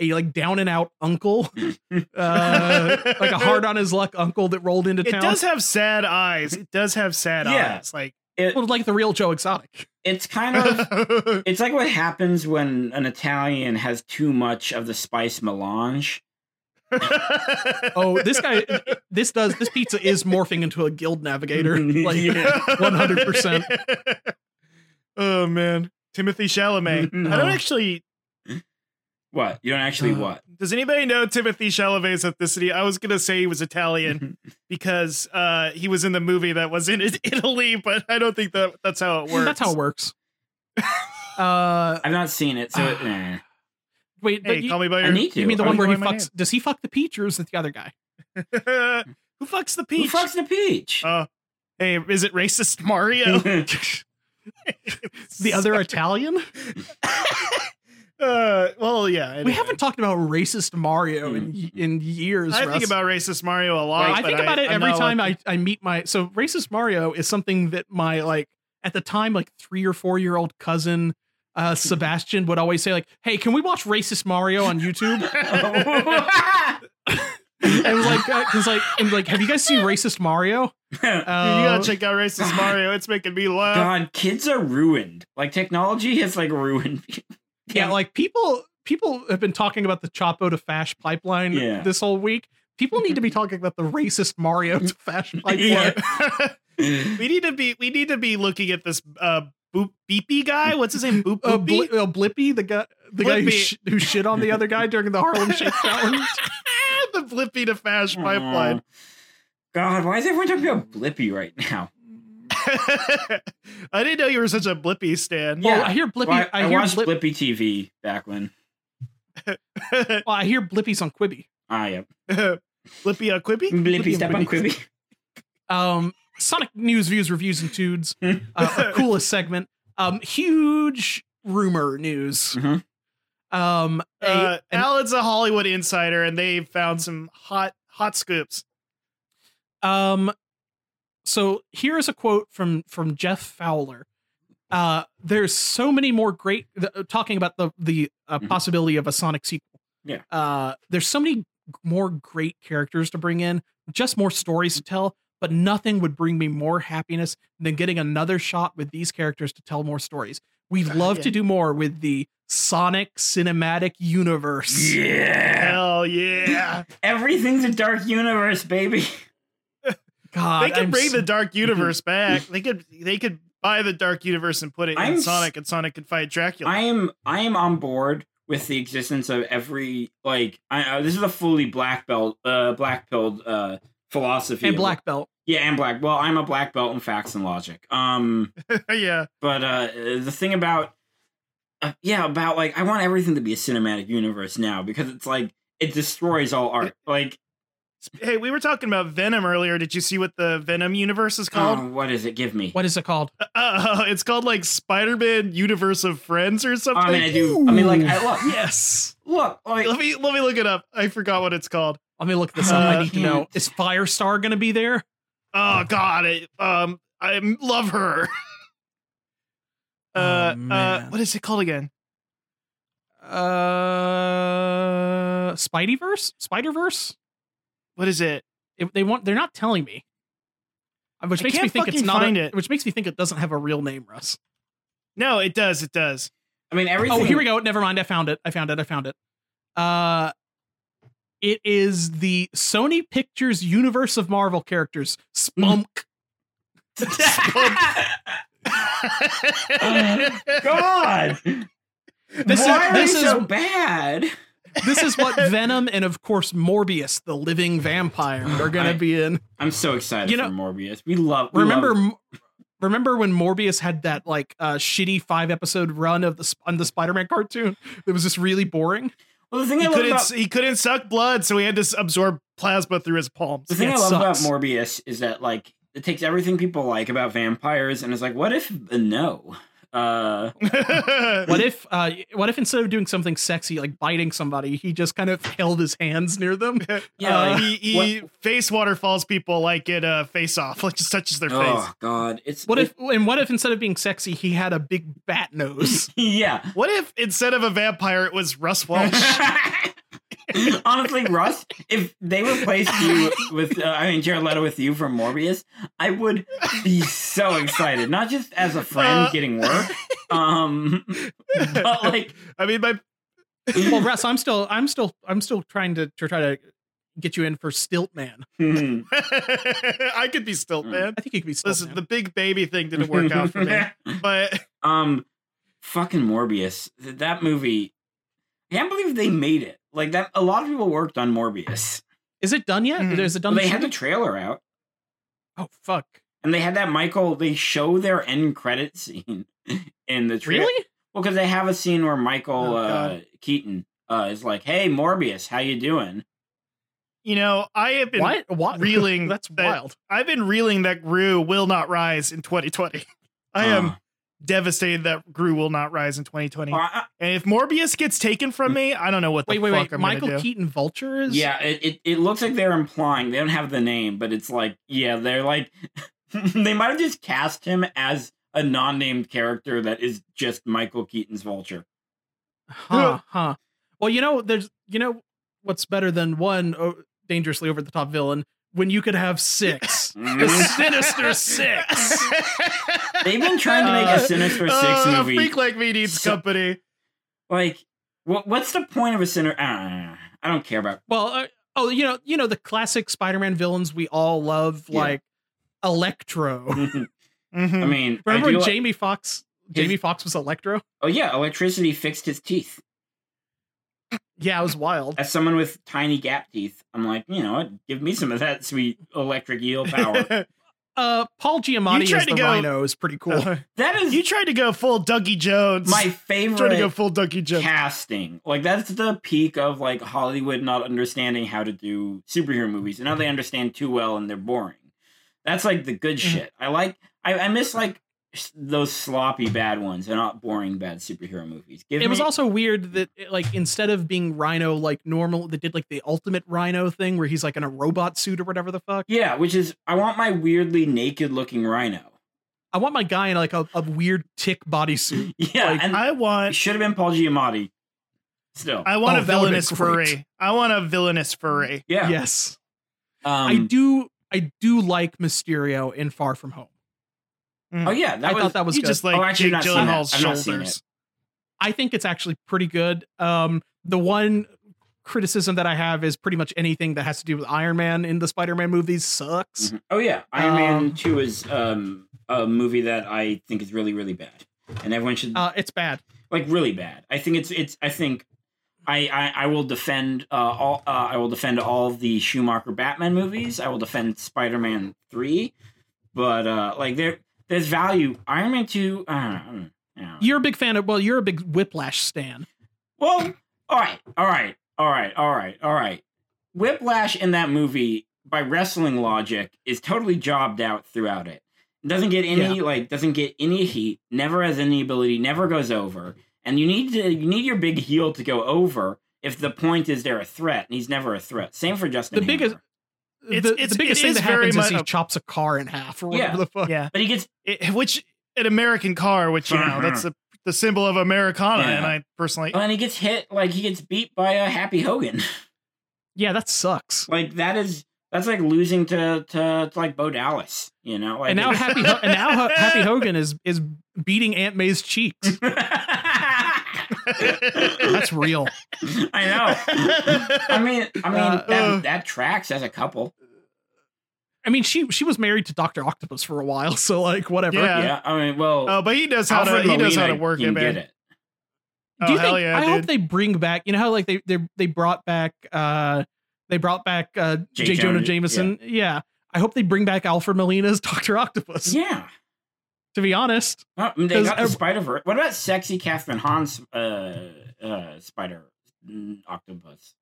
S2: a like down and out uncle, uh, like a hard on his luck uncle that rolled into
S1: it
S2: town.
S1: does have sad eyes. It does have sad
S3: Yeah.
S1: eyes. Like
S3: It,
S2: Well, like the real Joe Exotic.
S3: it's kind of it's like what happens when an Italian has too much of the spice melange.
S2: Oh, this guy, this does this pizza is morphing into a guild navigator.
S1: Mm-hmm.
S2: Like,
S3: Yeah.
S2: 100%.
S1: Oh man, Timothy Chalamet. I
S3: No.
S1: don't actually.
S3: What you don't actually
S2: Uh,
S3: what?
S1: Does anybody know Timothy Chalamet's ethnicity? I was gonna say he was Italian because uh, he was in the movie that was in It- Italy, but I don't think that that's how it works.
S2: That's how it works. uh,
S3: I've not seen it, so it, eh.
S2: wait, but
S1: Hey,
S2: you,
S1: call me by
S3: I
S1: your.
S3: need to.
S2: you mean the
S1: Why
S2: one
S1: you
S2: where he
S1: calling my
S2: fucks? Does he fuck the peach or is it the other guy?
S1: Who fucks the
S3: Who
S1: peach?
S3: fucks the peach?
S1: Oh, hey, is it racist Mario?
S2: The other Italian?
S1: Uh, well, yeah.
S2: We
S1: anyway.
S2: haven't talked about racist Mario in
S3: Mm.
S2: in years.
S1: I think
S2: Russ.
S1: about racist Mario a lot.
S2: I
S1: but
S2: think about it
S1: I'm
S2: every
S1: not
S2: time
S1: like-
S2: I, I meet my so racist Mario is something that my like at the time like three or four year old cousin uh Sebastian would always say like hey can we watch racist Mario on YouTube and it was like because like and like have you guys seen racist Mario
S1: Dude, you
S2: Uh,
S1: gotta check out racist Mario. It's making me laugh.
S3: God, kids are ruined. Like technology has like ruined. people.
S2: yeah like people people have been talking about the Chapo to Fash pipeline
S3: Yeah.
S2: this whole week people need to be talking about the racist Mario to Fash pipeline
S3: Yeah.
S1: we need to be. We need to be looking at this. Uh, Boop Beepy guy. What's his name? Boop
S2: uh,
S1: Boopy.
S2: Bli- uh, Blippy, the guy, the guy who,
S1: Blippy.
S2: sh- who shit on the other guy during the Harlem Shake Challenge.
S1: the Blippy to Fash pipeline.
S3: God, why is everyone talking about Blippy right now?
S1: I didn't know you were such a Blippy stan.
S2: Well,
S3: Yeah.
S2: Oh, I hear Blippy.
S3: Why-
S2: I,
S3: I,
S2: hear
S3: watched
S2: Blip-
S3: Blippy TV back when.
S2: well, I hear Blippies on Quibi.
S3: Ah, yeah.
S1: Blippy on uh, Quippy.
S3: Blippy,
S2: Blippy
S3: step
S2: and
S3: on Quibi.
S2: Um, Sonic news, views, reviews, and tudes. Uh,
S3: Mm-hmm.
S2: our coolest segment. Um, huge rumor news.
S3: Mhm.
S2: Um, a-
S1: Uh,
S2: an-
S1: Alan's a Hollywood insider, and they found some hot hot scoops.
S2: Um, so here is a quote from from Jeff Fowler. Uh, there's so many more great th- talking about the the uh,
S3: Mhm.
S2: possibility of a Sonic sequel.
S3: Yeah.
S2: Uh, there's so many more great characters to bring in, just more stories to tell. But nothing would bring me more happiness than getting another shot with these characters to tell more stories. We'd love
S1: yeah.
S2: to do more with the Sonic cinematic universe.
S3: Yeah.
S1: Hell yeah!
S3: Everything's a dark universe, baby.
S2: God,
S1: they could
S2: I'm
S1: bring
S2: s-
S1: the Dark
S3: Mhm.
S1: Universe back. They could they could buy the Dark Universe and put it
S3: I'm
S1: in
S3: s-
S1: Sonic, and Sonic could fight Dracula.
S3: I am I am on board with the existence of every like I, uh, this is a fully black belt uh black pilled uh philosophy
S2: and
S3: of-
S2: Black Belt.
S3: yeah and black well I'm a black belt in facts and logic um
S1: yeah,
S3: but uh the thing about uh, yeah about like I want everything to be a cinematic universe now because it's like it destroys all art like
S1: hey, we were talking about Venom earlier. Did you see what the Venom universe is
S3: oh,
S1: called?
S3: what is it give me
S2: What is it called?
S1: Uh, it's called like Spider Man Universe of Friends or
S3: Oh,
S1: something.
S3: I mean I do I mean like I look
S2: Yes.
S3: look like
S1: let me let me look it up. I forgot what it's called.
S2: Let me look this up. I
S1: Uh,
S2: need to know. Is Firestar going to be there?
S1: Oh God, I, um, I m- love her.
S2: Oh,
S1: uh, uh,
S2: man.
S1: what is it called again?
S2: Uh, Spideyverse, Spiderverse.
S1: What is it?
S2: If they want, they're not telling me. Uh, Which
S1: I
S2: makes me
S1: can't
S2: think it's
S1: fucking
S2: not. a-
S1: find it.
S2: Which makes me think it doesn't have a real name, Russ.
S1: No, it does. It does.
S3: I mean everything
S2: Oh, here we go. Never mind. I found it. I found it. I found it. Uh, it is the Sony Pictures universe of Marvel characters. Spunk.
S3: God.
S2: This is-
S3: Why are
S2: this
S3: they
S2: is-
S3: so bad?
S2: this is what Venom and, of course, Morbius, the living vampire, are going
S3: I-
S2: to be in.
S3: I'm so excited
S2: You know-
S3: for Morbius. We love. We
S2: remember
S3: love-
S2: M- remember when Morbius had that like uh, shitty five episode run of the Sp- on the Spider Man cartoon that was just really boring?
S3: Well, the thing
S1: He
S3: I love
S1: couldn't
S3: about
S1: he couldn't suck blood, so he had to s- absorb plasma through his palms.
S3: The thing
S2: Yeah,
S3: I
S2: it
S3: love
S2: sucks.
S3: about Morbius is that like it takes everything people like about vampires and it's like, what if uh, no? Uh
S2: What if uh, what if instead of doing something sexy like biting somebody, he just kind of held his hands near them?
S3: yeah,
S1: Uh,
S3: like,
S1: he, he face waterfalls people like it uh face off like just touches their face
S3: oh god, it's
S2: What
S3: it-
S2: if and what if instead of being sexy, he had a big bat nose?
S3: yeah.
S1: what if instead of a vampire it was russ welsh
S3: Honestly, Russ, if they replaced you with, uh, I mean, Jared Leto with you from Morbius, I would be so excited. Not just as a friend
S1: Uh.
S3: getting work, um, but like,
S1: i mean my
S2: well, Russ, I'm still I'm still I'm still trying to, to try to get you in for Stilt Man.
S3: hmm.
S1: i could be stilt man
S2: I think you could be Stilt
S1: listen
S2: Man.
S1: the big baby thing didn't work out for me but
S3: Um, fucking Morbius. Th- That movie. I can't believe they made it. Like that. A lot of people worked on Morbius.
S2: Is it done yet?
S1: Mhm.
S2: Is it done?
S3: Well, Hmm. they
S2: this
S3: had the
S2: year?
S3: trailer out,
S2: oh fuck!
S3: and they had that Michael. They show their end credit scene in the trailer.
S2: Really?
S3: Well, because they have a scene where Michael
S1: Oh,
S3: uh,
S1: God.
S3: Keaton uh, is like, "Hey, Morbius, how you doing?"
S1: you know i have been
S2: What? What?
S1: reeling
S2: That's
S1: that-
S2: wild.
S1: i've been reeling that grew will not rise in 2020 i am
S3: Uh,
S1: devastated that grew will not rise in 2020
S3: well, Uh, I-
S1: and if morbius gets taken from me i don't know what the
S2: Wait, wait,
S1: fuck
S2: wait!
S1: i'm
S2: Michael
S1: gonna do
S2: Keaton Vulture is
S3: yeah, it, it it looks like they're implying they don't have the name, but it's like, yeah, they're like, they might have just cast him as a non-named character that is just Michael Keaton's Vulture.
S2: Huh, huh. Well, you know, there's you know what's better than one oh, dangerously over the top villain when you could have six. The Sinister Six.
S3: Mm-hmm. They've been trying to make
S2: Uh,
S3: a Sinister Six
S1: Uh,
S3: movie.
S1: A freak like me needs
S3: So-
S1: company.
S3: Like, what what's the point of a Sinister? I don't care about.
S2: Well, uh, oh, you know, you know the classic Spider-Man villains we all love,
S3: Yeah.
S2: like Electro.
S3: I
S1: Mhm.
S3: mean, I
S2: Remember
S3: do
S2: when
S3: li-
S2: Jamie Fox?
S3: His-
S2: Jamie Fox was Electro.
S3: oh yeah, electricity fixed his teeth.
S2: Yeah, it was wild.
S3: As someone with tiny gap teeth, I'm like, you know what? Give me some of that sweet electric eel power.
S2: Uh, Paul
S1: You
S2: Giamatti
S1: tried
S2: as
S1: to
S2: the
S1: go-
S2: Rhino is pretty cool.
S1: Uh,
S3: that is
S1: you tried to go full Dougie Jones.
S3: my
S1: trying to go
S3: favorite
S1: full Dougie Jones.
S3: casting. Like that's the peak of like Hollywood not understanding how to do superhero movies, and now
S2: Mm-hmm.
S3: they understand too well and they're boring. That's like the good
S2: Mhm.
S3: shit. I like. I, I miss like s- those sloppy bad ones and not boring bad superhero movies. Give
S2: it was
S3: me-
S2: also weird that it, like instead of being Rhino like normal, they did like the ultimate Rhino thing where he's like in a robot suit or whatever the fuck.
S3: yeah, which is I want my weirdly naked looking rhino.
S2: I want my guy in like a, a weird tick bodysuit.
S3: Yeah,
S2: Like,
S3: and
S1: I
S3: it
S1: want.
S3: should have been Paul Giamatti. Still,
S1: I want
S2: Oh,
S1: a
S2: that would've been
S1: villainous
S2: great.
S1: furry. I want a villainous furry.
S3: yeah,
S2: Yes, I
S3: Um,
S2: do. I do like Mysterio in Far From Home.
S1: Mm.
S3: oh yeah, that
S2: I
S3: was
S2: thought that was
S1: you
S2: good.
S1: just like
S3: Oh, actually,
S1: Jake
S3: I've not seen that.
S1: Gyllenhaal's
S3: I've not seen
S1: shoulders.
S2: I think it's actually pretty good. Um, the one criticism that I have is pretty much anything that has to do with Iron Man in the Spider-Man movies sucks.
S3: Mhm. Oh yeah, Iron Man
S2: Um,
S3: Two is um, a movie that I think is really really bad, and everyone should
S2: Uh, it's bad.
S3: like really bad. I think it's it's. I think I I, I will defend uh, all. Uh, I will defend all the Schumacher Batman movies. I will defend Spider Man Three, but uh, like there there's value. Iron Man Two. Uh, I don't know.
S2: You're a big fan of. Well, you're a big Whiplash stan.
S3: Well, all right, all right, all right, all right, all right. Whiplash in that movie, by wrestling logic, is totally jobbed out throughout it. Doesn't get any like, doesn't get any heat. Never has any ability. Never goes over. And you need to, you need your big heel to go over. If the point is they're a threat, and he's never a threat. Same for Justin.
S2: The biggest-
S3: Hammer.
S1: It's-
S2: the,
S1: it's-
S2: the biggest
S1: it
S2: thing
S1: is
S2: that
S1: very
S2: happens is
S1: much
S2: he
S1: a-
S2: chops a car in half or whatever
S3: Yeah.
S2: the fuck.
S1: Yeah,
S3: but he gets
S1: It- which an American car, which you know, that's the the symbol of Americana,
S3: Mm-hmm. Yeah.
S1: and I personally.
S3: and he gets hit like he gets beat by a Happy Hogan.
S2: Yeah, that sucks.
S3: like that is that's like losing to to, to like Bo Dallas. You know, like
S2: and now Happy Ho- and now Ho- Happy Hogan is is beating Aunt May's cheeks.
S3: I
S2: That's real.
S3: Oh. know. I mean, I
S2: Uh,
S3: mean
S1: ugh.
S3: that, that tracks as a couple.
S2: I mean, she she was married to Doctor Octopus for a while, so like whatever.
S1: Yeah.
S3: Yeah. I mean, well,
S1: Oh, but he knows how
S3: Alfred
S1: to. He knows how to
S3: Molina
S1: work it,
S3: can
S1: man.
S3: get it.
S1: Oh
S2: Do you
S1: hell
S2: think?
S1: yeah,
S2: I
S1: dude.
S2: hope they bring back. You know how like they they they brought back uh they brought back uh
S3: J.
S2: J. Jonah
S3: Jonah,
S2: Jameson. Yeah. I hope they bring back Alfred Molina's Doctor Octopus.
S3: Yeah.
S2: to be honest.
S3: Oh, they
S2: Does
S3: got the
S2: ev-
S3: Spider Verse. What about sexy Catherine Hahn's uh, uh, Spider mm, Octopus?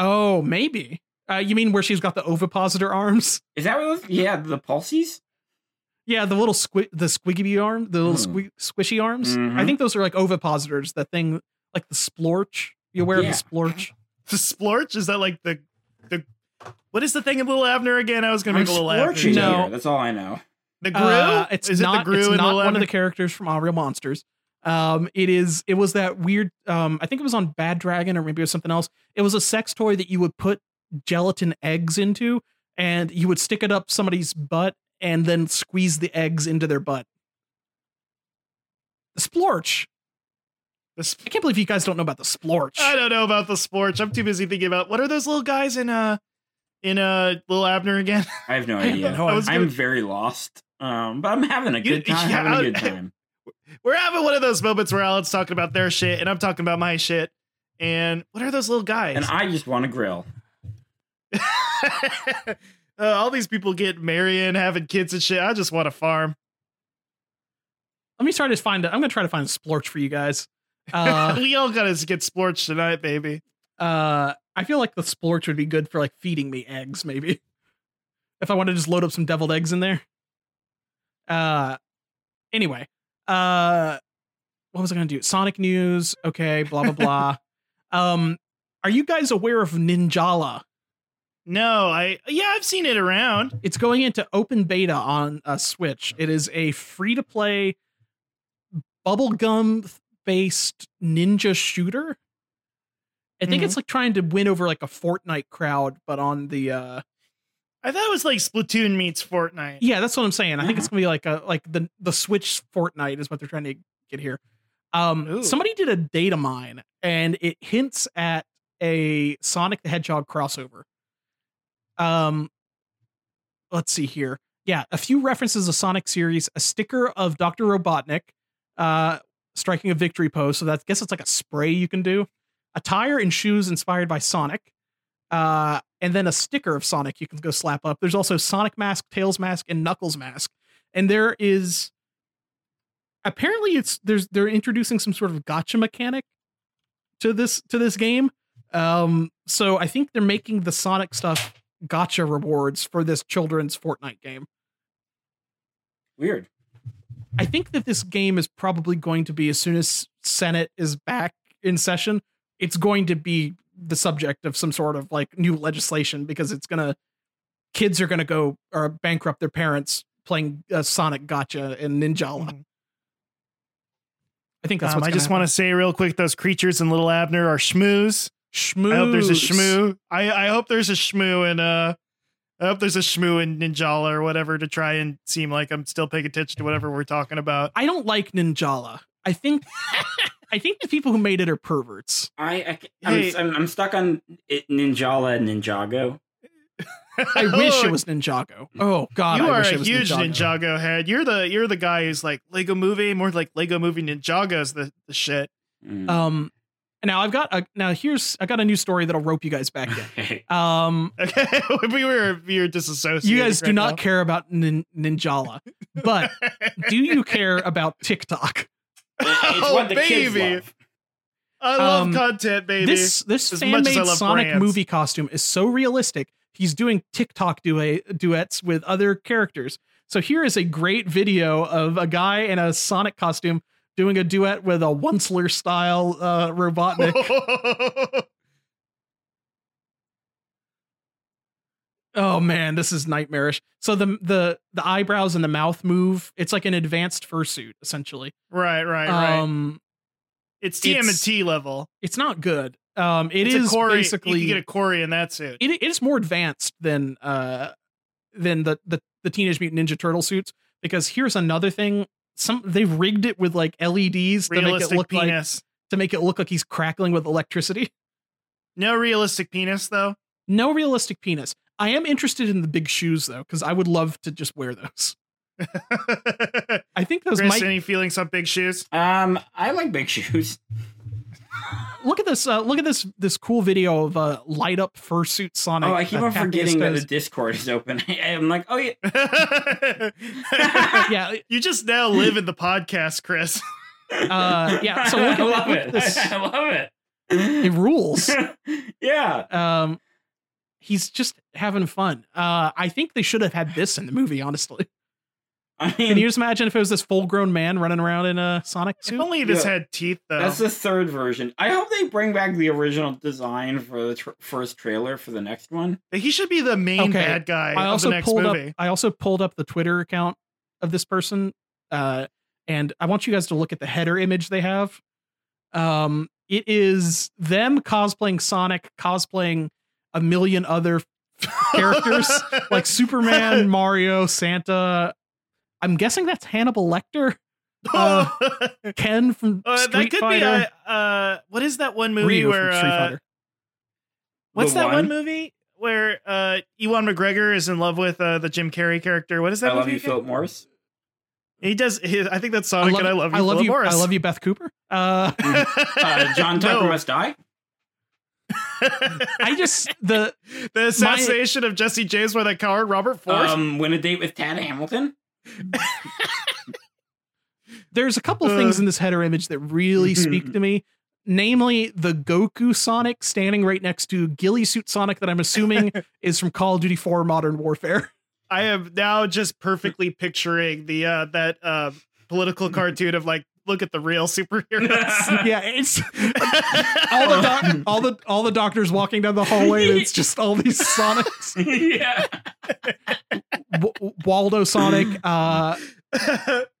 S2: Oh, maybe. Uh, you mean where she's got the ovipositor arms?
S3: Is that what? Those, yeah, the pulses.
S2: Yeah, the little squi- the squiggy arm, the little squi-
S3: Mhm.
S2: squishy arms. I
S3: Mhm.
S2: think those are like ovipositors. That thing, like the splorch. You aware
S3: Yeah.
S2: of the splorch?
S1: The splorch is that like the the what is the thing in Little Abner again? I was gonna
S3: I'm
S1: make a little Abner.
S3: splorching
S2: No.
S1: joke.
S3: here. That's all I know.
S1: the Gru.
S2: Uh, it's
S1: is
S2: not.
S1: it the Gru
S2: it's
S1: in
S2: not
S1: Little
S2: one of
S1: Abner?
S2: the characters from All Real Monsters. Um, it is. It was that weird. Um, I think it was on Bad Dragon, or maybe it was something else. It was a sex toy that you would put gelatin eggs into, and you would stick it up somebody's butt, and then squeeze the eggs into their butt. The splorch.
S1: The sp-
S2: I can't believe you guys don't know about the splorch.
S1: I don't know about the splorch. I'm too busy thinking about what are those little guys in uh in uh Little Abner again?
S3: I have no
S2: I have
S3: idea.
S2: no
S1: I was
S3: I'm
S1: gonna-
S3: very lost. Um, but I'm having a
S1: You-
S3: good time.
S1: yeah, uh,
S3: having a good
S1: I-
S3: time.
S1: We're having one of those moments where Alan's talking about their shit and I'm talking about my shit. And what are those little guys?
S3: And I just want to grill.
S1: uh, all these people get marrying, having kids and shit. I just want to farm.
S2: Let me try to find. A, I'm gonna try to find a splorch for you guys. Uh,
S1: we all gotta get splorched tonight, baby.
S2: uh, I feel like the splorch would be good for like feeding me eggs, maybe. If I want to just load up some deviled eggs in there. Uh, anyway, uh, what was I gonna do? Sonic news. Okay, blah blah blah. um, are you guys aware of Ninjala?
S1: No, I yeah, I've seen it around.
S2: It's going into open beta on uh, Switch. It is a free to play bubblegum based ninja shooter. I think it's like trying to win over like a Fortnite crowd, but on the uh
S1: I thought it was like Splatoon meets Fortnite.
S2: yeah, that's what I'm saying. I think it's gonna be like a like the the Switch Fortnite is what they're trying to get here. Um,
S1: Ooh.
S2: somebody did a data mine, and it hints at a Sonic the Hedgehog crossover. Um, let's see here. Yeah, a few references of Sonic series, a sticker of Doctor Robotnik, uh, striking a victory pose. So that I guess it's like a spray you can do. Attire and shoes inspired by Sonic. Uh, and then a sticker of Sonic you can go slap up. There's also Sonic mask, Tails mask, and Knuckles mask. And there is apparently it's there's they're introducing some sort of gotcha mechanic to this to this game. Um, so I think they're making the Sonic stuff gotcha rewards for this children's Fortnite game.
S3: Weird.
S2: I think that this game is probably going to be as soon as Senate is back in session, it's going to be the subject of some sort of like new legislation because it's gonna kids are gonna go or bankrupt their parents playing uh, Sonic Gotcha and Ninjala.
S1: Mhm.
S2: I think Um, that's
S1: Um,
S2: what's
S1: I just
S2: want
S1: want to say real quick, those creatures in Little Abner are schmooze.
S2: schmoo.
S1: I hope there's a shmoo. I, I hope there's a shmoo in uh, I hope there's a shmoo in Ninjala or whatever to try and seem like I'm still paying attention to whatever we're talking about.
S2: I don't like Ninjala. I think I think the people who made it are perverts.
S3: I, I am
S1: Hey.
S3: I'm, I'm stuck on it, Ninjala and Ninjago.
S2: I wish it was Ninjago. Oh God,
S1: you
S2: I
S1: are
S2: wish
S1: a
S2: it was
S1: huge
S2: Ninjago.
S1: Ninjago. head. You're the you're the guy who's like Lego Movie, more like Lego Movie Ninjago's the, the shit.
S3: Mm.
S2: Um, now I've got a now here's I got a new story that'll rope you guys back in.
S3: Okay.
S2: Um,
S1: Okay, we were we were disassociated.
S2: you guys do not care about nin- Ninjala, but do you care about TikTok?
S3: It- it's
S1: Oh,
S3: what the kids
S1: baby.
S3: love.
S1: I love
S2: Um,
S1: content, baby.
S2: This this
S1: As
S2: fan
S1: much as I
S2: made
S1: love
S2: Sonic
S1: brands.
S2: movie costume is so realistic. He's doing TikTok duet duets with other characters. So here is a great video of a guy in a Sonic costume doing a duet with a Onceler style uh, Robotnik. Oh man, this is nightmarish. So the the the eyebrows and the mouth move. It's like an advanced fursuit essentially.
S1: right, right, right.
S2: Um
S1: it's
S2: it's-
S1: TMNT level.
S2: it's not good. Um it
S1: it's
S2: is
S1: a Corey,
S2: basically
S1: you can get a Corey in that suit.
S2: it, it is more advanced than uh than the, the the Teenage Mutant Ninja Turtle suits because here's another thing some they've rigged it with like LEDs to make it
S1: realistic
S2: look like
S1: penis.
S2: to make it look like he's crackling with electricity.
S1: no realistic penis though.
S2: No realistic penis. I am interested in the big shoes though cuz I would love to just wear those. I think those
S1: Chris,
S2: might
S1: any feelings on big shoes?
S3: Um, I like big shoes.
S2: look at this. Uh, look at this. This cool video of uh, light up fursuit Sonic.
S3: Oh, I keep
S2: that
S3: on
S2: Captain
S3: forgetting that the
S2: Estes-
S3: Discord is open. I'm like, oh yeah,
S2: yeah,
S1: you just now live in the podcast, Chris.
S2: Uh, yeah, so look
S3: I
S2: at-
S3: love
S2: look at
S3: it.
S2: this.
S3: I love it.
S2: it rules.
S3: yeah.
S2: um, he's just having fun. Uh, I think they should have had this in the movie. Honestly,
S3: I
S2: can you
S3: mean,
S2: just imagine if it was this full grown man running around in a Sonic
S1: If
S2: suit?
S1: only it just
S3: Yeah.
S1: had teeth, though.
S3: that's the third version. I hope they bring back the original design for the tr- first trailer for the next one.
S1: he should be the main
S2: Okay,
S1: bad guy
S2: I
S1: of the
S2: also
S1: next
S2: pulled
S1: movie.
S2: up. I also pulled up the Twitter account of this person, uh, and I want you guys to look at the header image they have. Um, it is them cosplaying Sonic, cosplaying a million other characters like Superman, Mario, Santa. I'm guessing that's Hannibal Lecter, uh, Ken from
S1: Uh,
S2: Street
S1: that could
S2: Fighter,
S1: be a, uh, what is that one movie
S2: Ryu
S1: where
S2: from Street
S1: uh,
S2: Fighter.
S1: what's
S3: The
S1: that one? movie where uh, Ewan McGregor is in love with uh, the Jim Carrey character? What is that
S3: I
S1: movie?
S3: love you,
S1: again?
S3: Philip Morris.
S1: He does. His, I think that's Sonic, and I love you.
S2: I love
S1: Philip
S2: you.
S1: Morris.
S2: I love you, Beth Cooper. Uh,
S3: Uh, John Tucker
S1: No.
S3: must die.
S2: I just the
S1: the assassination of Jesse James by the coward Robert Ford.
S3: Um, win a date with Tad Hamilton.
S2: there's a couple
S1: Uh.
S2: things in this header image that really speak to me. Namely, the Goku Sonic standing right next to Ghillie Suit Sonic, that I'm assuming is from Call of Duty 4 Modern Warfare.
S1: I am now just perfectly picturing the uh, that uh, political cartoon of like, look at the real superheroes.
S2: yeah, it's all the doc- all the all the doctors walking down the hallway. And it's just all these Sonics,
S3: yeah.
S2: w- Waldo Sonic, uh,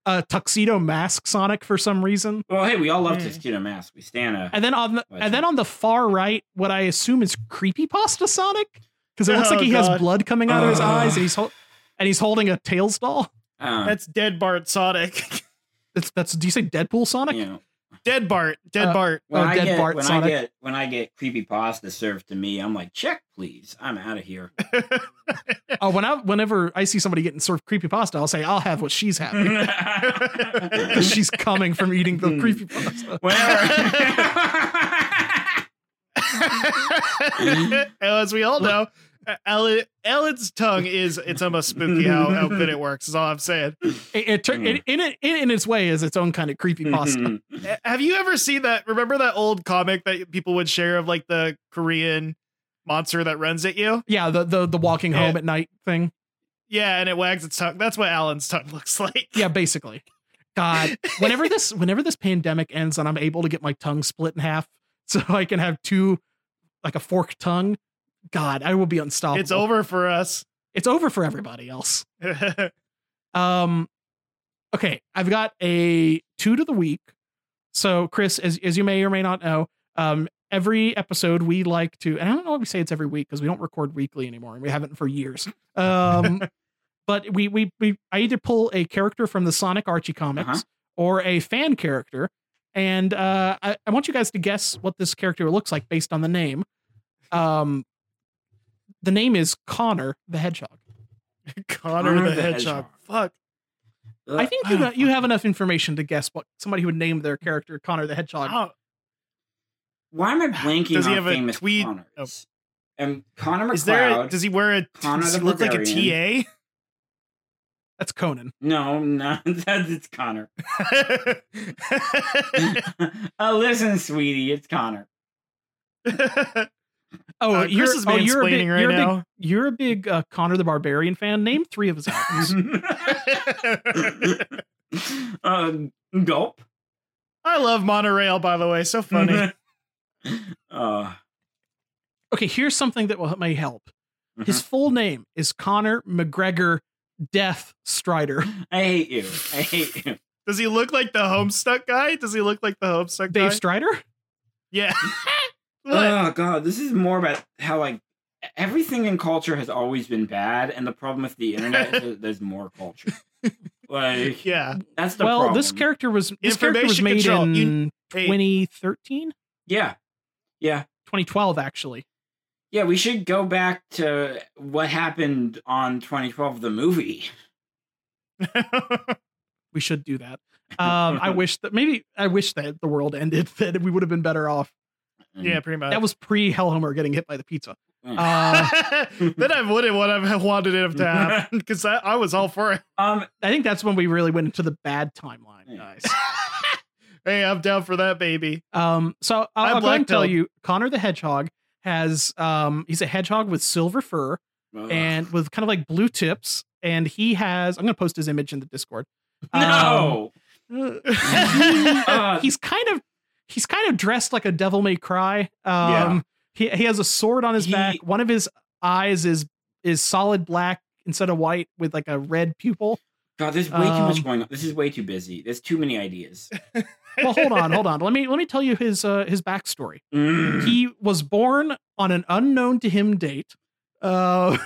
S2: a tuxedo mask Sonic for some reason.
S3: Well, hey, we all love
S1: Mm.
S3: Tuxedo Mask. We stand a.
S2: And then on the
S3: Gotcha.
S2: and then on the far right, what I assume is creepypasta Sonic, because it looks
S1: Oh,
S2: like he
S1: God.
S2: has blood coming out of his
S3: Ugh.
S2: eyes, and he's hol- and he's holding a Tails doll.
S3: uh,
S1: That's Dead Bart Sonic.
S2: That's that's. Do you say Deadpool Sonic?
S3: you know,
S1: Dead Bart. Dead
S2: Uh,
S1: Bart.
S3: when
S2: Oh,
S3: I
S2: Dead
S3: get
S2: Bart
S3: when I
S2: Sonic.
S3: get when I get creepy pasta served to me, I'm like, check please, I'm out of here.
S2: Oh, when I whenever I see somebody getting served creepypasta, I'll say I'll have what she's having. because
S3: Whenever
S2: she's coming from eating
S1: Hmm.
S2: the creepypasta.
S1: And As we all know, uh, Ellen, Ellen's tongue is it's almost spooky how, how good it works, is all I'm saying.
S2: It, it, tur- it, in, it in its way is its own kind of creepypasta.
S1: Uh, Have you ever seen that? Remember that old comic that people would share of like the Korean monster that runs at you?
S2: yeah, the, the the walking home
S1: Yeah.
S2: at night thing.
S1: Yeah, and it wags its tongue. That's what Alan's tongue looks like.
S2: Yeah, basically. God, whenever this whenever this pandemic ends and I'm able to get my tongue split in half so I can have two like a forked tongue, God, I will be unstoppable.
S1: It's over for us.
S2: It's over for everybody else.
S1: okay.
S2: Um okay, I've got a two to the week. So Chris, as as you may or may not know, um every episode we like to and I don't know if we say it's every week because we don't record weekly anymore and we haven't for years. Um but we, we we I either pull a character from the Sonic Archie comics
S3: Uh-huh.
S2: or a fan character. And uh I, I want you guys to guess what this character looks like based on the name. Um the name is Connor the Hedgehog.
S1: Connor the, Hedgehog. Fuck.
S2: I think you got, you have enough information to guess what somebody would name their character Connor the Hedgehog.
S1: Oh,
S3: Why am I blanking
S1: Does
S3: on
S1: he have a
S3: famous
S1: tweed-
S3: Connors? Um, Connor McLeod.
S1: Oh, is there? A, does he wear a?
S3: Connor
S1: does
S3: the
S1: he look like a
S3: Barbarian.
S1: TA?
S2: That's Conan.
S3: no, no, that's it's Connor. oh, listen, sweetie, it's Connor.
S2: Oh,
S1: Uh,
S2: you're,
S1: Chris is
S2: oh, you're a big,
S1: mansplaining right
S2: you're a big-
S1: now.
S2: you're a big uh, Connor the Barbarian fan. Name three of his albums.
S3: uh, gulp.
S1: I love monorail, by the way. So funny.
S3: uh,
S2: okay, here's something that will may help. His full name is Connor McGregor Death Strider.
S3: I hate you. I hate you.
S1: Does he look like the Homestuck guy? Does he look like the Homestuck guy?
S2: Dave Strider.
S1: yeah. what?
S3: Oh god, this is more about how like everything in culture has always been bad, and the problem with the internet is that there's more culture. Like
S1: yeah.
S3: that's the
S2: Well,
S3: problem.
S2: this character was this character was
S1: Information
S2: made
S1: control.
S2: in
S1: You- Hey,
S2: 2013,
S3: yeah, yeah,
S2: 2012 actually.
S3: yeah. We should go back to what happened on 2012, the movie.
S2: We should do that. Um, I wish that maybe I wish that the world ended. That we would have been better off.
S3: And,
S1: Yeah, pretty much.
S2: That was pre Hellhomer getting hit by the pizza.
S3: Yeah.
S2: Uh,
S1: then I wouldn't want to have wanted it to happen because I, I was all for it.
S3: um,
S2: I think that's when we really went into the bad timeline,
S3: Yeah.
S2: guys.
S1: hey, I'm down for that, baby.
S2: Um, so I'll,
S1: I'm
S2: I'll go ahead and tell
S1: blackpilled.
S2: you, Connor the hedgehog has um, he's a hedgehog with silver fur and with kind of like blue tips, and he has. I'm gonna post his image in the Discord.
S3: no.
S2: um,
S1: yeah,
S3: Uh,
S2: he's kind of he's kind of dressed like a devil may cry um he, he has a sword on his
S3: He-
S2: back one of his eyes is is solid black instead of white with like a red pupil
S3: God, there's way too
S2: Um,
S3: much going on. This is way too busy. There's too many ideas.
S2: well hold on hold on let me let me tell you his uh his backstory
S3: Mm.
S2: he was born on an unknown to him date uh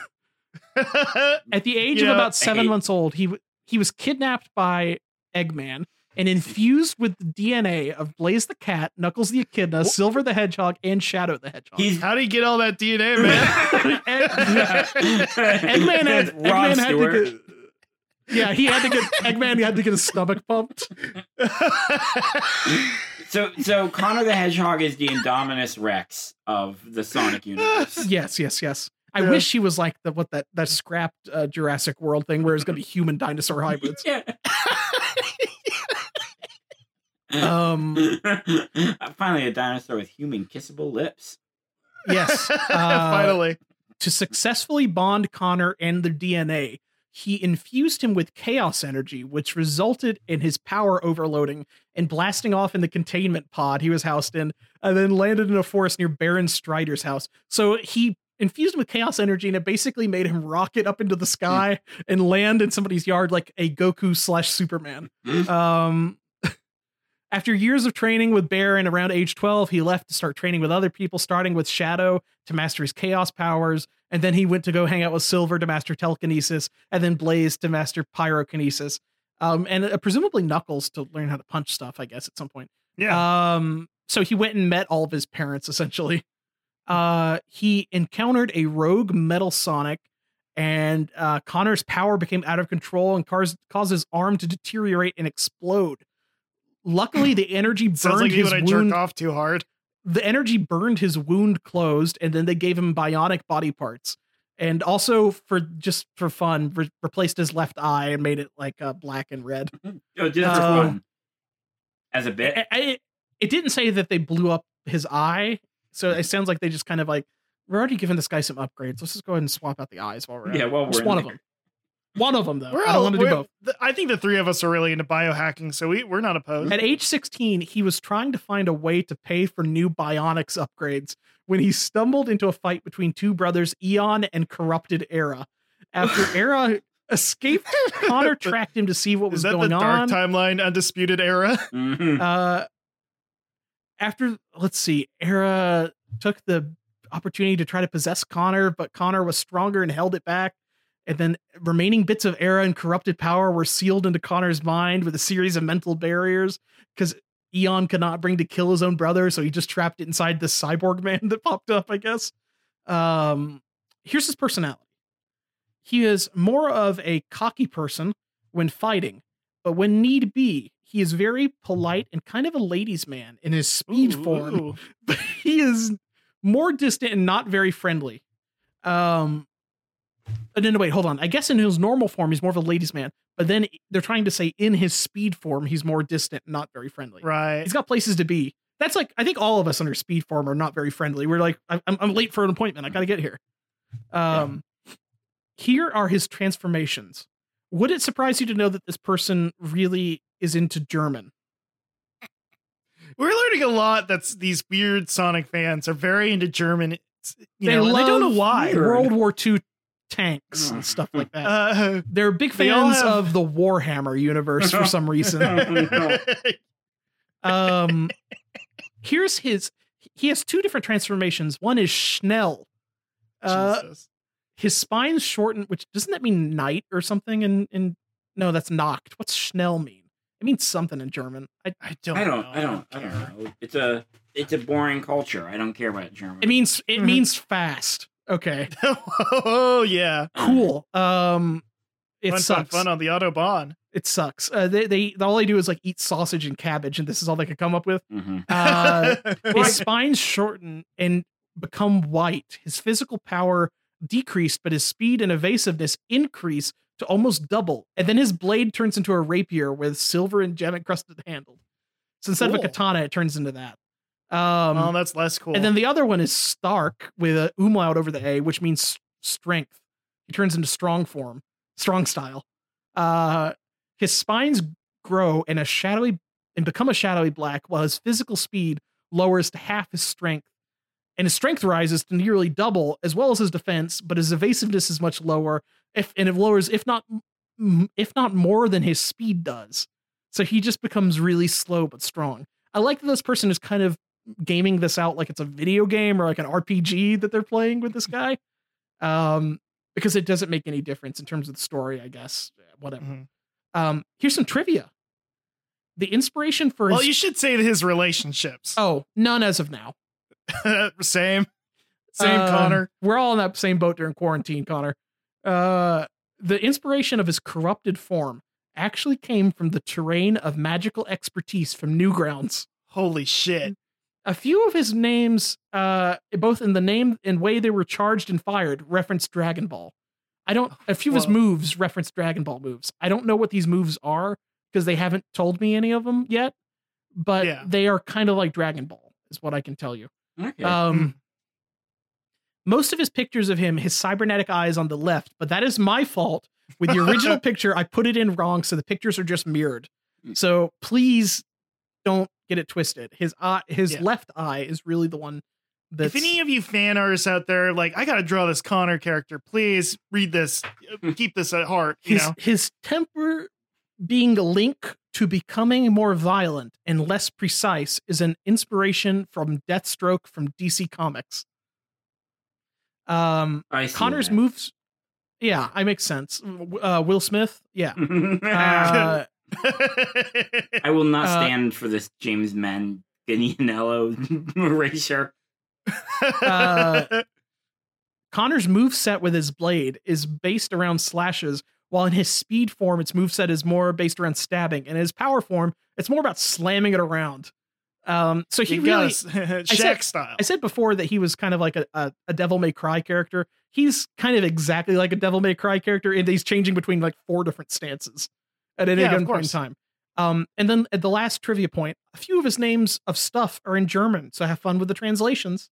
S2: at the age
S1: Yeah,
S2: of about
S3: I
S2: seven
S3: hate-
S2: months old he w- he was kidnapped by eggman and infused with the dna of blaze the cat knuckles the echidna silver the hedgehog and shadow the hedgehog E,
S3: He's
S1: How do you get all that DNA, man?
S2: Eggman
S3: Eggman
S2: had,
S3: Ron
S2: Eggman had
S3: Stewart.
S2: to get. Yeah, he had to get Eggman. had to get his stomach pumped.
S3: So, so Connor the Hedgehog is the Indominus Rex of the Sonic universe.
S2: Yes, yes, yes. I
S1: Yeah.
S2: wish he was like the what that that scrapped uh, Jurassic World thing where it's going to be human dinosaur hybrids.
S3: Yeah.
S2: Um.
S3: Finally, a dinosaur with human kissable lips.
S2: Yes. Uh,
S1: Finally.
S2: To successfully bond Connor and the DNA, he infused him with chaos energy, which resulted in his power overloading and blasting off in the containment pod he was housed in, and then landed in a forest near Baron Strider's house. So he infused him with chaos energy, and it basically made him rocket up into the sky and land in somebody's yard like a Goku slash Superman. Um, after years of training with Baron around age 12, he left to start training with other people, starting with Shadow to master his chaos powers. And then he went to go hang out with Silver to master telekinesis, and then Blaze to master pyrokinesis. Um, and uh, presumably Knuckles to learn how to punch stuff, I guess, at some point.
S1: Yeah.
S2: Um, so he went and met all of his parents essentially. Uh, he encountered a rogue metal Sonic, and uh, Connor's power became out of control and cars- caused his arm to deteriorate and explode. Luckily, the energy burned
S1: Sounds like you when
S2: his
S1: I
S2: wound.
S1: jerked off too hard.
S2: The energy burned his wound closed, and then they gave him bionic body parts. And also, for just for fun, re- replaced his left eye and made it like uh, black and red.
S3: Oh, just for
S2: Um,
S3: fun. As a bit.
S2: I- I- it, didn't say that they blew up his eye, so it sounds like they just kind of like we're already giving this guy some upgrades. Let's just go ahead and swap out the eyes while we're at
S3: Yeah,
S2: it.
S3: well,
S2: just
S3: we're
S2: one
S3: in
S2: of them. One of them though.
S1: We're
S2: I don't
S1: all-
S2: want to do
S1: we're-
S2: both.
S1: th- I think the three of us are really into biohacking, so we, we're not opposed.
S2: At age 16, he was trying to find a way to pay for new bionics upgrades when he stumbled into a fight between two brothers, Eon and Corrupted Era. After Era escaped, Connor tracked him to see what was
S1: Is that the
S2: going on.
S1: dark timeline undisputed era?
S3: Mhm.
S2: uh after let's see era took the opportunity to try to possess connor but connor was stronger and held it back and then remaining bits of era and corrupted power were sealed into connor's mind with a series of mental barriers because eon could not bring to kill his own brother so he just trapped it inside this cyborg man that popped up i guess um here's his personality he is more of a cocky person when fighting but when need be, he is very polite and kind of a ladies' man in his speed form.
S1: Ooh.
S2: But he is more distant and not very friendly. Um, oh, no, no, wait, hold on. I guess in his normal form, he's more of a ladies' man. But then they're trying to say in his speed form, he's more distant, not very friendly.
S1: Right.
S2: He's got places to be. That's like I think all of us under speed form are not very friendly. We're like I- I'm, I'm late for an appointment. I got to get here. Um, here are his transformations. Would it surprise you to know that this person really is into German?
S1: We're learning a lot that's these weird Sonic fans are very into German. it's- You
S2: they
S1: know, and I don't know
S2: love
S1: why.
S2: World War II tanks and stuff like that.
S1: Uh,
S2: They're big
S1: they all
S2: fans
S1: have-
S2: of the Warhammer universe for some reason. um here's his he has two different transformations one is schnell uh
S1: Jesus.
S2: his spine's shortened which doesn't that mean night or something and and no that's knocked what's schnell mean it means something in german i
S1: I don't.
S3: I don't.
S1: Know.
S3: I don't. I don't know. It's a. It's a boring culture. I don't care about German.
S2: it means it
S1: Mhm.
S2: means fast okay
S1: oh yeah.
S2: cool um it
S1: fun,
S2: sucks
S1: fun, fun on the autobahn.
S2: It sucks. Uh, they, they all they do is like eat sausage and cabbage, and this is all they could come up with.
S3: Mhm.
S2: Uh,
S1: Right.
S2: his spine shorten and become white. His physical power decreased, but his speed and evasiveness increase to almost double. And then his blade turns into a rapier with silver and gem encrusted handle. So instead of a
S1: Cool.
S2: katana, it turns into that. Um,
S1: oh, that's less cool.
S2: and then the other one is Stark with a umlaut over the A, which means s- strength. He turns into strong form, strong style. Uh, his spines grow and a shadowy and become a shadowy black, while his physical speed lowers to half his strength, and his strength rises to nearly double, as well as his defense. But his evasiveness is much lower, if and it lowers if not m- if not more than his speed does. So he just becomes really slow but strong. I like that this person is kind of gaming this out like it's a video game or like an RPG that they're playing with this guy. Um, because it doesn't make any difference in terms of the story, I guess. Whatever.
S1: Mhm.
S2: Um, here's some trivia. The inspiration for
S1: well,
S2: his
S1: you should say his relationships.
S2: oh, none as of now.
S1: same, same,
S2: Um,
S1: Connor.
S2: We're all in that same boat during quarantine, Connor. Uh, the inspiration of his corrupted form actually came from the terrain of magical expertise from Newgrounds.
S1: Holy shit!
S2: a few of his names, uh, both in the name and way they were charged and fired, reference Dragon Ball. I don't. A few of his
S1: Whoa.
S2: moves reference Dragon Ball moves. I don't know what these moves are because they haven't told me any of them yet. But
S1: Yeah.
S2: they are kind of like Dragon Ball, is what I can tell you.
S3: Okay.
S2: Um,
S1: Mm.
S2: most of his pictures of him, his cybernetic eye is on the left, but that is my fault. With the original picture, I put it in wrong, so the pictures are just mirrored.
S1: Mm.
S2: So please don't get it twisted. His eye, his
S1: Yeah.
S2: left eye is really the one that's
S1: if any of you fan artists out there, are like I gotta draw this Connor character, please read this. Uh, Keep this at heart. You
S2: his
S1: know,
S2: his temper being a link to becoming more violent and less precise is an inspiration from Deathstroke from DC Comics. Um,
S3: I see
S2: Connor's
S3: that.
S2: moves. Yeah, I make sense. W- Uh, Will Smith. Yeah.
S1: Ah.
S2: Uh,
S3: I will not
S2: uh,
S3: stand for this James Manganiello erasure.
S2: uh, Connor's move set with his blade is based around slashes, while in his speed form, its move set is more based around stabbing, and in his power form, it's more about slamming it around. Um, so he
S1: he
S2: really.
S1: does Shaq
S2: said-
S1: style.
S2: I said before that he was kind of like a, a, a Devil May Cry character. He's kind of exactly like a Devil May Cry character, and he's changing between like four different stances at any
S1: Yeah, of
S2: given point in
S1: course.
S2: time. Um, and then at the last trivia point, a few of his names of stuff are in German, so have fun with the translations.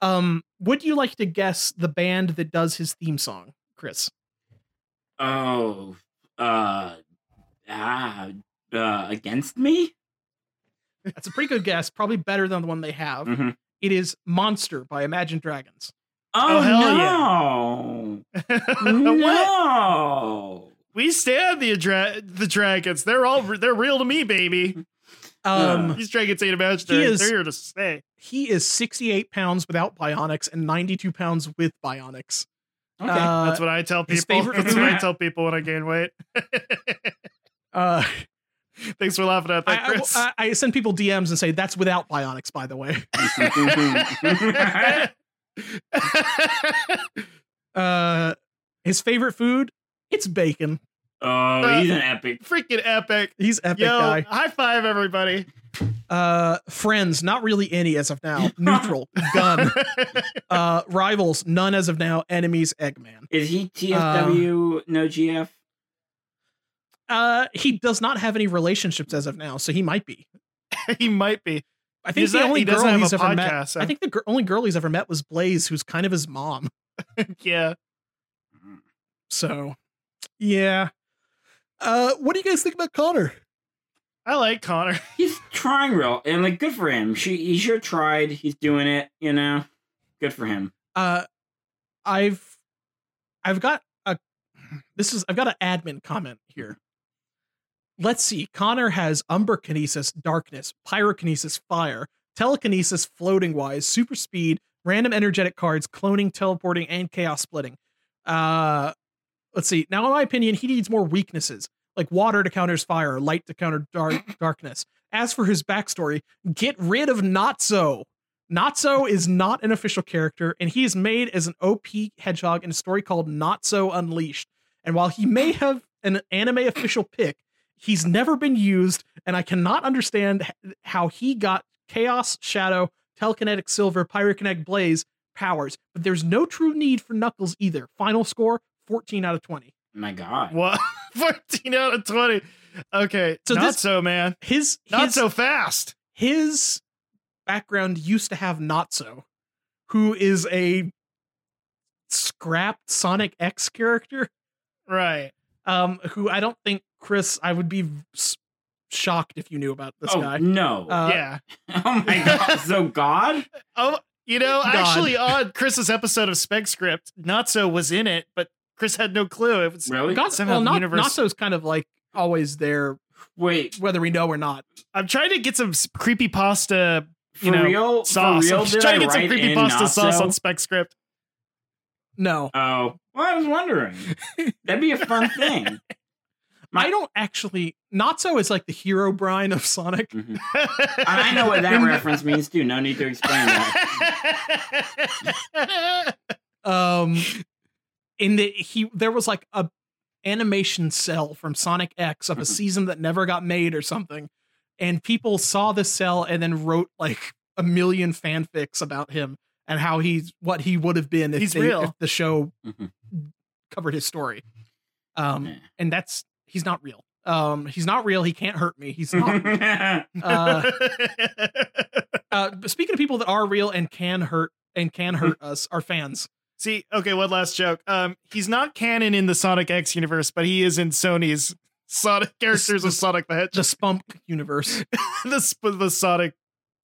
S2: Um, would you like to guess the band that does his theme song, Chris?
S3: Oh, uh, ah, uh, against me?
S2: That's a pretty good guess, probably better than the one they have.
S1: Mm.
S3: Mhm.
S2: It is Monster by Imagine Dragons.
S3: Oh,
S1: Oh, hell
S3: no.
S1: what?
S3: no.
S1: We stand the dra- the dragons. They're all they're real to me, baby.
S2: Um,
S3: Yeah.
S1: These dragons ain't
S2: He
S1: imaginary.
S2: is-
S1: they're here to stay.
S2: he is 68 pounds without bionics and 92 pounds with bionics.
S3: Okay.
S2: Uh,
S1: That's what I tell
S2: his
S1: people.
S2: favorite-
S1: That's what I tell people when I gain weight.
S2: uh,
S1: Thanks for laughing at that,
S2: I,
S1: Chris.
S2: I, I send people DMs and say that's without bionics, by the way. Uh, his favorite food, it's bacon.
S1: uh,
S3: oh, he's an epic.
S1: Freaking epic.
S2: He's epic
S1: Yo,
S2: guy.
S1: high five, everybody.
S2: Uh, friends, not really any as of now. Neutral, gun. Uh, rivals, none as of now. Enemies, Eggman.
S3: Is he TFW no GF?
S2: Uh, he does not have any relationships as of now, so he might be.
S1: he might be.
S2: I think
S1: He's
S2: the
S1: not-
S2: only
S1: he
S2: girl
S1: doesn't have
S2: he's
S1: a
S2: ever met.
S1: podcast, so-
S2: I think the gr- only girl he's ever met was Blaze, who's kind of his mom.
S1: Yeah.
S2: So, yeah. Uh, what do you guys think about Connor?
S1: I like Connor.
S3: He's trying real, and like, good for him. She, he sure tried. He's doing it, you know. Good for him.
S2: Uh, I've, I've got a, this is I've got an admin comment here. Let's see. Connor has Umber Kinesis, Darkness, Pyrokinesis, Fire, Telekinesis, Floating Wise, Super Speed, Random Energetic Cards, Cloning, Teleporting, and Chaos Splitting. Uh, let's see. Now, in my opinion, he needs more weaknesses like Water to counter his Fire, Light to counter dark, Darkness. As for his backstory, get rid of Natso. Natso is not an official character, and he is made as an OP hedgehog in a story called Natso Unleashed. And while he may have an anime official pick. He's never been used, and I cannot understand h- how he got Chaos, Shadow, Telekinetic Silver, Pyrokinetic Blaze powers. But there's no true need for Knuckles either. Final score 14 out of 20.
S3: My God.
S1: What? 14 out of 20. Okay.
S2: So
S1: So not
S2: this-
S1: so, man.
S2: His
S1: Not
S2: his,
S1: so fast.
S2: his background used to have Natsu, who is a scrapped Sonic X character.
S1: Right.
S2: um, who I don't think Chris. I would be s- shocked if you knew about this
S3: oh
S2: guy.
S3: no!
S2: Uh,
S1: yeah.
S3: oh my God! So God?
S1: Oh, you know,
S2: God.
S1: actually, on Chris's episode of Spec Script, Not So was in it, but Chris had no clue. It was
S3: Really?
S2: God,
S1: somehow
S2: well,
S1: the
S2: not
S1: universe-
S2: Natsu's kind of like always there,
S3: Wait,
S2: whether we know or not.
S1: I'm trying to get some creepy pasta
S3: for
S1: You know,
S3: real?
S1: sauce.
S3: For real?
S1: I'm
S3: Did
S1: trying
S3: I
S1: to get some
S3: write in
S1: creepy pasta sauce
S3: Natsu?
S1: on Spec Script.
S2: No,
S3: Oh, well, I was wondering. That'd be a fun thing.
S2: I don't actually. Natsu is like the hero brine of Sonic.
S3: Mhm. I I know what that reference means too. No need to explain that.
S2: Um, in the he there was like a animation cell from Sonic X of a
S3: Mhm.
S1: Mm-hmm.
S2: season that never got made or something, and people saw this cell and then wrote like a million fanfics about him and how he's what he would have been if,
S1: He's
S2: they-
S1: real. Mm-hmm.
S2: if the show
S3: Mhm.
S2: covered his story. Um,
S3: Yeah.
S2: and that's he's not real. Um, he's not real. He can't hurt me. He's not. real. uh, uh, but speaking of people that are real and can hurt and can hurt us, our fans.
S1: See, okay, one last joke. Um, he's not canon in the Sonic X universe, but he is in Sony's Sonic characters of Sonic the Hedgehog,
S2: The Spump universe.
S1: the, sp- the Sonic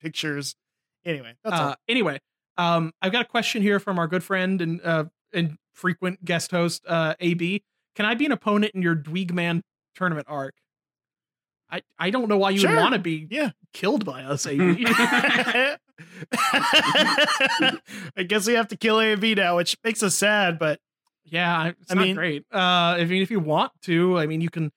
S1: pictures. Anyway, that's all.
S2: uh, anyway, um, I've got a question here from our good friend and uh, and frequent guest host, uh, AB. Can I be an opponent in your Dweegman tournament arc? I, I don't know why you
S1: Sure.
S2: would want to be
S1: Yeah.
S2: killed by us, AB. Uh.
S1: I guess we have to kill A and B now, which makes us sad, but
S2: yeah, I- it's
S1: I
S2: not
S1: mean-
S2: great. Uh, I mean, if you want to, I mean, you can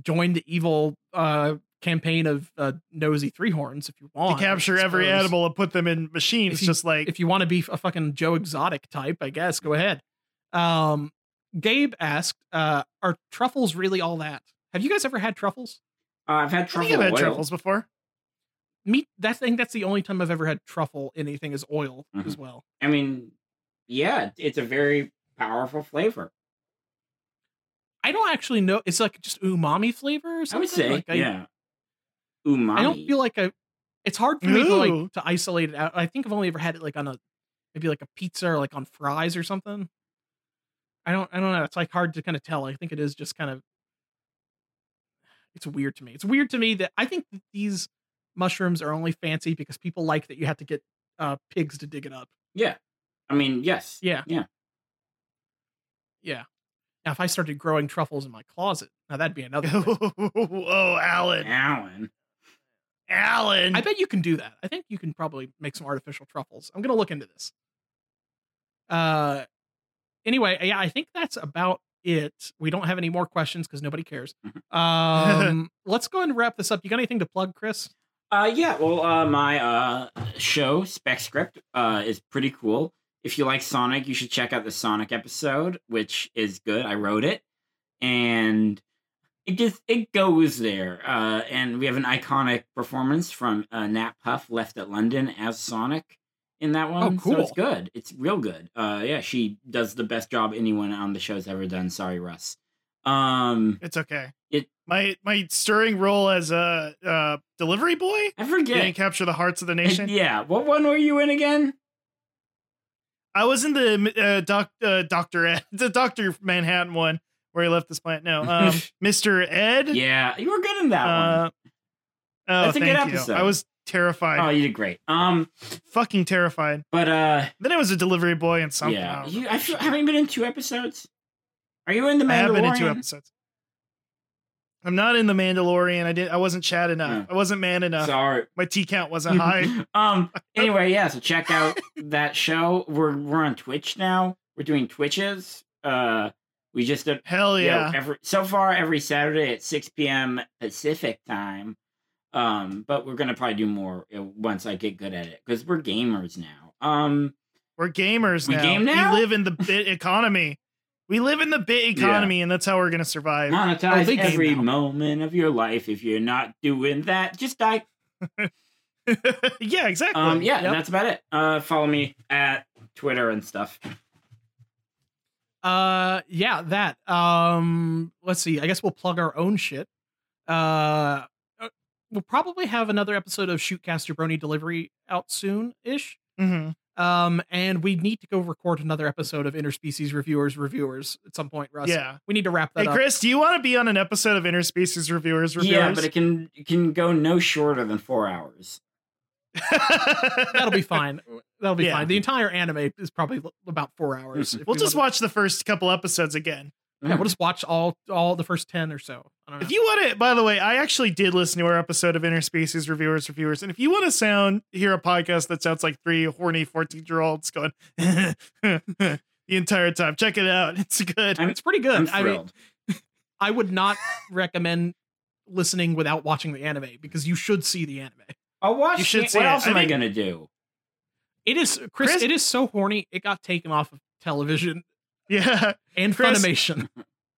S2: join the evil uh, campaign of uh, Nosy Three Horns if you
S1: to
S2: want. I
S1: capture every
S2: suppose.
S1: animal and put them in machines,
S2: If you-
S1: just like
S2: if you want to be a fucking Joe Exotic type, I guess go ahead. Um, Gabe asked, uh, "Are truffles really all that? Have you guys ever had truffles?
S3: Uh, I've had
S1: I think
S3: truffle
S1: I've had
S3: oil.
S1: truffles before.
S2: Me, that thing. That's the only time I've ever had truffle anything is oil
S3: Mhm.
S2: as well.
S3: I mean, yeah, it's a very powerful flavor.
S2: I don't actually know. It's like just umami flavor or
S3: I
S2: something.
S3: would say,
S2: Like, I,
S3: yeah. Umami.
S2: I don't feel like I. It's hard for me to
S1: Ooh.
S2: like to isolate it out. I think I've only ever had it like on a maybe like a pizza or like on fries or something. I don't I don't know. It's like hard to kind of tell. I think it is just kind of it's weird to me. It's weird to me that I think that these mushrooms are only fancy because people like that you have to get uh pigs to dig it up.
S3: Yeah. I mean, yes.
S2: Yeah.
S3: Yeah.
S2: Yeah. Now if I started growing truffles in my closet, now that'd be another thing.
S1: oh, Alan,
S3: Alan.
S1: Alan!
S2: I bet you can do that. I think you can probably make some artificial truffles. I'm gonna look into this. Uh, anyway, yeah, I think that's about it. We don't have any more questions because nobody cares. Um, let's go ahead and wrap this up. You got anything to plug, Chris?
S3: Uh, yeah, well, uh, my uh, show, Spec Script, uh, is pretty cool. If you like Sonic, you should check out the Sonic episode, which is good. I wrote it. And it just it goes there. Uh, and we have an iconic performance from uh, Nat Puff left at London as Sonic in that one. So it's
S2: cool.
S3: good. It's real good. Uh, yeah, she does the best job anyone on the show's ever done. Sorry, Russ. Um,
S1: it's okay.
S3: It-
S1: my my stirring role as a uh, delivery boy
S3: I
S1: didn't
S3: forget.
S1: capture the hearts of the nation.
S3: Yeah, what one were you in again?
S1: I was in the uh, doc, uh, Doctor Ed, the Doctor Manhattan one where he left this planet. No, um, Mister Ed.
S3: Yeah, you were good in that one.
S1: Uh, oh,
S3: That's a good
S1: thank you.
S3: episode.
S1: I was terrified,
S3: Oh, you did great. Um,
S1: fucking terrified.
S3: but uh,
S1: Then I was a delivery boy in something. I
S3: yeah,
S1: don't
S3: you,
S1: know.
S3: I feel, haven't you been in two episodes. Are you in the Mandalorian?
S1: I have been in two episodes. I'm not in the Mandalorian. I did. I wasn't Chad enough.
S3: Hmm.
S1: I wasn't man enough.
S3: Sorry.
S1: My T count wasn't high.
S3: um. Anyway, yeah. So check out that show. We're we're on Twitch now. We're doing Twitches. Uh, we just did
S1: Hell
S3: you
S1: Oh,
S3: know,
S1: yeah!
S3: every so far every Saturday at six p.m. Pacific time. Um, but we're gonna probably do more uh, once I get good at it because we're gamers now. Um,
S1: We're gamers
S3: We
S1: now.
S3: game now?
S1: We live in the bit economy. We live in the bit economy, and that's how we're gonna survive.
S2: Oh, they
S3: Monetize
S2: came
S3: every
S2: out.
S3: moment of your life. If you're not doing that, just die.
S1: yeah, exactly.
S3: Um, yeah,
S2: Yep.
S3: that's about it. Uh, follow me at Twitter and stuff.
S2: Uh, yeah, that. Um, let's see. I guess we'll plug our own shit. Uh, uh, we'll probably have another episode of Shootcast Jabroni Delivery out soon ish.
S1: Mhm.
S2: Um, and we need to go record another episode of Interspecies Reviewers Reviewers at some point, Russ.
S1: Yeah.
S2: We need to wrap that
S1: Hey,
S2: up.
S1: Chris, do you want to be on an episode of Interspecies Reviewers? Reviewers?
S3: Yeah, but it can it can go no shorter than four hours.
S2: That'll be fine. That'll be
S1: Yeah.
S2: fine. The entire anime is probably l- about four hours. if
S1: we'll
S2: we
S1: just
S2: wanna-
S1: watch the first couple episodes again.
S2: yeah, we'll just watch all all the first ten or so. I
S3: Uh-huh.
S2: don't know.
S1: If you want to, by the way, I actually did listen to our episode of Interspecies Reviewers Reviewers, and if you want to sound hear a podcast that sounds like three horny fourteen year olds going the entire time, check it out. It's good.
S3: I'm-
S2: it's pretty
S3: I'm
S2: good. I mean,
S3: thrilled.
S2: I would not recommend listening without watching the anime because you should see the anime.
S3: I'll watch.
S1: You should
S3: it.
S1: see
S3: What
S1: it.
S3: else
S1: I
S3: am I
S1: mean-
S3: gonna do?
S2: It is Chris,
S1: Chris-
S2: It is so horny. It got taken off of television
S1: Yeah,
S2: and
S1: Chris-
S2: Funimation.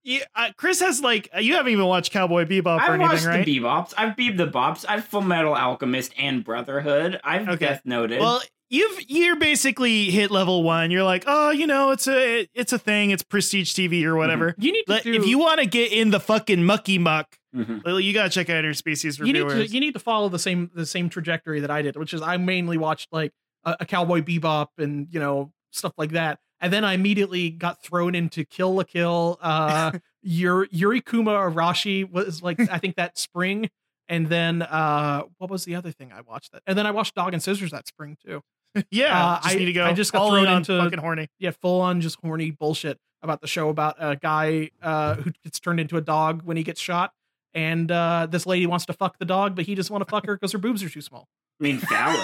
S1: yeah. Uh, Chris has like you haven't even watched Cowboy Bebop or
S3: I've watched
S1: anything, right?
S3: the Bebops. I've Beeb the Bops. I've Full Metal Alchemist and Brotherhood. I've
S1: Okay.
S3: Death Noted.
S1: Well, you've you're basically hit level one. You're like, oh, you know, it's a it, it's a thing. It's prestige TV or whatever.
S2: Mhm. You need to
S1: Let-
S2: do,
S1: if you want to get in the fucking mucky muck,
S3: Mhm.
S1: well, you gotta check out Interspecies
S2: you need
S1: Reviewers.
S2: to you need to follow the same the same trajectory that I did, which is I mainly watched like a, a Cowboy Bebop and you know stuff like that, and then I immediately got thrown into Kill la Kill. Uh, Yuri, Yuri Kuma Arashi was like I think that spring, and then uh, what was the other thing I watched that, and then I watched Dog and Scissors that spring too.
S1: yeah,
S2: uh,
S1: just
S2: I-
S1: need to go.
S2: I just got
S1: all
S2: thrown
S1: in on
S2: into-
S1: fucking horny.
S2: Yeah, full on just horny bullshit about the show about a guy uh, who gets turned into a dog when he gets shot. And uh, this lady wants to fuck the dog, but he doesn't want to fuck her because her boobs are too small.
S3: I mean, valid.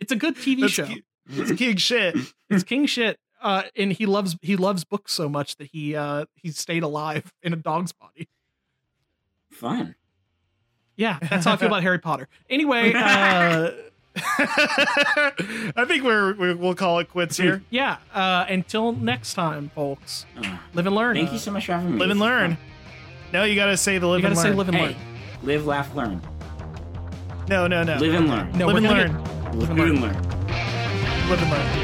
S2: It's a good TV
S1: That's
S2: show.
S1: cute. It's king shit.
S2: It's king shit. Uh, and he loves he loves books so much that he uh he stayed alive in a dog's body.
S3: Fun.
S2: Yeah, that's how I feel about Harry Potter. Anyway, uh,
S1: I think we're we, we'll call it quits here.
S2: yeah. Uh, until next time, folks.
S3: Ah.
S2: Live and learn.
S3: Thank you so much for having me.
S1: Live and
S3: This is
S1: learn. No, you gotta say the live
S2: You gotta
S1: and
S2: say
S1: learn.
S2: live and
S3: fun.
S2: learn.
S3: Hey, live, laugh, learn.
S1: no, no, no.
S3: Live and learn.
S2: No,
S1: Live
S2: we're
S1: and
S2: gonna-
S1: learn.
S3: Live
S2: and learn.
S3: and learn.
S1: Live and learn.